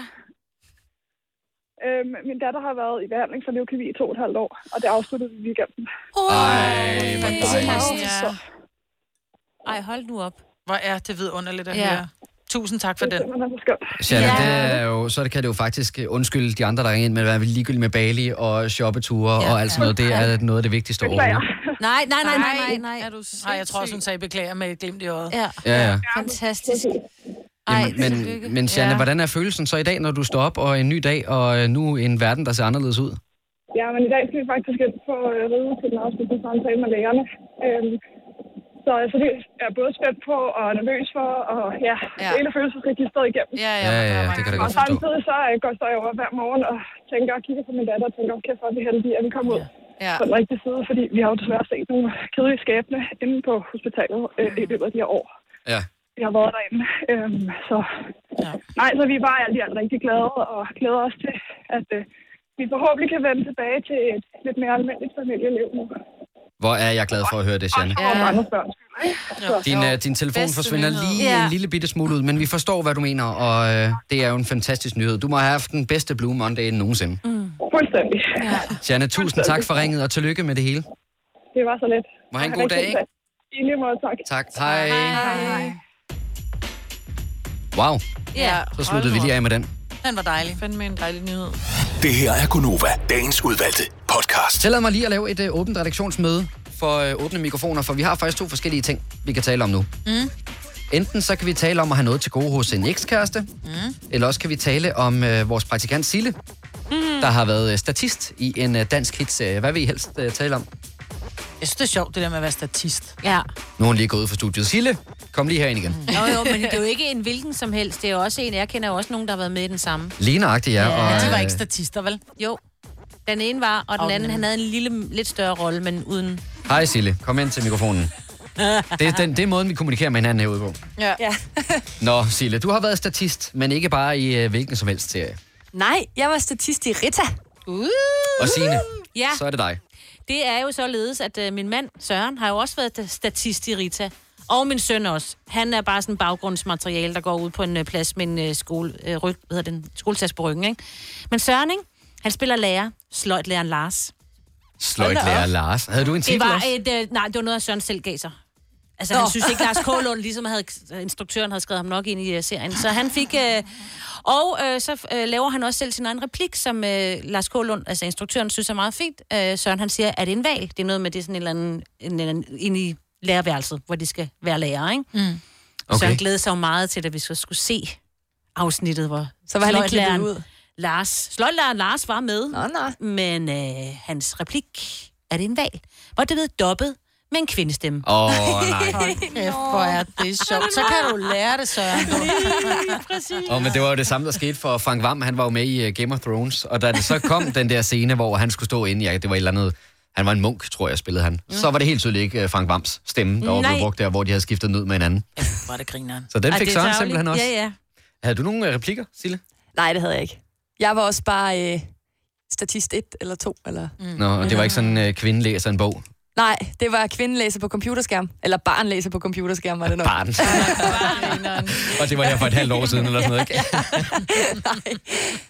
[SPEAKER 20] Øhm, min datter har været i behandling for leukemi i to og et halvt år, og det afsluttede vi i weekenden.
[SPEAKER 1] Ej, hvor dejligt.
[SPEAKER 2] Ja.
[SPEAKER 3] Ej, hold nu op.
[SPEAKER 2] Hvor er det vidunderligt at
[SPEAKER 20] Ja.
[SPEAKER 2] ja. høre. Tusind tak for den.
[SPEAKER 1] Janne, det er jo, så kan det jo faktisk øh, undskylde de andre, der ringer ind, men hvad er ligegyldigt med Bali og shoppeture ja. og alt sådan noget. Det er noget af det vigtigste overhovedet.
[SPEAKER 3] Nej, nej, nej, nej, nej, nej.
[SPEAKER 4] Er du
[SPEAKER 2] Nej, jeg tror også, hun sagde beklager med et glimt i øjet.
[SPEAKER 3] Ja.
[SPEAKER 1] Ja, ja.
[SPEAKER 3] Fantastisk.
[SPEAKER 1] Jamen, men, men Janne, ja. hvordan er følelsen så i dag, når du står op og en ny dag, og øh, nu en verden, der ser anderledes ud?
[SPEAKER 20] Ja, men i dag skal vi faktisk ind på øh, ride til den afsluttende samtale med lægerne. Øhm, så, så det er jeg både spændt på og nervøs for, og ja, ja. hele følelsesregisteret igennem.
[SPEAKER 4] Ja,
[SPEAKER 1] ja, Ja, ja, det kan jeg
[SPEAKER 20] Og
[SPEAKER 1] godt forstå.
[SPEAKER 20] samtidig så øh, går jeg så over hver morgen og tænker og kigger på min datter og tænker, okay, hvor er vi heldige, at vi kommer ud.
[SPEAKER 21] Ja.
[SPEAKER 15] på den rigtige side, fordi vi har jo desværre set nogle kedelige skæbne inde på hospitalet øh, i løbet af de her år.
[SPEAKER 1] Ja.
[SPEAKER 15] Vi har været derinde. Øhm, så ja. nej, så vi er bare alt i alt rigtig glade og glæder os til, at øh, vi forhåbentlig kan vende tilbage til et lidt mere almindeligt familieliv nu.
[SPEAKER 1] Hvor er jeg glad for at høre det, Janne.
[SPEAKER 15] Ja. Og mange børn. Altså,
[SPEAKER 1] Din, øh, din telefon
[SPEAKER 15] Bedste
[SPEAKER 1] forsvinder
[SPEAKER 15] nyhed.
[SPEAKER 1] lige
[SPEAKER 15] Ja.
[SPEAKER 1] en lille bitte smule ud, men vi forstår, hvad du mener, og øh, det er jo en fantastisk nyhed. Du må have haft den bedste Blue Monday nogensinde.
[SPEAKER 15] Mm. Fuldstændig. Ja.
[SPEAKER 1] Janne, tusind tak for ringet, og tillykke med det hele.
[SPEAKER 15] Det var så let.
[SPEAKER 1] Må have en god dag, ikke?
[SPEAKER 15] I lige måde, tak.
[SPEAKER 1] Tak. Hej.
[SPEAKER 2] Hej.
[SPEAKER 1] Wow,
[SPEAKER 2] Ja.
[SPEAKER 1] så sluttede vi lige af med den.
[SPEAKER 2] Den var dejlig. Fandme en dejlig nyhed.
[SPEAKER 6] Det her er Gunova, dagens udvalgte podcast.
[SPEAKER 1] Tillad mig lige at lave et øh, åbent redaktionsmøde for øh, åbne mikrofoner, for vi har faktisk to forskellige ting, vi kan tale om nu.
[SPEAKER 2] Mm.
[SPEAKER 1] Enten så kan vi tale om at have noget til gode hos en ekskæreste,
[SPEAKER 2] Mm.
[SPEAKER 1] eller også kan vi tale om øh, vores praktikant Sille, mm. der har været øh, statist i en øh, dansk hitserie. Hvad vil I helst øh, tale om?
[SPEAKER 2] Jeg synes, det er sjovt, det der med at være statist.
[SPEAKER 11] Ja.
[SPEAKER 1] Nu er hun lige gået ud fra studiet. Sille, kom lige herind igen. Mm.
[SPEAKER 11] Nå jo, men det er jo ikke en hvilken som helst. Det er jo også en, jeg kender jo også nogen, der har været med i den samme.
[SPEAKER 1] Lige nøjagtigt, ja. Og,
[SPEAKER 11] Men de var ikke
[SPEAKER 1] øh,
[SPEAKER 2] statister, vel?
[SPEAKER 11] Jo. Den ene var, og den anden, han havde en lille, lidt større rolle, men uden...
[SPEAKER 1] Hej Sille, kom ind til mikrofonen. Det er, den, det er måden, vi kommunikerer med hinanden herude på.
[SPEAKER 11] Ja. ja.
[SPEAKER 1] Nå, Sille, du har været statist, men ikke bare i øh, hvilken som helst serie.
[SPEAKER 5] Nej, jeg var statist i Rita.
[SPEAKER 11] Uh.
[SPEAKER 1] Og Signe,
[SPEAKER 11] Ja.
[SPEAKER 1] så er det dig.
[SPEAKER 11] Det er jo således, at øh, min mand Søren har jo også været øh, statist i Rita. Og min søn også. Han er bare sådan baggrundsmateriale, der går ud på en øh, plads med en øh, skole, øh, ryg, hvad hedder den, skoletaske på ryggen. Ikke? Men Søren, ikke? han spiller lærer. Sløjtlæreren Lars.
[SPEAKER 1] Sløjtlærer Lars. Havde du en titel
[SPEAKER 11] det var
[SPEAKER 1] også?
[SPEAKER 11] et, øh, nej, det var noget, af Søren selv gav sig. Altså,
[SPEAKER 5] Nå.
[SPEAKER 11] han synes ikke, Lars Kålund, ligesom havde, instruktøren havde skrevet ham nok ind i øh, serien. Så han fik... Øh, og øh, så øh, laver han også selv sin egen replik, som øh, Lars Kålund, altså instruktøren, synes er meget fint. Øh, Søren, han siger, er det en valg? Det er noget med, det er sådan en eller anden... En, en, en, ind i lærerværelset, hvor de skal være lærere, ikke?
[SPEAKER 5] Mm.
[SPEAKER 11] Okay. Søren
[SPEAKER 5] Okay.
[SPEAKER 11] glædede sig jo meget til, at vi så skulle se afsnittet, hvor
[SPEAKER 5] Så var han ikke klippet
[SPEAKER 11] sløjtlæreren
[SPEAKER 5] ud.
[SPEAKER 11] Lars, sløjtlæreren Lars var med, nå, nå. men øh, hans replik, er det en valg? Var det blevet dobbet med en kvindestemme.
[SPEAKER 1] Åh, nej.
[SPEAKER 2] Hold kæft, hvor er det sjovt. Så kan du lære det, Søren.
[SPEAKER 11] Præcis.
[SPEAKER 1] Og men det var jo det samme, der skete for Frank Vam. Han var jo med i øh, Game of Thrones, og da det så kom den der scene, hvor han skulle stå inde, ja, det var et eller andet, han var en munk, tror jeg, spillede han. Mm. Så var det helt tydeligt ikke øh, Frank Vams stemme, der var
[SPEAKER 11] Nej.
[SPEAKER 1] blevet brugt der, hvor de havde skiftet ned med hinanden.
[SPEAKER 2] Var det grineren.
[SPEAKER 1] Så den
[SPEAKER 5] Ej,
[SPEAKER 1] fik
[SPEAKER 5] det er
[SPEAKER 1] Søren
[SPEAKER 5] tarveligt.
[SPEAKER 1] simpelthen også.
[SPEAKER 5] Ja, ja.
[SPEAKER 1] Havde du nogle øh, replikker, Sille?
[SPEAKER 5] Nej, det havde jeg ikke. Jeg var også bare øh, statist 1 eller 2. Eller... Mm.
[SPEAKER 1] Nå, og det var ikke sådan, øh, kvinden læser en bog.
[SPEAKER 5] Nej, det var kvindelæser på computerskærm. Eller barnlæser på computerskærm, var det nok.
[SPEAKER 1] Barn. Og det var her for et halvt år siden, eller sådan noget, ikke?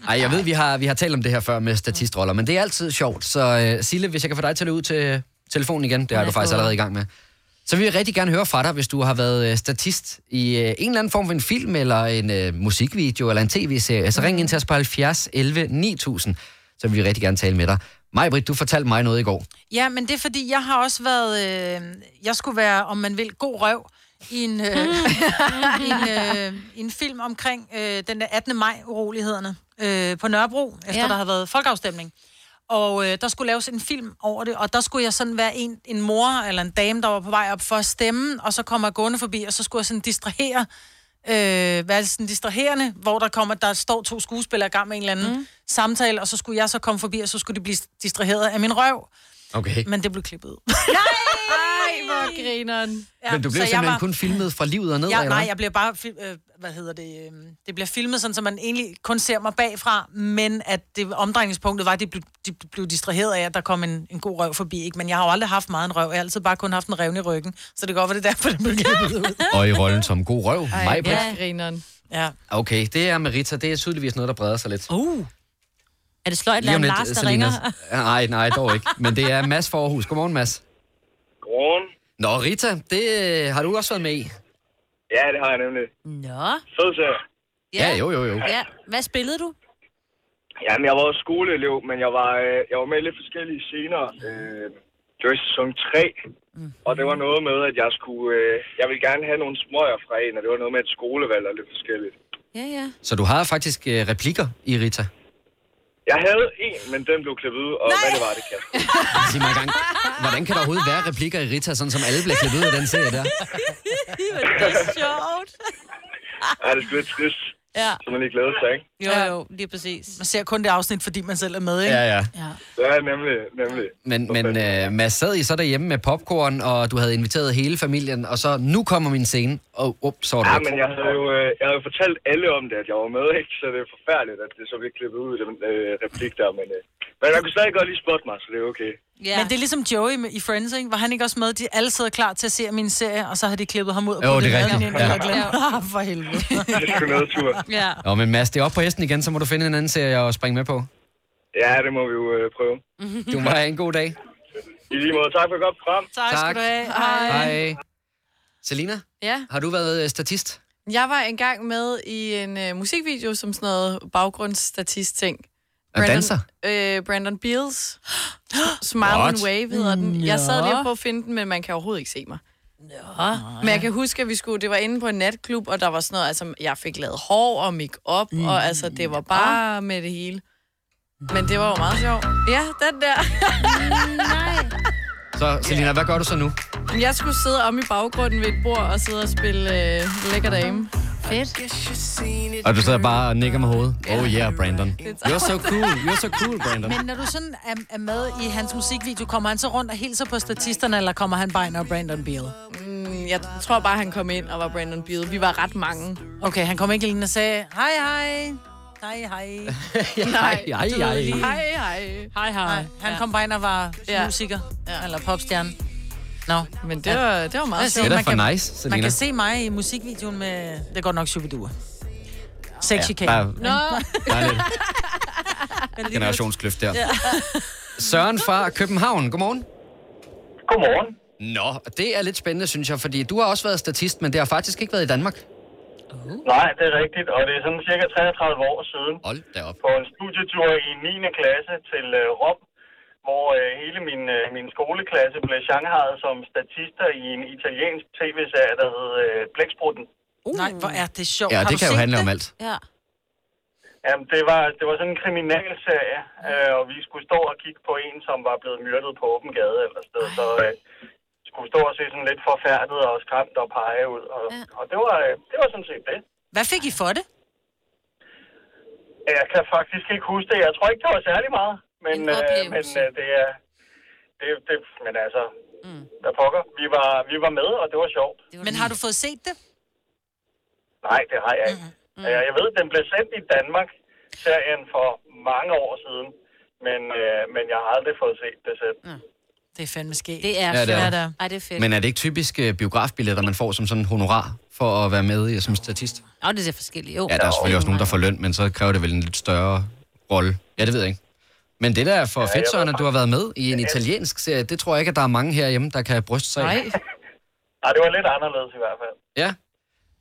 [SPEAKER 1] Ej, jeg ved, vi har, vi har talt om det her før med statistroller, men det er altid sjovt. Så uh, Sille, hvis jeg kan få dig til at løbe ud til telefonen igen, det er
[SPEAKER 6] Hun
[SPEAKER 1] du
[SPEAKER 6] er
[SPEAKER 1] faktisk
[SPEAKER 6] på.
[SPEAKER 1] allerede i gang med, så vil jeg rigtig gerne høre fra dig, hvis du har været uh, statist i uh, en eller anden form for en film, eller en uh, musikvideo, eller en tv-serie. Så ring ind til os på 70 11 9000, så vil vi rigtig gerne tale med dig. Majbrit, du fortalte mig noget i går.
[SPEAKER 2] Ja, men det er fordi, jeg har også været... Øh, jeg skulle være, om man vil, god røv i en, øh, i en, øh, i en film omkring øh, den der 18. maj-urolighederne øh, på Nørrebro, efter
[SPEAKER 11] Ja.
[SPEAKER 2] ja. der havde været folkeafstemning. Og øh, der skulle laves en film over det, og der skulle jeg sådan være en, en mor eller en dame, der var på vej op for at stemme, og så kommer jeg gående forbi, og så skulle jeg sådan distrahere, øh, være sådan distraherende, hvor der kommer, der står to skuespillere i gang med en eller anden mm. samtale, og så skulle jeg så komme forbi, og så skulle de blive distraheret af min røv.
[SPEAKER 1] Okay.
[SPEAKER 2] Men det blev klippet ud.
[SPEAKER 11] Nej, hvor grineren.
[SPEAKER 1] Ja, men du
[SPEAKER 2] så
[SPEAKER 1] blev
[SPEAKER 2] jeg
[SPEAKER 1] simpelthen
[SPEAKER 2] var-
[SPEAKER 1] kun filmet fra livet og ned,
[SPEAKER 2] Ja,
[SPEAKER 1] eller
[SPEAKER 2] nej,
[SPEAKER 1] hvad?
[SPEAKER 2] jeg bliver bare... fil- Øh, hvad hedder det? Øh, det bliver filmet sådan, så man egentlig kun ser mig bagfra, men at det omdrejningspunktet var, at de blev, de blev distraheret af, at der kom en, en god røv forbi. Ikke? Men jeg har jo aldrig haft meget en røv. Jeg har altid bare kun haft en revne i ryggen. Så det kan godt være, det er derfor, det blev klippet ud.
[SPEAKER 1] Og i rollen som god røv, Majbrit.
[SPEAKER 2] ja, grineren. Ja.
[SPEAKER 1] Okay, det er Merita. Det er tydeligvis noget, der breder sig lidt.
[SPEAKER 11] Uh. Er det sløjt,
[SPEAKER 1] Lige om
[SPEAKER 11] Lars,
[SPEAKER 1] lidt,
[SPEAKER 11] der
[SPEAKER 1] Selina.
[SPEAKER 11] ringer?
[SPEAKER 1] Nej, nej, dog ikke. Men det er Mads fra Aarhus. Godmorgen, Mads.
[SPEAKER 3] Godmorgen.
[SPEAKER 1] Nå, Rita, det øh, har du også været med i.
[SPEAKER 3] Ja, det har jeg nemlig.
[SPEAKER 11] Nå.
[SPEAKER 3] Fed serie.
[SPEAKER 1] Ja, jo, jo, jo.
[SPEAKER 11] Ja. Hvad spillede du?
[SPEAKER 3] Jamen, jeg var også skoleelev, men jeg var, øh, jeg var med i lidt forskellige scener. Øh, det var i sæson 3,
[SPEAKER 11] Mhm.
[SPEAKER 3] mm. og det var noget med, at jeg skulle... Øh, jeg ville gerne have nogle smøger fra en, og det var noget med et skolevalg og lidt forskelligt.
[SPEAKER 11] Ja, ja.
[SPEAKER 1] Så du har faktisk øh, replikker i Rita.
[SPEAKER 3] Jeg havde en, men den blev klippet ud, og Nej. hvad det var, det kan.
[SPEAKER 1] Sig mig gang. Hvordan kan der overhovedet være replikker i Rita, sådan som alle bliver klippet ud af den serie der?
[SPEAKER 11] det er sjovt.
[SPEAKER 3] Ja, det er sgu lidt trist.
[SPEAKER 11] Ja.
[SPEAKER 3] Så man lige glæder sig, ikke?
[SPEAKER 11] Jo, jo, lige præcis.
[SPEAKER 2] Man ser kun det afsnit, fordi man selv er med, ikke?
[SPEAKER 1] Ja, ja.
[SPEAKER 3] Ja, nemlig, nemlig.
[SPEAKER 1] Men, men øh, Mads, sad I så derhjemme med popcorn, og du havde inviteret hele familien, og så nu kommer min scene, og oh, så var det
[SPEAKER 3] Ja,
[SPEAKER 1] væk.
[SPEAKER 3] men jeg havde jo øh, jeg havde jo fortalt alle om det, at jeg var med, ikke? Så det er forfærdeligt, at det så bliver klippet ud, den øh, replik der. Men, øh, men man kunne stadig godt lige spotte mig, så det er okay.
[SPEAKER 2] Ja. Men det er ligesom Joey med- i Friends, ikke? Var han ikke også med? De alle sidder klar til at se min serie, og så har de klippet ham ud. og
[SPEAKER 1] Jo,
[SPEAKER 2] puttet
[SPEAKER 1] det er
[SPEAKER 2] maden ind,
[SPEAKER 1] rigtigt. Ja.
[SPEAKER 2] og glemt- Ah, for helvede.
[SPEAKER 3] Det er sgu noget tur.
[SPEAKER 11] Ja.
[SPEAKER 1] Nå, men Mads, det er op på hesten igen, så må du finde en anden serie at springe med på.
[SPEAKER 3] Ja, det må vi jo øh, prøve.
[SPEAKER 1] Du må have en god dag.
[SPEAKER 3] I lige måde, tak for godt frem.
[SPEAKER 2] Tak,
[SPEAKER 1] skal du
[SPEAKER 4] have.
[SPEAKER 1] Hej. Selina,
[SPEAKER 4] Ja,
[SPEAKER 1] har du været øh, statist?
[SPEAKER 4] jeg var engang med i en øh, musikvideo som sådan noget baggrundsstatist-ting.
[SPEAKER 1] Og danser?
[SPEAKER 4] Øh, Brandon Beals. S- Marvin
[SPEAKER 1] What?
[SPEAKER 4] Wave hedder den. Jeg sad
[SPEAKER 1] Nå.
[SPEAKER 4] lige på at finde den, men man kan overhovedet ikke se mig.
[SPEAKER 11] Nå.
[SPEAKER 4] Men jeg kan huske, at vi skulle, det var inde på en natklub, og der var sådan noget, altså jeg fik lavet hår og make-up, mm. og altså det var bare med det hele. Men det var jo meget sjovt. Ja, den der.
[SPEAKER 11] Nej.
[SPEAKER 1] Så Selina, yeah. hvad gør du så nu?
[SPEAKER 4] Jeg skulle sidde om i baggrunden ved et bord og sidde og spille øh, lækker dame.
[SPEAKER 11] Fedt.
[SPEAKER 1] Og du sidder bare og nikker med hovedet. Oh yeah, Brandon. You're so cool, you're so cool, Brandon.
[SPEAKER 2] Men når du sådan er, er med i hans musikvideo, kommer han så rundt og hilser på statisterne, eller kommer han bare ind og er Brandon Beal?
[SPEAKER 4] Mm, jeg tror bare, han kom ind og var Brandon Beal. Vi var ret mange.
[SPEAKER 2] Okay, han kom ikke lige ind og sagde, hej, hej. Hej, hej.
[SPEAKER 4] Nej,
[SPEAKER 2] Hej,
[SPEAKER 4] du ved lige- Hej, hej.
[SPEAKER 2] Hej, hej. Han kom bare ind og var musiker, eller popstjerne. Nå,
[SPEAKER 4] men det var, det var meget sjovt.
[SPEAKER 2] Jeg siger,
[SPEAKER 1] Det er da
[SPEAKER 2] man
[SPEAKER 1] for
[SPEAKER 2] kan-
[SPEAKER 1] nice, Selina.
[SPEAKER 2] Man kan se mig i musikvideoen med, det er godt nok Superduper. Sexy ja,
[SPEAKER 1] der er- Nå. Der er lidt generationskløft der.
[SPEAKER 2] Ja.
[SPEAKER 1] Søren fra København, godmorgen.
[SPEAKER 22] Godmorgen.
[SPEAKER 1] Nå, det er lidt spændende, synes jeg, fordi du har også været statist, men det har faktisk ikke været i Danmark.
[SPEAKER 22] Nej, det er rigtigt, og det er sådan cirka 33 år siden.
[SPEAKER 1] Mm. Hold da op.
[SPEAKER 22] På en studietur i 9. klasse til øh, Rom, hvor øh, hele min, øh, min skoleklasse blev shanghajet som statister i en italiensk tv-serie, der hed øh, Blæksprutten.
[SPEAKER 2] Uh. Nej, hvor er det sjovt.
[SPEAKER 1] Ja,
[SPEAKER 2] Har
[SPEAKER 1] det
[SPEAKER 2] du
[SPEAKER 1] kan jo
[SPEAKER 2] set
[SPEAKER 1] handle
[SPEAKER 2] det?
[SPEAKER 1] om alt.
[SPEAKER 11] Ja.
[SPEAKER 22] Jamen, det var, det var sådan en kriminalserie, øh, og vi skulle stå og kigge på en, som var blevet myrdet på åben gade eller sted. Så øh, skulle stå og se sådan lidt forfærdet og skræmt og pege ud. Og, og det, var, øh, det var sådan set det.
[SPEAKER 2] Hvad fik I for det?
[SPEAKER 22] Jeg kan faktisk ikke huske det. Jeg tror ikke, det var særlig meget. Men, øh, men øh, det er... Det, det, men altså, mm. der pokker. Vi var, vi var med, og det var sjovt.
[SPEAKER 2] Men har du fået set det?
[SPEAKER 22] Nej, det har jeg ikke.
[SPEAKER 2] Mm-hmm.
[SPEAKER 22] Mm. Øh, jeg ved, den blev sendt i Danmark, serien for mange år siden. Men, øh, men jeg har aldrig fået set det selv. Mm.
[SPEAKER 2] Det er fandme sket.
[SPEAKER 11] Det er
[SPEAKER 1] Ja, det er
[SPEAKER 11] fedt.
[SPEAKER 1] det.
[SPEAKER 11] Ej, det er fedt.
[SPEAKER 1] Men er det ikke typisk øh, biografbilletter, man får som sådan honorar for at være med i, som statist?
[SPEAKER 11] Nå, det er forskelligt. Jo.
[SPEAKER 1] øh, Ja, der er selvfølgelig også nogen, der får løn, men så kræver det vel en lidt større rolle. Ja, det ved jeg ikke. Men det der er for
[SPEAKER 22] Ja,
[SPEAKER 1] ja,
[SPEAKER 22] jeg
[SPEAKER 1] fedt, Søren,
[SPEAKER 22] ved
[SPEAKER 1] at du har været med i en italiensk serie, det tror jeg ikke, at der er mange herhjemme, der kan bryste sig af.
[SPEAKER 22] Nej. Nej, det var lidt anderledes i hvert fald.
[SPEAKER 1] Ja.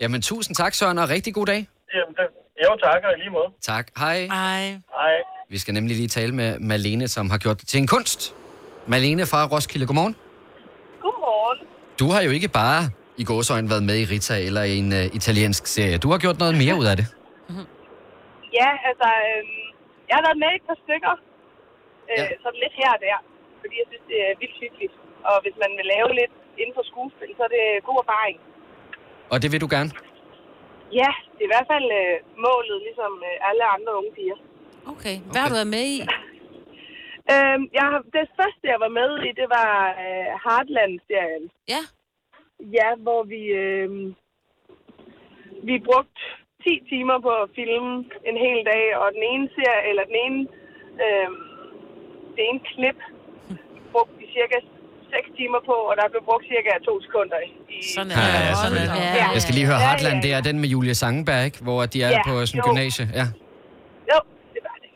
[SPEAKER 1] Jamen, tusind tak, Søren, og rigtig god dag.
[SPEAKER 22] Jamen, det, jo, tak, og i lige måde.
[SPEAKER 1] Tak. Hej.
[SPEAKER 2] Hej.
[SPEAKER 22] Hej.
[SPEAKER 1] Vi skal nemlig lige tale med Malene, som har gjort det til en kunst. Malene fra Roskilde, godmorgen.
[SPEAKER 14] Godmorgen.
[SPEAKER 1] Du har jo ikke bare i gåsøjne været med i Rita eller i en uh, italiensk serie. Du har gjort noget mere ud af det.
[SPEAKER 14] Ja, altså, øhm, jeg har været med i et par stykker, øh, ja. sådan lidt her og der, fordi jeg synes, det er vildt hyggeligt. Og hvis man vil lave lidt inden for skuespil, så er det god erfaring.
[SPEAKER 1] Og det vil du gerne.
[SPEAKER 14] Ja, det er i hvert fald øh, målet, ligesom øh, alle andre unge piger.
[SPEAKER 11] Okay. Hvad har du været med i?
[SPEAKER 14] Øhm, jeg har, det første, jeg var med i, det var øh, Heartland-serien.
[SPEAKER 11] Ja.
[SPEAKER 14] Ja, hvor vi, øh, vi brugte 10 timer på at filme en hel dag, og den ene serie, eller den ene, øh, det ene klip
[SPEAKER 11] Hm.
[SPEAKER 14] brugte vi cirka 6 timer på, og der blev brugt cirka 2 sekunder. I,
[SPEAKER 1] Sådan er det. Ja, selvfølgelig. Jeg skal lige høre, Heartland, det er den med Julia Sangenberg, ikke? Hvor de er
[SPEAKER 14] Ja,
[SPEAKER 1] på sådan en
[SPEAKER 14] jo.
[SPEAKER 1] gymnasie. Ja.
[SPEAKER 14] Jo, det var det.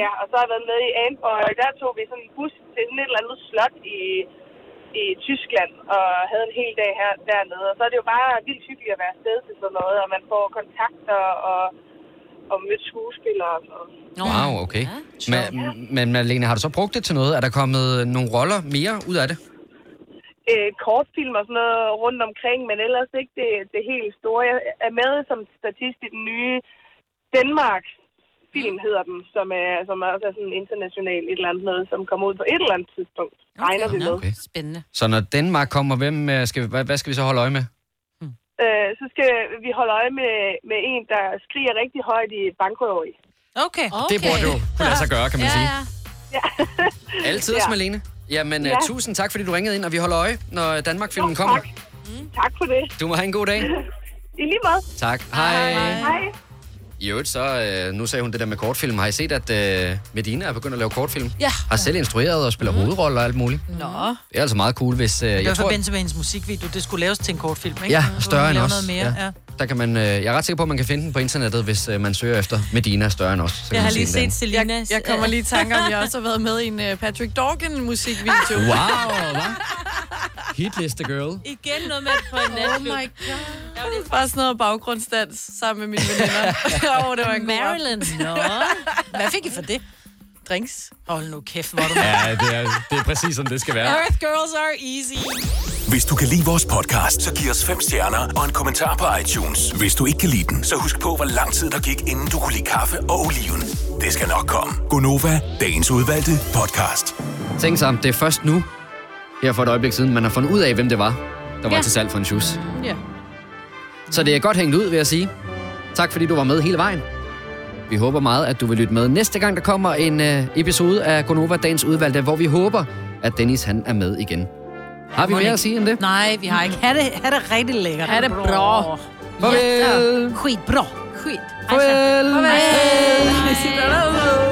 [SPEAKER 14] Ja, og så har jeg været med i Antborg, og der tog vi sådan en bus til sådan et eller andet slot i, i Tyskland, og havde en hel dag her dernede. Og så er det jo bare vildt hyggeligt at være afsted til sådan noget, og man får kontakter og, og mødt skuespillere og sådan noget.
[SPEAKER 1] Wow, okay. Men, men Malene, har du så brugt det til noget? Er der kommet nogle roller mere ud af det?
[SPEAKER 14] øh, kortfilm og sådan noget rundt omkring, men ellers ikke det, det helt store. Jeg er med som statist i den nye Danmark film hedder den, som er, som er også er sådan international et eller andet noget, som kommer ud på et eller andet tidspunkt. Regner vi med.
[SPEAKER 1] Okay.
[SPEAKER 11] Spændende.
[SPEAKER 1] Så når Danmark kommer, hvem øh, skal, vi- hvad, hvad skal vi så holde øje med?
[SPEAKER 14] Øh, så skal vi holde øje med, med en, der skriger rigtig højt i et bankrøveri.
[SPEAKER 2] Okay.
[SPEAKER 1] Det burde jo kunne lade sig gøre, kan man sige. Altid,
[SPEAKER 14] Ja.
[SPEAKER 1] ja. Malene. Jamen, ja.
[SPEAKER 14] Ja.
[SPEAKER 1] tusind tak, fordi du ringede ind, og vi holder øje, når Danmark-filmen kommer.
[SPEAKER 14] tak. Tak for det.
[SPEAKER 1] Du må have en god dag.
[SPEAKER 14] I lige måde.
[SPEAKER 1] Tak. Hej.
[SPEAKER 14] Hej.
[SPEAKER 1] I øvrigt så, øh, nu sagde hun det der med kortfilm. Har I set, at øh, Medina er begyndt at lave kortfilm?
[SPEAKER 2] Ja. Mhm.
[SPEAKER 1] Har selv instrueret og spiller hovedroller og alt muligt.
[SPEAKER 2] Nå.
[SPEAKER 1] Det er altså meget cool, hvis... Øh,
[SPEAKER 2] Det var
[SPEAKER 1] jeg
[SPEAKER 2] i
[SPEAKER 1] tror,
[SPEAKER 2] forbindelse med hendes musikvideo. Det skulle laves til en kortfilm, ikke?
[SPEAKER 1] ja,
[SPEAKER 2] Så kunne
[SPEAKER 1] større
[SPEAKER 2] hun
[SPEAKER 1] end
[SPEAKER 2] lave
[SPEAKER 1] os.
[SPEAKER 2] Noget mere. Ja.
[SPEAKER 1] Der kan man, øh, jeg er ret sikker på, at man kan finde den på internettet, hvis øh, man søger efter Medina større end os. Så kan man se den.
[SPEAKER 3] Selina. Jeg,
[SPEAKER 4] jeg kommer lige i tanke om, at jeg også har været med i en øh, Patrick Dorgan musikvideo.
[SPEAKER 1] Wow, hva? Hitliste girl.
[SPEAKER 3] Igen noget med på en
[SPEAKER 4] Oh my god. Bare sådan noget baggrundsdans sammen med mine veninder. oh, det var en
[SPEAKER 3] Marilyn, nå.
[SPEAKER 2] Hvad fik I for det?
[SPEAKER 4] Drinks.
[SPEAKER 2] Hold nu kæft, hvor er du
[SPEAKER 6] Ja, det er, det er præcis, som det skal
[SPEAKER 2] Earth girls are easy.
[SPEAKER 6] Hvis du kan lide vores podcast, så giv os fem stjerner og en kommentar på iTunes. Hvis du ikke kan lide den, så husk på, hvor lang tid der gik, inden du kunne lide kaffe og oliven. Det skal nok komme.
[SPEAKER 1] Gonova, dagens udvalgte podcast. Tænk sig om, det er først nu, her for et øjeblik siden, man har fundet ud af, hvem det var, der var
[SPEAKER 2] Ja.
[SPEAKER 1] til salg for en shoes.
[SPEAKER 2] Ja.
[SPEAKER 1] Så det er godt hængt ud, vil jeg sige. Tak fordi du var med hele vejen. Vi håber meget, at du vil lytte med næste gang, der kommer en øh, episode af Gonova Dagens Udvalgte, hvor vi håber, at Dennis han er med igen. Har vi
[SPEAKER 2] Må
[SPEAKER 1] mere
[SPEAKER 2] ikke.
[SPEAKER 1] at sige end det?
[SPEAKER 2] Nej, vi har ikke. Ha' det, ha det rigtig lækkert.
[SPEAKER 1] Ha' det bra. Farvel.
[SPEAKER 2] Skid bra.
[SPEAKER 4] Skit.
[SPEAKER 2] Altså,
[SPEAKER 1] Farvel.
[SPEAKER 2] Farvel.
[SPEAKER 4] Farvel.